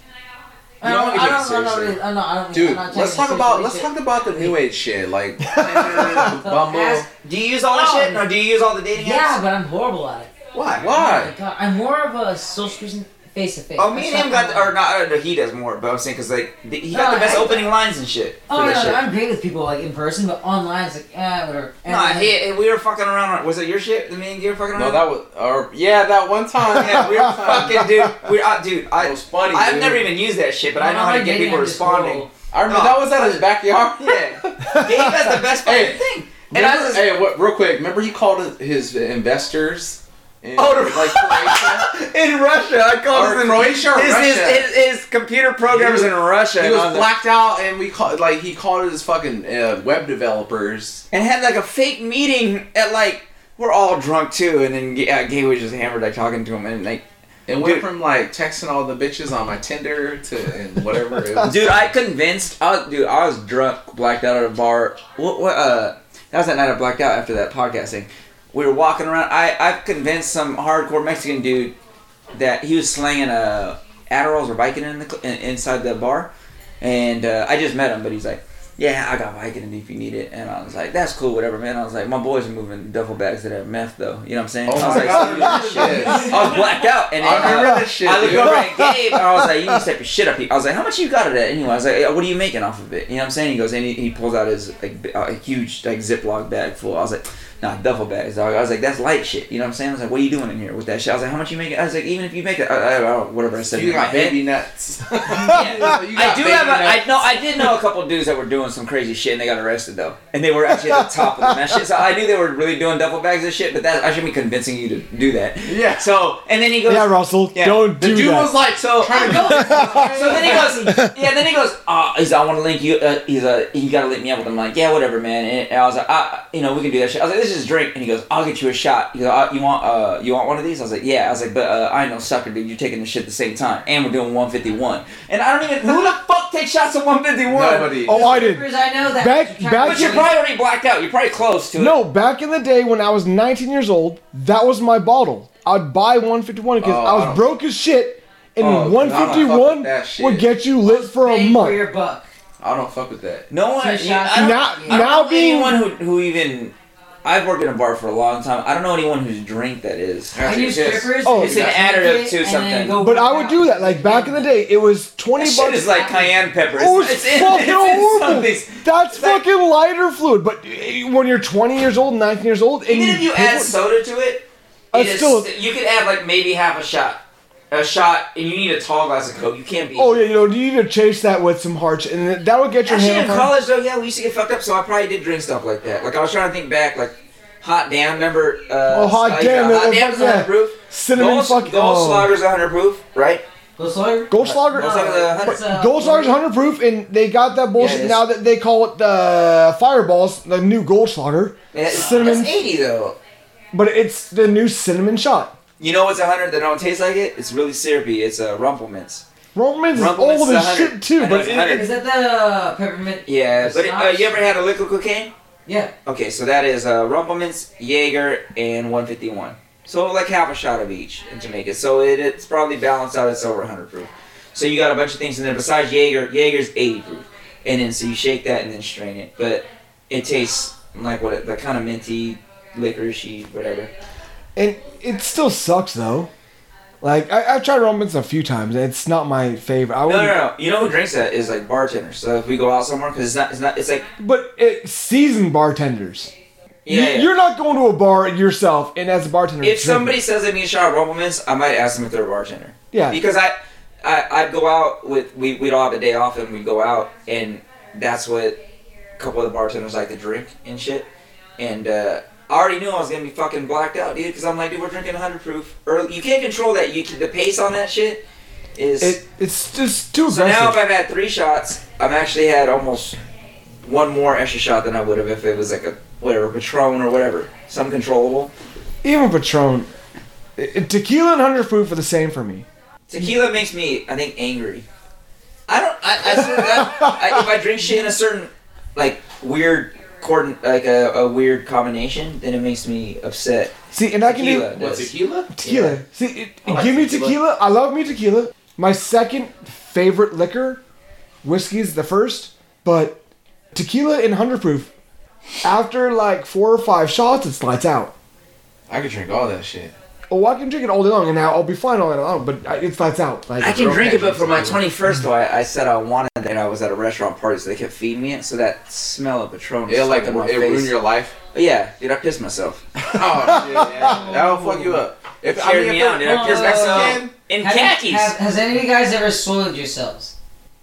S3: You
S4: I
S3: don't
S4: don't,
S3: wanna get
S4: I don't, I don't,
S3: seriously.
S4: really- I don't, I don't, I'm
S3: Dude,
S4: not taking
S3: let's
S4: it
S3: talk
S4: seriously
S3: about let's
S4: shit.
S3: talk about the new age shit, like Tinder, Bumble.
S4: Ask-
S2: do you use all that
S4: Oh.
S2: shit? No, do you use all the dating
S4: Yeah,
S2: apps?
S4: but I'm horrible at it.
S2: Why?
S4: Oh
S3: Why?
S4: my God, I'm more of a social person face to face.
S2: Oh, me and him got, or not, uh, no, he does more, but I'm saying, because, like, th- he got the
S4: No,
S2: best
S4: Oh, I-
S2: opening lines and shit.
S4: Oh
S2: for
S4: no,
S2: that
S4: no,
S2: shit.
S4: I'm great with people like in person, but online it's like ah whatever. And
S2: No,
S4: then-
S2: he, we were fucking around. on- Was it your shit? The me and you were fucking around. Oh,
S3: No, that was or yeah, that one time.
S2: yeah, we were fucking dude. We, uh, dude, I,
S3: That was funny.
S2: I've
S3: dude.
S2: never even used that shit, but I know
S4: Online
S2: how to get
S4: dating,
S2: people
S4: I'm just
S2: responding.
S4: horrible.
S3: I remember
S2: No.
S3: that was at his backyard.
S2: Yeah, Dave has the best fucking
S3: Hey,
S2: thing. And I
S3: Remember-
S2: was,
S3: hey, what, real quick, remember he called his investors in
S2: Oh,
S3: like Croatia?
S2: in Russia. I called
S3: Or
S2: him
S3: Croatia or
S2: his, his,
S3: Russia?
S2: his, his computer programmers
S3: He was-
S2: in Russia.
S3: He
S2: and I
S3: was
S2: was
S3: blacked out, and we called like he called his fucking uh, web developers.
S2: and had like a fake meeting at like we're all drunk too, and then G- uh, Gabe was just hammered like talking to him and like.
S3: And went
S2: Dude.
S3: from like texting all the bitches on my Tinder to and whatever. It was.
S2: Dude, I convinced. I was, dude, I was drunk, blacked out at a bar. What? What? Uh, that was that night I blacked out after that podcast thing. We were walking around. I I've convinced some hardcore Mexican dude that he was slanging uh, Adderalls or Vicodin in the cl- in, inside the bar, and uh, I just met him, but he's like. Yeah, I got Vicodin if you need it, and I was like, "That's cool, whatever, man." I was like, "My boys are moving duffel bags that have meth, though." You know what I'm saying?
S3: Oh
S2: I
S3: my
S2: was like,
S3: God,
S2: "Seriously?"
S3: I remember this shit.
S2: I was blacked out, and
S3: I
S2: then, uh,
S3: remember this shit.
S2: I looked
S3: dude.
S2: over at Gabe and I was like, "You need to step your shit up." He- I was like, "How much you got it at?" Anyway, I was like, "Yeah, "What are you making off of it?" You know what I'm saying? He goes and he, he pulls out his like b- uh, huge like Ziploc bag full. I was like, "Nah, duffel bags." Dog. I was like, "That's light shit." You know what I'm saying? I was like, "What are you doing in here with that shit?" I was like, "How much you making?" I was like, "Even if you make it, I, I don't know, whatever." I said,
S3: You
S2: in my
S3: got
S2: head.
S3: baby nuts. You
S2: I
S3: got
S2: do
S3: baby
S2: have a. I
S3: nuts.
S2: know. I did know a couple dudes that were doing some crazy shit and they got arrested though, and they were actually at the top of the mess shit. So I knew they were really doing duffel bags and shit. But that I shouldn't be convincing you to do that.
S3: Yeah.
S2: So and then he goes.
S1: yeah, Russell,
S2: Yeah.
S1: don't
S3: The
S1: do
S3: dude
S1: that.
S3: was like
S2: So
S3: trying to
S2: So then he goes, yeah. Then he goes, uh, he's, I want to link you. Uh, he's a, you gotta link me up with him. I'm like, yeah, whatever, man. And, and I was like, uh, you know, we can do that shit. I was like, this is drink. And he goes, I'll get you a shot. He goes, uh, you want, uh, you want one of these? I was like, yeah. I was like, but uh, I know, sucker, dude, you're taking the shit at the same time, and we're doing 151. And I don't even who the fuck takes shots at 151.
S3: nobody.
S1: oh, I did.
S4: Because I know that
S1: Back-
S4: extra time-
S1: back-
S2: But you're probably already blacked out. You're probably close to it.
S1: No, back in the day when I was 19 years old, that was my bottle. I'd buy 151 because
S3: Oh,
S1: I
S3: I don't-
S1: was broke as shit, and
S3: Oh, God, I fuck with
S1: 151
S3: that shit.
S1: would get you lit for a
S4: Bang
S1: month.
S4: for your buck.
S3: I don't fuck with that.
S2: No one.
S4: Two
S2: I
S4: shots.
S2: don't-
S1: Now-
S2: I don't
S1: now
S2: know
S1: being-
S2: anyone who, who even. I've worked in a bar for a long time. I don't know anyone whose drink that is.
S4: I use
S3: Yes.
S4: strippers.
S1: Oh,
S4: and
S1: It's
S2: an
S4: drink
S2: additive
S4: it
S2: to
S4: and then
S2: something.
S4: go
S1: But
S4: work
S1: I would
S4: out.
S1: do that. Like back in the day, it was 20
S2: That shit
S1: bucks.
S2: is like cayenne pepper.
S1: Oh, it's
S2: it's, in-
S1: fucking
S2: it's in some
S1: horrible.
S2: things.
S1: That's
S2: It's like-
S1: fucking lighter fluid. But eh, when you're 20 years old, 19 years old, and
S2: Even if you
S1: pick
S2: add
S1: one-
S2: soda to it,
S1: I
S2: it is,
S1: still-
S2: you could add like maybe half a shot. A shot, and you need a tall glass of Coke. You can't be.
S1: oh yeah, you know, you need to chase that with some hard shit, and that'll get your
S2: Actually, in
S1: hand. hard.
S2: college though, yeah, we used to get fucked up, so I probably did drink stuff like that. Like I was trying to think back, like hot damn, remember? Uh,
S1: Oh, Hot
S2: uh,
S1: Damn,
S2: yeah, hot
S1: that-
S2: damn was
S1: yeah.
S2: 100 proof.
S1: Cinnamon
S2: Gold,
S1: fucking- oh.
S2: Goldschlager's 100 proof, right?
S4: Goldschlager.
S1: Goldschlager.
S2: Those are the-
S4: that's, uh,
S1: Goldschlager's 100 proof, and they got that bullshit
S2: Yeah, it is.
S1: now that they call it the fireballs, the new Goldschlager.
S2: Yeah,
S1: Cinnamon.
S2: That's 80 though.
S1: But it's the new cinnamon shot.
S2: You know what's 100 that don't taste like it? It's really syrupy. It's uh, Rumplemint's.
S1: Rumpleman's is
S2: Rumpleman's
S1: old
S2: is
S1: as
S2: 100.
S1: shit too,
S2: I know
S1: but
S2: it's
S1: it-
S2: 100.
S4: Is that the peppermint?
S2: Yeah, but uh,
S4: scotch?
S2: you ever had a liquid cocaine?
S4: Yeah.
S2: Okay, so that is uh, Rumplemans, Jaeger, and 151. So like half a shot of each in Jamaica. So it, it's probably balanced out. It's over 100 proof. So you got a bunch of things in there besides Jaeger. Jaeger's 80 proof, and then so you shake that and then strain it. But it tastes like what it- the kind of minty, licoricey, whatever.
S1: and it still sucks though. Like I, I've tried Rumpleman's a few times, and it's not my favorite. I
S2: No, no,
S1: wouldn't-
S2: no. You know who drinks that is like bartenders. So if we go out somewhere, because it's not, it's not, it's like
S1: But it, seasoned bartenders.
S2: yeah. yeah.
S1: you, You're not going to a bar yourself, and as a bartender,
S2: if
S1: drink
S2: somebody
S1: it.
S2: says they need a shot of Rumplemans, I might ask them if they're a bartender.
S1: yeah,
S2: Because I, I, I'd go out with we we'd all have a day off and we'd go out and that's what a couple of the bartenders like to drink and shit. And uh, I already knew I was gonna be fucking blacked out, dude. Because I'm like, dude, we're drinking 100 proof. Or you can't control that. You can, the pace on that shit is.
S1: it, it's just too
S2: so now if
S1: aggressive.
S2: I've had three shots, I've actually had almost one more extra shot than I would have if it was like a whatever Patron or whatever, some controllable.
S1: Even Patron,
S8: Tequila and hunter proof are the same for me.
S2: Tequila makes me, I think, angry. I don't. I, I, sort of- I, I if I drink shit in a certain like weird cordon, like a, a weird combination, then it makes me upset.
S8: See, and I can
S2: Tequila.
S8: do
S3: What
S2: Yes.
S3: tequila?
S8: tequila.
S2: Yeah.
S8: See, it,
S3: I like
S8: give me
S3: tequila.
S8: tequila. I love me tequila. My second favorite liquor, whiskey's the first, but tequila and hunter proof. After like four or five shots, it slides out.
S3: I could drink all that shit.
S8: Oh, I can drink it all day long, and now I'll be fine all day long. But I- it slides out. Like
S2: I can
S3: Girl
S2: drink it, but
S3: Magic
S2: for my
S3: Tequila.
S2: twenty first, though, I, I said I wanted that. I was at a restaurant party, so they kept feeding me it. So that smell of Patron,
S3: It'll like
S2: like
S3: it
S2: in my face.
S3: ruin your life.
S2: yeah, dude, I pissed myself.
S3: Oh shit, yeah. that'll fuck you up. If I
S2: Scared
S3: mean,
S2: me
S3: if,
S2: out, dude.
S3: you're-
S2: I
S3: if you're
S2: pissed myself.
S3: Mexican,
S2: In
S4: Have-
S2: khakis.
S4: have- has any of you guys ever soiled yourselves?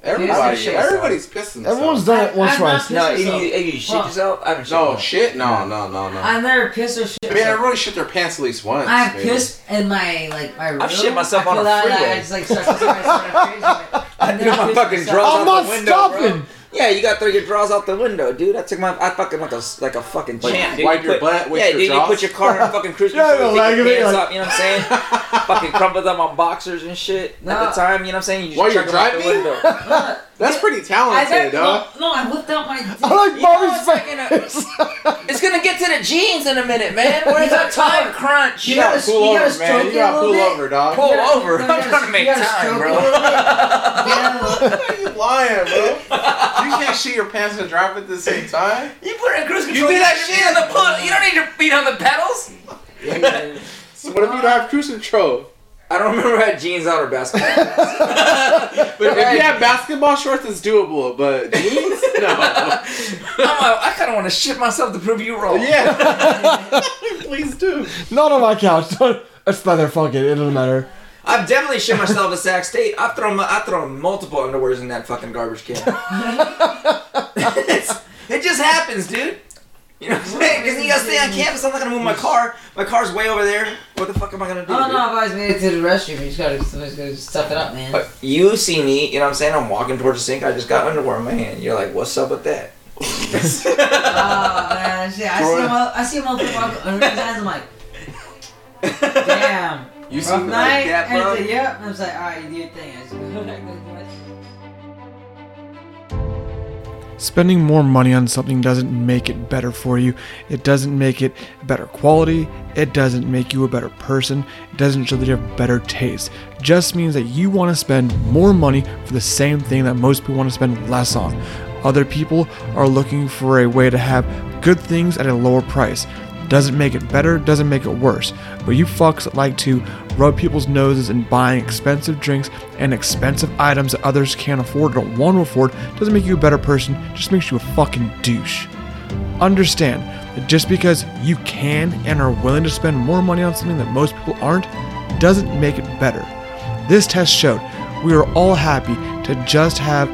S3: everybody,
S2: shit yourself.
S3: everybody's pissing. themselves.
S8: Everyone's done it once,
S4: I'm not
S8: twice.
S4: pissed
S2: no, if you,
S4: yourself.
S2: if you shit
S4: Well,
S2: yourself, I haven't shit.
S3: No
S2: myself.
S3: shit. No, no, no, no. I
S4: I've never pissed or shit.
S3: mean,
S4: myself.
S3: everyone shit their pants at least once.
S4: I've
S3: maybe.
S4: pissed in my like my room.
S2: shit myself
S4: I
S2: on
S4: feel
S2: a
S4: that, like,
S2: freeway.
S4: I just like start to start, start crazy. Like,
S2: I threw my
S4: pissed
S2: fucking
S4: myself.
S2: drawers
S8: I'm
S2: out
S8: not
S2: the window,
S8: stopping.
S2: Bro. Yeah, you gotta throw your drawers out the window, dude. I took my, I fucking like a like a fucking
S3: Like,
S2: champ, dude.
S3: wipe
S2: You
S3: your
S2: put-
S3: butt with
S2: yeah,
S3: your
S2: dude.
S3: drawers?
S2: You put your car in fucking cruise
S8: Yeah,
S2: control.
S8: the
S2: you
S8: leg
S2: take your
S8: of it,
S2: pants
S8: like-
S2: up, you know what I'm saying? fucking crumpled up on boxers and shit. At
S4: Nah.
S2: the time, you know what I'm saying? You just
S3: While you're
S2: chuck 'em out the
S3: driving?
S2: window.
S3: That's pretty
S4: I
S3: talented,
S4: got,
S3: though.
S4: no, no, I whipped out my. Dick.
S8: I like
S2: You know uh, it's
S8: Bobby's
S2: like
S8: face.
S2: It's gonna get to the jeans in a minute, man. Where's that time crunch?
S4: You
S3: You gotta
S4: gotta-
S3: pull over,
S4: you gotta stroke
S3: man. You
S4: it
S3: gotta
S4: a
S3: pull
S4: little bit.
S3: over, dog.
S2: Pull
S4: You gotta-
S2: over.
S4: you
S2: I'm trying to make
S4: you gotta
S2: time,
S4: stroke
S2: bro.
S4: a little bit. Yeah,
S3: you lying, bro? You can't shit your pants and drive at the same time.
S2: You put it in cruise
S3: do
S2: You
S3: that
S2: that shit on the pedal. You don't need your feet on the pedals.
S3: So what if you don't have cruise control?
S2: I don't remember if I had jeans out or basketball.
S3: But if you have basketball shorts, it's doable. But jeans, no.
S2: I'm a, I kind of want to shit myself to prove you wrong.
S3: Yeah. Please do.
S8: Not on my couch. It's leather. Fuck it. It doesn't matter.
S2: I've definitely shit myself at Sac State. I've thrown my- I've thrown multiple underwears in that fucking garbage can. It's- it just happens, dude. You know what I'm saying? Because you gotta stay on campus. I'm not gonna move my car. My car's way over there. What the fuck am I gonna do?
S4: I don't
S2: dude?
S4: know if I was made it to the restroom. You just gotta somebody's gotta stuff it up, man.
S2: But You see me, you know what I'm saying? I'm walking towards the sink. I just got underwear in my hand. You're like, what's up with that?
S4: Oh man, shit. I see
S3: Jordan.
S4: him. I see him all the fucking under his eyes. I'm like, damn.
S3: You
S4: Rough
S3: seem
S4: night.
S3: like that,
S4: And
S3: bro.
S4: it's like, yep. And I was like, all right, you do your thing. I just go back to the
S8: Spending more money on something doesn't make it better for you. It doesn't make it better quality. It doesn't make you a better person. It doesn't show that you have better taste. It just means that you want to spend more money for the same thing that most people want to spend less on. Other people are looking for a way to have good things at a lower price. Doesn't make it better, doesn't make it worse. But you fucks like to rub people's noses in buying expensive drinks and expensive items that others can't afford or don't want to afford doesn't make you a better person, just makes you a fucking douche. Understand that just because you can and are willing to spend more money on something that most people aren't, doesn't make it better. This test showed we are all happy to just have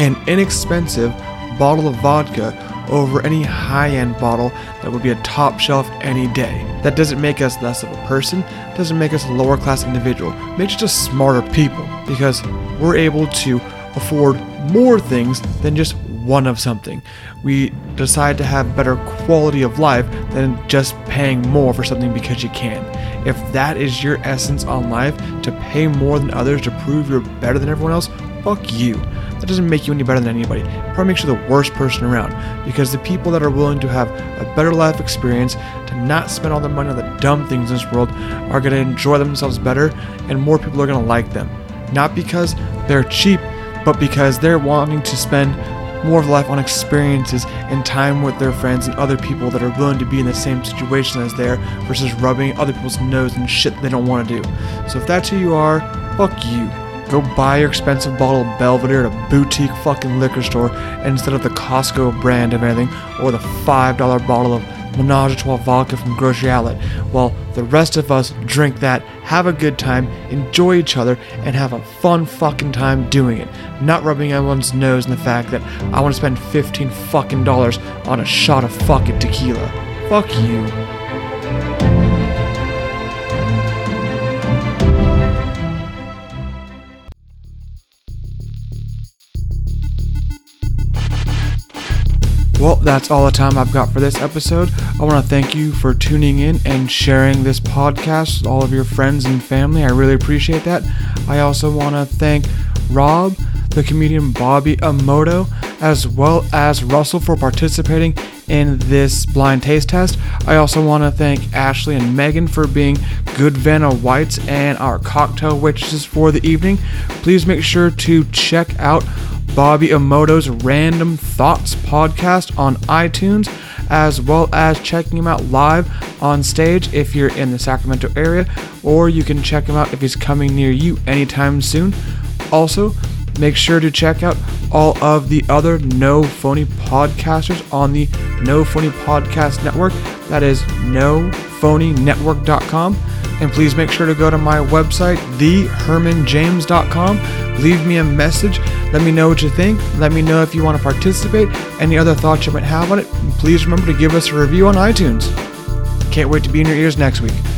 S8: an inexpensive bottle of vodka over any high end bottle that would be a top shelf any day. That doesn't make us less of a person, doesn't make us a lower class individual, makes us just smarter people because we're able to afford more things than just one of something. We decide to have better quality of life than just paying more for something because you can. If that is your essence on life, to pay more than others to prove you're better than everyone else, fuck you. That doesn't make you any better than anybody. It probably makes you the worst person around because the people that are willing to have a better life experience, to not spend all their money on the dumb things in this world, are going to enjoy themselves better and more people are going to like them. Not because they're cheap, but because they're wanting to spend more of life on experiences and time with their friends and other people that are willing to be in the same situation as they are versus rubbing other people's nose and shit they don't want to do. So if that's who you are, fuck you. Go buy your expensive bottle of Belvedere at a boutique fucking liquor store instead of the Costco brand of anything or the $5 bottle of Menage a Trois vodka from Grocery Outlet while the rest of us drink that, have a good time, enjoy each other, and have a fun fucking time doing it. Not rubbing everyone's nose in the fact that I want to spend 15 fucking dollars on a shot of fucking tequila. Fuck you. Well, that's all the time I've got for this episode. I want to thank you for tuning in and sharing this podcast with all of your friends and family. I really appreciate that. I also want to thank Rob, the comedian Bobby Amoto, as well as Russell for participating in this blind taste test. I also want to thank Ashley and Megan for being good Vanna Whites and our cocktail waitresses for the evening. Please make sure to check out Bobby Emoto's Random Thoughts podcast on iTunes, as well as checking him out live on stage if you're in the Sacramento area, or you can check him out if he's coming near you anytime soon. Also, make sure to check out all of the other No Phony podcasters on the No Phony Podcast Network. That is nophonynetwork.com. And please make sure to go to my website, thehermanjames.com. Leave me a message. Let me know what you think. Let me know if you want to participate. Any other thoughts you might have on it. And please remember to give us a review on iTunes. Can't wait to be in your ears next week.